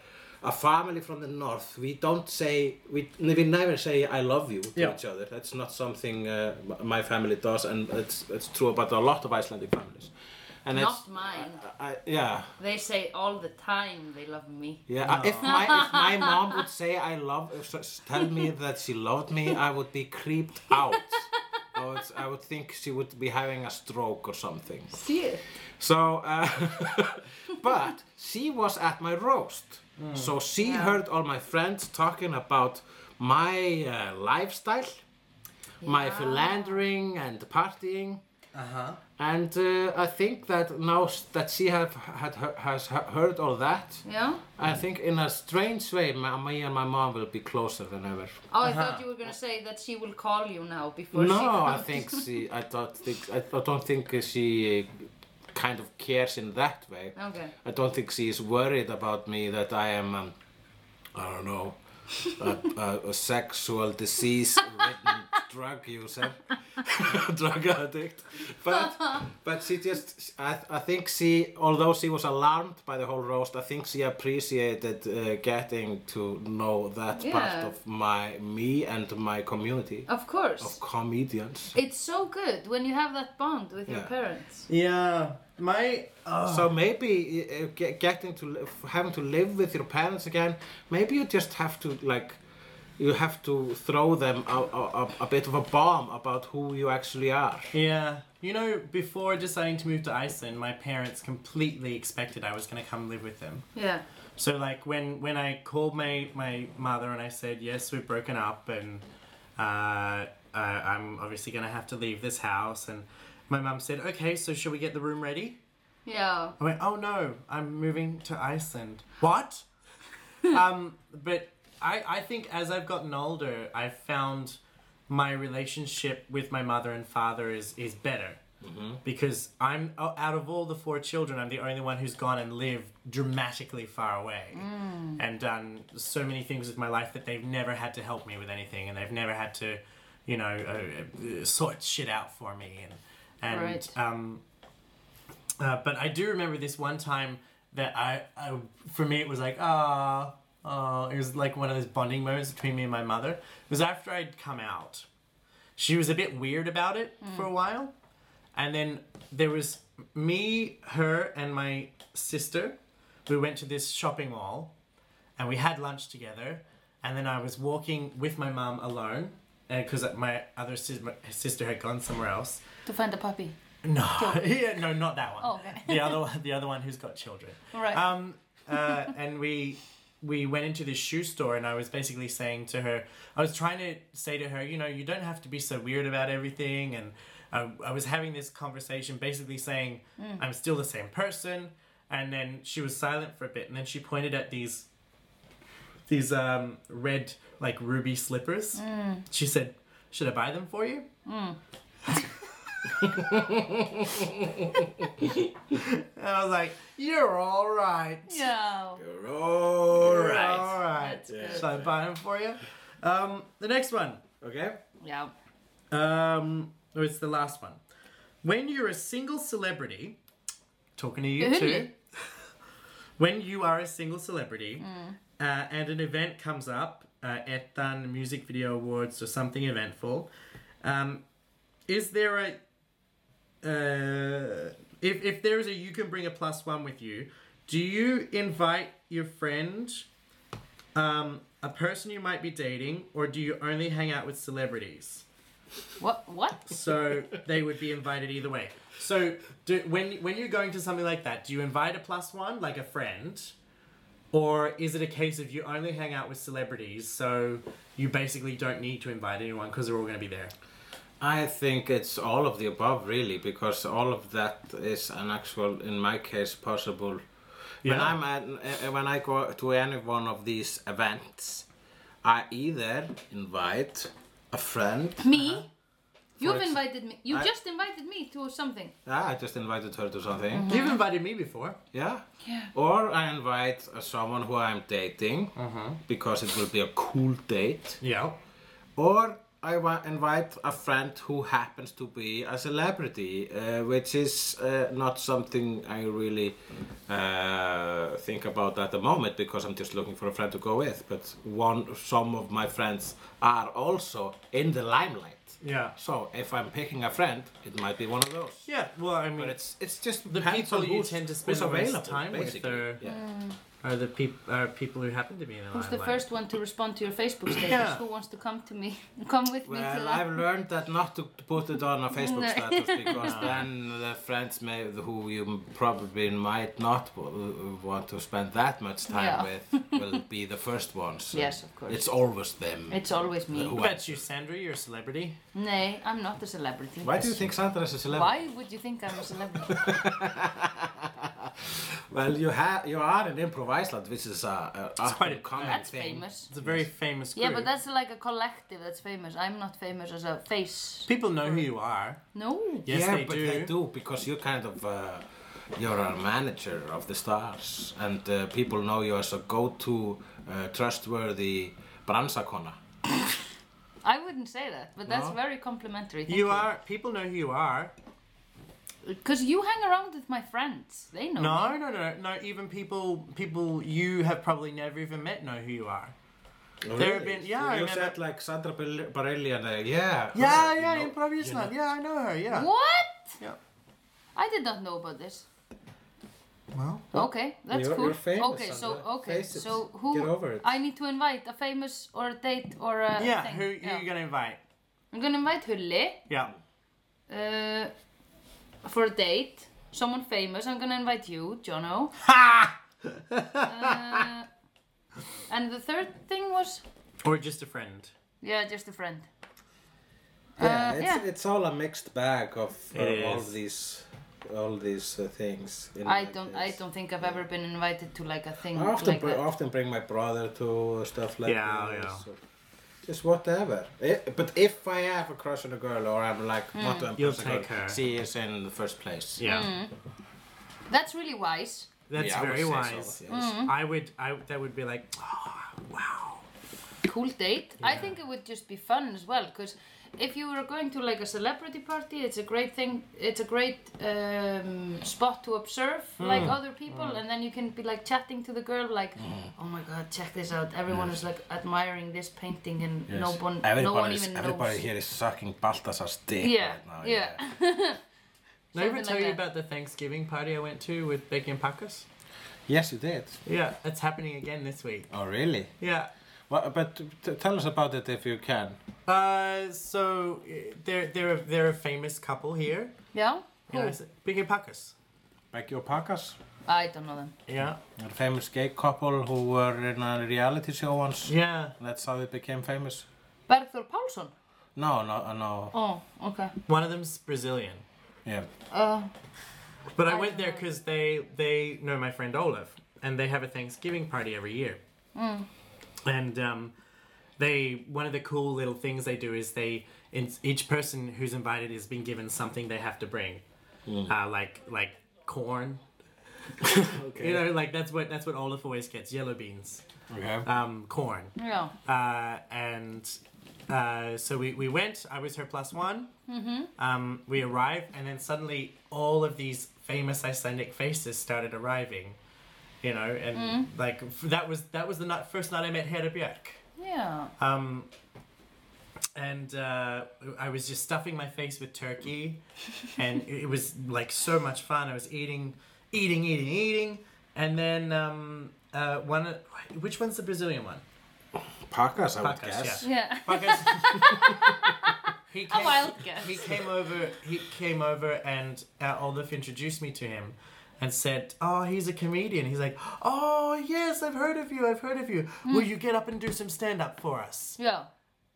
Speaker 4: a family from the north. We don't say we we never say I love you to
Speaker 2: Yeah.
Speaker 4: each other. That's not something uh, m- my family does, and it's it's true about a lot of Icelandic families. And
Speaker 3: Not mine.
Speaker 4: it's I, yeah.
Speaker 3: They say all the time they love me.
Speaker 4: Yeah, I- if my if my mom would say I love, if s- tell me that she loved me, I would be creeped out. I would, I would think she would be having a stroke or something.
Speaker 3: See it?
Speaker 4: So, uh, but she was at my roast, so she heard all my friends talking about my uh, lifestyle, my philandering and partying.
Speaker 2: Uh huh.
Speaker 4: And uh, I think that now s- that she have, had, has heard all that,
Speaker 3: Yeah?
Speaker 4: I think in a strange way, my, me and my mom will be closer than ever.
Speaker 3: Oh, I thought you were gonna say that she will call you now before she
Speaker 4: No, I
Speaker 3: comes.
Speaker 4: think she. I don't think. I, I don't think she kind of cares in that way.
Speaker 3: Okay.
Speaker 4: I don't think she is worried about me that I am. Um, I don't know. a, a, a sexual disease ridden drug user, drug addict. But but she just, I, I think she, although she was alarmed by the whole roast, I think she appreciated uh, getting to know that
Speaker 3: Yeah.
Speaker 4: part of my me and my community
Speaker 3: Of course.
Speaker 4: of comedians.
Speaker 3: It's so good when you have that bond with your
Speaker 4: Yeah.
Speaker 3: parents.
Speaker 2: Yeah, my uh,
Speaker 4: So maybe uh, ge- getting to li- having to live with your parents again, maybe you just have to like, you have to throw them a, a, a- a bit of a bomb about who you actually are.
Speaker 2: yeah. You know, before deciding to move to Iceland, my parents completely expected I was going to come live with them.
Speaker 3: Yeah.
Speaker 2: So like when when I called my my mother and I said yes we've broken up and uh, uh, I'm obviously gonna have to leave this house and my mum said okay so shall we get the room ready?
Speaker 3: Yeah.
Speaker 2: I went oh no I'm moving to Iceland. What? um, but I I think as I've gotten older I've found my relationship with my mother and father is is better. Because I'm o- out of all the four children, I'm the only one who's gone and lived dramatically far away and done so many things with my life that they've never had to help me with anything, and they've never had to, you know, uh, uh, sort shit out for me. And and
Speaker 3: Right.
Speaker 2: um, uh, but I do remember this one time that I, I for me it was like ah. Oh, it was like one of those bonding moments between me and my mother. It was after I'd come out. She was a bit weird about it for a while. And then there was me, her, and my sister. We went to this shopping mall and we had lunch together. And then I was walking with my mum alone because my other sis- my sister had gone somewhere else.
Speaker 3: To find a puppy.
Speaker 2: No, yeah, no, not that one.
Speaker 3: Oh, okay.
Speaker 2: the other one, the other one who's got children.
Speaker 3: Right.
Speaker 2: Um, uh, and we we went into this shoe store, and I was basically saying to her, I was trying to say to her, you know, you don't have to be so weird about everything, and I, I was having this conversation, basically saying, I'm still the same person. And then she was silent for a bit, and then she pointed at these these um, red like ruby slippers. She said, "Should I buy them for you?" and I was like, "You're all right.
Speaker 3: Yeah.
Speaker 4: All
Speaker 2: You're all
Speaker 4: right.
Speaker 2: right.
Speaker 3: That's good.
Speaker 2: Should I buy them for you?" Um, the next one.
Speaker 4: Okay.
Speaker 3: Yeah.
Speaker 2: Um, oh, it's the last one. When you're a single celebrity, talking to you
Speaker 3: Who?
Speaker 2: too. when you are a single celebrity uh, and an event comes up, uh, Ethan Music Video Awards or something eventful, um, is there a uh, if if there is a you can bring a plus one with you, do you invite your friend, um, a person you might be dating, or do you only hang out with celebrities?
Speaker 3: What? What?
Speaker 2: so they would be invited either way. So do, when when you're going to something like that, do you invite a plus one, like a friend, or is it a case of you only hang out with celebrities, so you basically don't need to invite anyone because they're all going to be there?
Speaker 4: I think it's all of the above, really, because all of that is an actual, in my case, possible. When
Speaker 2: Yeah.
Speaker 4: I'm at, eh, when I go to any one of these events, I either invite a friend.
Speaker 3: Me? You've
Speaker 4: ex-
Speaker 3: invited me. You
Speaker 4: I-
Speaker 3: just invited me to something.
Speaker 4: Ah, I just invited her to something.
Speaker 2: You've invited me before.
Speaker 4: Yeah.
Speaker 3: Yeah.
Speaker 4: Or I invite uh, someone who I'm dating because it will be a cool date.
Speaker 2: Yeah.
Speaker 4: Or I wa- invite a friend who happens to be a celebrity, uh, which is uh, not something I really uh, think about at the moment because I'm just looking for a friend to go with. But one, some of my friends are also in the limelight.
Speaker 2: Yeah.
Speaker 4: So if I'm picking a friend, it might be one of those.
Speaker 2: Yeah. Well, I mean,
Speaker 4: But it's it's just
Speaker 2: The
Speaker 4: depends
Speaker 2: people
Speaker 4: on
Speaker 2: you
Speaker 4: who's-
Speaker 2: tend to
Speaker 4: who's
Speaker 2: spend the most
Speaker 4: available,
Speaker 2: time with
Speaker 4: basically.
Speaker 2: are-
Speaker 4: Yeah.
Speaker 3: Mm,
Speaker 2: are the people are people who happen to be in the
Speaker 3: Who's the
Speaker 2: limelight.
Speaker 3: first one to respond to your Facebook status?
Speaker 2: Yeah.
Speaker 3: Who wants to come to me? Come with me to
Speaker 4: Well,
Speaker 3: laugh.
Speaker 4: I've learned that not to put it on a Facebook
Speaker 3: No.
Speaker 4: status because then the friends may, who you probably might not w- want to spend that much time
Speaker 3: Yeah.
Speaker 4: with will be the first ones.
Speaker 3: Yes, of course.
Speaker 4: It's always them.
Speaker 3: It's always me.
Speaker 4: Who-
Speaker 2: I bet you, Sandra, you're a celebrity.
Speaker 3: Nay, I'm not a celebrity.
Speaker 4: Why do you think Sandra is a celebrity?
Speaker 3: Why would you think I'm a celebrity?
Speaker 4: Well, you ha- you are an improviseland, which is a, a, a
Speaker 2: quite a-
Speaker 4: common
Speaker 3: That's
Speaker 4: thing.
Speaker 3: famous.
Speaker 2: It's a very famous group.
Speaker 3: Yeah, but that's like a collective that's famous. I'm not famous as a face.
Speaker 2: people know who you are.
Speaker 3: No.
Speaker 2: Yes,
Speaker 4: yeah,
Speaker 2: they,
Speaker 4: but
Speaker 2: do.
Speaker 4: they do because you're kind of uh, you're a manager of the stars, and uh, people know you as a go-to, uh, trustworthy bransakona
Speaker 3: I wouldn't say that, but that's
Speaker 4: No.
Speaker 3: very complimentary. Thank
Speaker 2: You are. People know who you are.
Speaker 3: Because you hang around with my friends. They know. me.
Speaker 2: No, no, no, no. Even people, people you have probably never even met know who you are. There have been- yeah, I
Speaker 4: You
Speaker 2: remember-
Speaker 4: said like Sandra Bel- Bareilly and like, yeah. her,
Speaker 2: Yeah,
Speaker 4: you
Speaker 2: yeah,
Speaker 4: know,
Speaker 2: in Provinsland.
Speaker 4: you know.
Speaker 2: Yeah, I know her. Yeah.
Speaker 3: What?
Speaker 2: Yeah.
Speaker 3: I did not know about this.
Speaker 2: Well,
Speaker 3: Okay, that's
Speaker 4: You're-
Speaker 3: cool.
Speaker 4: you're famous,
Speaker 3: okay, so
Speaker 4: Sandra.
Speaker 3: okay,
Speaker 4: Face it.
Speaker 3: so who?
Speaker 4: Get over it.
Speaker 3: I need to invite a famous or a date or a
Speaker 2: yeah.
Speaker 3: thing.
Speaker 2: Who, who you gonna invite?
Speaker 3: I'm gonna invite Hulle
Speaker 2: Yeah.
Speaker 3: uh, for a date. Someone famous. I'm gonna invite you, Jono.
Speaker 2: Ha!
Speaker 3: Uh, and the third thing was
Speaker 2: Or just a friend.
Speaker 3: yeah, just a friend.
Speaker 4: Yeah,
Speaker 3: Uh,
Speaker 4: it's,
Speaker 3: yeah.
Speaker 4: it's all a mixed bag of uh,
Speaker 2: It
Speaker 4: all
Speaker 2: is.
Speaker 4: these all these uh, things. you know,
Speaker 3: I
Speaker 4: like
Speaker 3: don't.
Speaker 4: this.
Speaker 3: I don't think I've ever been invited to like a thing
Speaker 4: I often,
Speaker 3: like
Speaker 4: br-
Speaker 3: that.
Speaker 4: often bring my brother to stuff like
Speaker 2: Yeah,
Speaker 4: this.
Speaker 2: yeah.
Speaker 4: or Just whatever. I- but if I have a crush on a girl or I'm like,
Speaker 3: Hmm.
Speaker 4: want to
Speaker 2: You'll
Speaker 4: impress a
Speaker 2: take
Speaker 4: girl,
Speaker 2: her.
Speaker 4: she is in the first place.
Speaker 3: Mm.
Speaker 2: Yeah.
Speaker 3: That's really wise.
Speaker 2: That's
Speaker 4: Yeah, I would
Speaker 2: very
Speaker 4: say so,
Speaker 2: wise.
Speaker 4: yes.
Speaker 3: Mm.
Speaker 2: I would. I that would be like, oh, wow.
Speaker 3: cool date. I think it would just be fun as well because if you were going to like a celebrity party, it's a great thing. It's a great um, spot to observe like other people, and then you can be like chatting to the girl, like, "Oh my god, check this out! Everyone is like admiring this painting, and no one, no one
Speaker 4: Everybody's-
Speaker 3: even
Speaker 4: everybody
Speaker 3: knows."
Speaker 4: here is sucking Baltasar's dick
Speaker 3: Yeah,
Speaker 4: right now.
Speaker 3: yeah.
Speaker 2: Did I ever
Speaker 3: Something
Speaker 2: tell
Speaker 3: like
Speaker 2: you
Speaker 3: that.
Speaker 2: about the Thanksgiving party I went to with Becky and Pakas?
Speaker 4: Yes, you did.
Speaker 2: Yeah, it's happening again this week.
Speaker 4: Oh, really?
Speaker 2: Yeah.
Speaker 4: Well, but t- tell us about it if you can.
Speaker 2: Uh, so eh, they're they're a, they're a famous couple here.
Speaker 3: yeah. Who?
Speaker 2: Yeah, Becky and Pakas.
Speaker 4: Becky og Pakkas,
Speaker 3: I don't know them.
Speaker 2: Yeah.
Speaker 4: a famous gay couple who were in a reality show once.
Speaker 2: Yeah.
Speaker 4: That's how they became famous.
Speaker 3: Bergþór Pálsson.
Speaker 4: No, no, no.
Speaker 3: Oh, okay.
Speaker 2: One of them's Brazilian.
Speaker 4: Yeah.
Speaker 3: Uh,
Speaker 2: But I,
Speaker 3: I
Speaker 2: went
Speaker 3: don't
Speaker 2: there
Speaker 3: know.
Speaker 2: because they they know my friend Olaf, and they have a Thanksgiving party every year. And um, they one of the cool little things they do is they in, each person who's invited is been given something they have to bring, uh, like like corn.
Speaker 4: Okay.
Speaker 2: You know, like that's what that's what Olaf always gets: yellow beans,
Speaker 4: Okay.
Speaker 2: um, corn.
Speaker 3: yeah.
Speaker 2: Uh, and uh, so we, we went. I was her plus one. Mm-hmm. Um, we arrived, and then suddenly all of these famous Icelandic faces started arriving. You know, and like f- that was that was the night, first night I met Hera Björk.
Speaker 3: Yeah.
Speaker 2: Um, and uh, I was just stuffing my face with turkey, and it was like so much fun. I was eating, eating, eating, eating, and then um, uh, one. Which one's the Brazilian one?
Speaker 4: Pakkas, I
Speaker 2: Pakkas,
Speaker 4: would guess.
Speaker 2: yeah.
Speaker 3: Yeah.
Speaker 2: Fuckers. he
Speaker 3: A
Speaker 2: came,
Speaker 3: wild guess.
Speaker 2: He came over. He came over, and uh, Olaf introduced me to him, and said, "Oh, he's a comedian." He's like, "Oh yes, I've heard of you. I've heard of you. Will you get up and do some stand-up for us?"
Speaker 3: Yeah.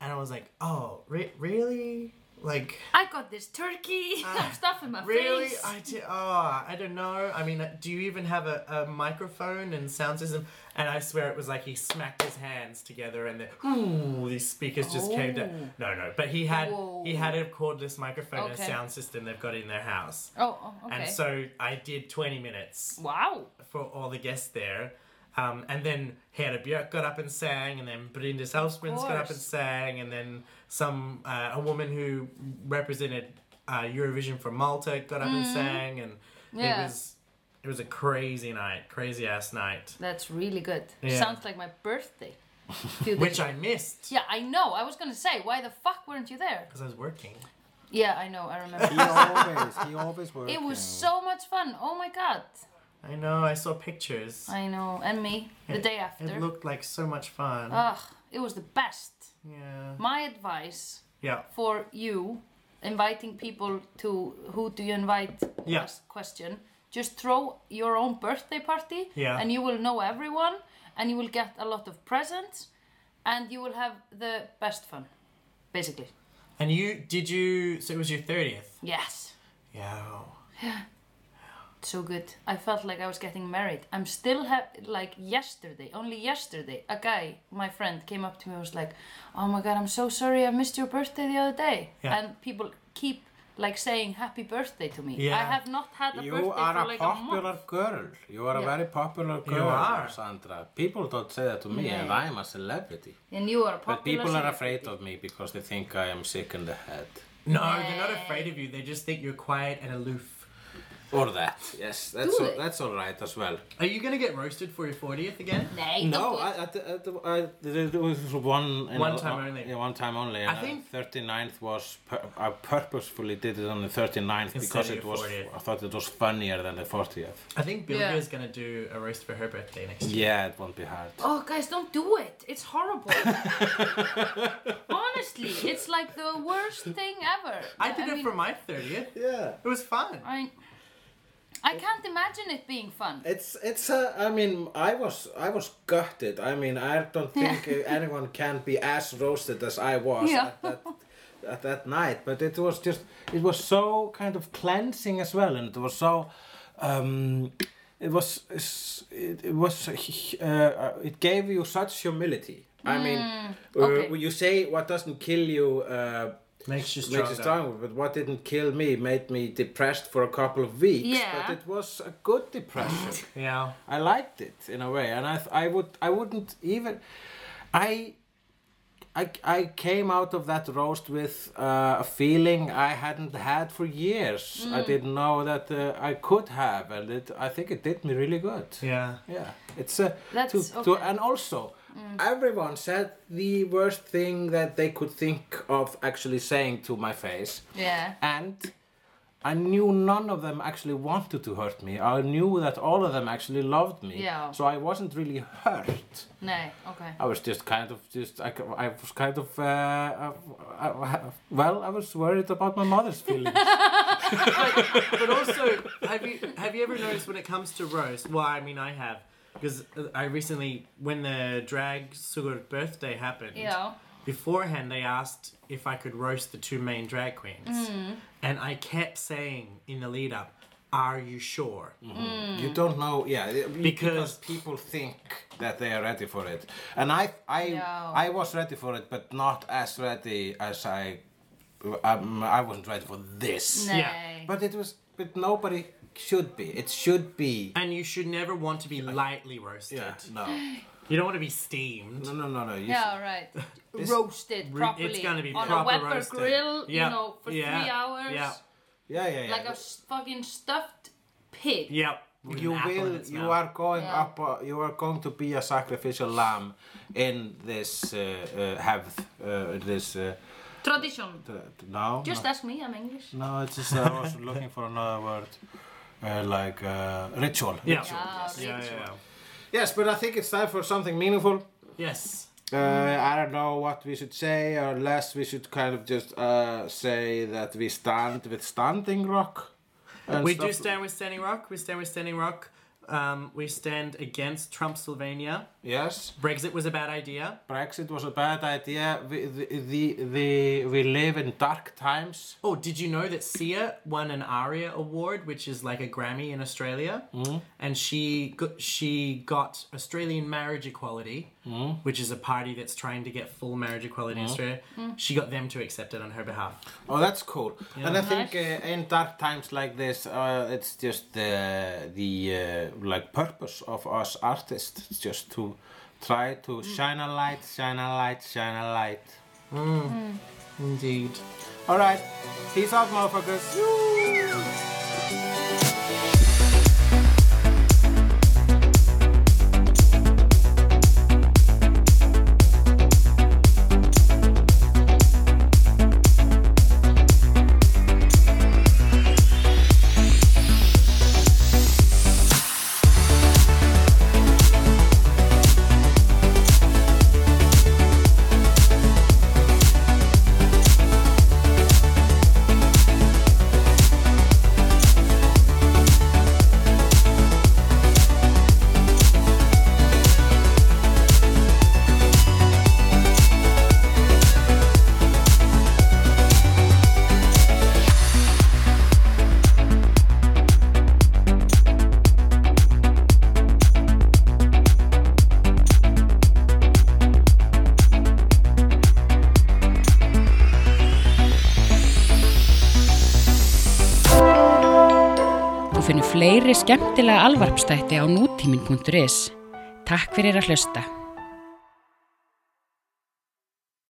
Speaker 2: And I was like, "Oh, re- really? Like,
Speaker 3: I got this turkey. I'm stuffing my
Speaker 2: really?
Speaker 3: face.
Speaker 2: I di- Oh, I don't know. I mean, uh, do you even have a, a microphone and sound system?" And I swear it was like he smacked his hands together, and the ooh, these speakers just came down. No, no, but he had he
Speaker 3: Oh. Whoa.
Speaker 2: had a cordless microphone and
Speaker 3: Okay.
Speaker 2: sound system they've got in their house.
Speaker 3: Oh, oh, okay.
Speaker 2: And so I did 20 minutes
Speaker 3: wow.
Speaker 2: for all the guests there. Um, and then Hera Björk got up and sang, and then Brindis Housemanns got up and
Speaker 3: course.
Speaker 2: sang, and then some uh, a woman who represented uh, Eurovision from Malta got up and sang, and it
Speaker 3: Mm-hmm. Yeah.
Speaker 2: was it was a crazy night, crazy ass night,
Speaker 3: That's really good.
Speaker 2: Yeah.
Speaker 3: Sounds like my birthday. Few
Speaker 2: which
Speaker 3: days-
Speaker 2: I missed
Speaker 3: Yeah, I know. I was gonna say, why the fuck weren't you there?
Speaker 2: because I was working.
Speaker 3: Yeah, I know. I remember.
Speaker 4: He always, he always works.
Speaker 3: it was so much fun. Oh my god.
Speaker 2: I know I saw pictures.
Speaker 3: I know. And me the day after. Oh.
Speaker 2: It looked like so much fun.
Speaker 3: Ugh, it was the best.
Speaker 2: yeah,
Speaker 3: My advice
Speaker 2: yeah,
Speaker 3: for you, inviting people to who do you invite?
Speaker 2: Yeah.
Speaker 3: ques- Question. Just throw your own birthday party,
Speaker 2: Yeah.
Speaker 3: and you will know everyone, and you will get a lot of presents, and you will have the best fun, basically.
Speaker 2: And you did you? So it was your thirtieth.
Speaker 3: Yes.
Speaker 2: Yeah.
Speaker 3: so good. I felt like I was getting married. I'm still ha- like yesterday, only yesterday, a guy, my friend, came up to me and was like, "Oh my god, I'm so sorry I missed your birthday the other day."
Speaker 2: Yeah.
Speaker 3: And people keep like saying happy birthday to me. I
Speaker 2: Yeah.
Speaker 3: have not had a
Speaker 4: You
Speaker 3: birthday
Speaker 4: are
Speaker 3: for
Speaker 4: a
Speaker 3: like a
Speaker 4: popular
Speaker 3: month.
Speaker 4: girl. You are a
Speaker 3: Yeah.
Speaker 4: very popular girl,
Speaker 2: are.
Speaker 4: Sandra. People don't say that to me, and
Speaker 3: Nei.
Speaker 4: I'm a celebrity.
Speaker 3: And you are a popular.
Speaker 4: But people are
Speaker 3: singer.
Speaker 4: afraid of me because they think I am sick in the head.
Speaker 2: No, they're not afraid of you. They just think you're quiet and aloof.
Speaker 4: Or that. Yes,
Speaker 3: Do
Speaker 4: that's, all,
Speaker 3: they?
Speaker 4: that's all right as well.
Speaker 2: Are you gonna get roasted for your 40th again?
Speaker 3: Nei,
Speaker 4: No,
Speaker 3: don't do it.
Speaker 4: I, I, I, I, there was one, you
Speaker 2: One
Speaker 4: know,
Speaker 2: time
Speaker 4: uh,
Speaker 2: only.
Speaker 4: Yeah, one time only. And
Speaker 2: I think-
Speaker 4: 39th was. Pur- I purposefully did it on the 39th because
Speaker 2: of
Speaker 4: it
Speaker 2: your
Speaker 4: was.
Speaker 2: 40th.
Speaker 4: I thought it was funnier than the 40th.
Speaker 2: I think Bilga
Speaker 3: Yeah.
Speaker 2: is gonna do a roast for her birthday next year.
Speaker 4: Yeah, it won't be hard.
Speaker 3: Oh, guys, don't do it. It's horrible. Honestly, it's like the worst thing ever.
Speaker 2: I did it
Speaker 3: mean,
Speaker 2: for my 30th.
Speaker 4: Yeah.
Speaker 2: It was fun.
Speaker 3: I, I can't imagine it being fun.
Speaker 4: It's it's a. I mean, I was I was gutted. I mean, I don't think anyone can be as roasted as I was
Speaker 3: Yeah.
Speaker 4: at, that, at that night. But it was just it was so kind of cleansing as well, and it was so. Um, it was it, it was uh, it gave you such humility. I mean,
Speaker 3: Mm, okay.
Speaker 4: uh, you say what doesn't kill you. Uh,
Speaker 2: Makes you
Speaker 4: makes you stronger. But what didn't kill me made me depressed for a couple of weeks.
Speaker 3: Yeah.
Speaker 4: But it was a good depression.
Speaker 2: Yeah.
Speaker 4: I liked it in a way, and I th- I would I wouldn't even I. I, I came out of that roast with uh, a feeling I hadn't had for years. I
Speaker 3: Mm.
Speaker 4: didn't know that uh, I could have, and it, I think it did me really good.
Speaker 2: Yeah.
Speaker 4: Yeah, it's uh,
Speaker 3: That's
Speaker 4: to,
Speaker 3: okay.
Speaker 4: to,
Speaker 3: Mm.
Speaker 4: and also everyone said the worst thing that they could think of actually saying to my face,
Speaker 3: Yeah.
Speaker 4: and I knew none of them actually wanted to hurt me. I knew that all of them actually loved me,
Speaker 3: Yeah.
Speaker 4: so I wasn't really hurt.
Speaker 3: Nei, okay.
Speaker 2: Uh,
Speaker 4: I was just kind of just I, c- I was kind of uh, uh, uh, well I was worried about my mother's feelings.
Speaker 2: But also, have you have you ever noticed when it comes to roast? Well, I mean, I have because I recently, when the drag sugar birthday happened,
Speaker 3: Yeah.
Speaker 2: beforehand they asked if I could roast the two main drag queens,
Speaker 3: Mm.
Speaker 2: and I kept saying in the lead up, "Are you sure?"
Speaker 4: You don't know, yeah, because, because
Speaker 2: Because-
Speaker 4: people think that they are ready for it, and I, I,
Speaker 3: No.
Speaker 4: I was ready for it, but not as ready as I, um, I wasn't ready for this.
Speaker 3: Nei.
Speaker 4: But it was, but nobody should be. It should be.
Speaker 2: And you should never want to be lightly roasted.
Speaker 4: Yeah, no,
Speaker 2: You don't want to be steamed.
Speaker 4: no, no, no, no. You
Speaker 3: Yeah, right. Roasted properly.
Speaker 2: it's gonna be
Speaker 3: on a
Speaker 2: proper
Speaker 3: Weber
Speaker 2: roasted.
Speaker 3: grill,
Speaker 2: Yeah.
Speaker 3: you know, for
Speaker 2: Yeah.
Speaker 3: three hours.
Speaker 2: Yeah.
Speaker 4: should- yeah, yeah, yeah.
Speaker 3: Like a s- fucking stuffed pig.
Speaker 2: Yep. With
Speaker 4: you
Speaker 2: an apple in
Speaker 4: will.
Speaker 2: its
Speaker 4: You
Speaker 2: mouth.
Speaker 4: are going
Speaker 3: Yeah.
Speaker 4: up. Uh, you are going to be a sacrificial lamb in this uh, uh, have uh, this. Uh,
Speaker 3: Tradition.
Speaker 4: t- no. no.
Speaker 3: Just ask me, I'm English.
Speaker 4: No, it's just I was looking for another word, uh, like uh, ritual.
Speaker 2: Yeah.
Speaker 3: Yeah,
Speaker 2: Yeah,
Speaker 3: ritual.
Speaker 2: yeah,
Speaker 4: Yes, but I think it's time for something meaningful.
Speaker 2: yeah. Yes.
Speaker 4: Uh,
Speaker 2: Mm.
Speaker 4: I don't know what we should say, or less we should kind of just uh, say that we stand with Standing Rock. and
Speaker 2: We
Speaker 4: stuff.
Speaker 2: do stand with Standing Rock. We stand with Standing Rock. Um, we stand against Trump Sylvania.
Speaker 4: Yes,
Speaker 2: Brexit was a bad idea.
Speaker 4: Brexit was a bad idea. We, the, the, the, we live in dark times.
Speaker 2: Oh, did you know that Sia won an ARIA award, which is like a Grammy in Australia,
Speaker 4: Mm.
Speaker 2: and she got, she got Australian Marriage Equality,
Speaker 4: Mm.
Speaker 2: which is a party that's trying to get full marriage equality in Australia. She got them to accept it on her behalf.
Speaker 4: Oh, that's cool. And I think uh, in dark times like this, uh, it's just the the uh, like purpose of us artists is just to try to
Speaker 2: Mm.
Speaker 4: shine a light, shine a light, shine a light.
Speaker 2: Indeed.
Speaker 4: All right, peace out, motherfuckers.
Speaker 1: fleiri skemmtilega alvarpstætti á nútímin.is. Takk fyrir að hlusta.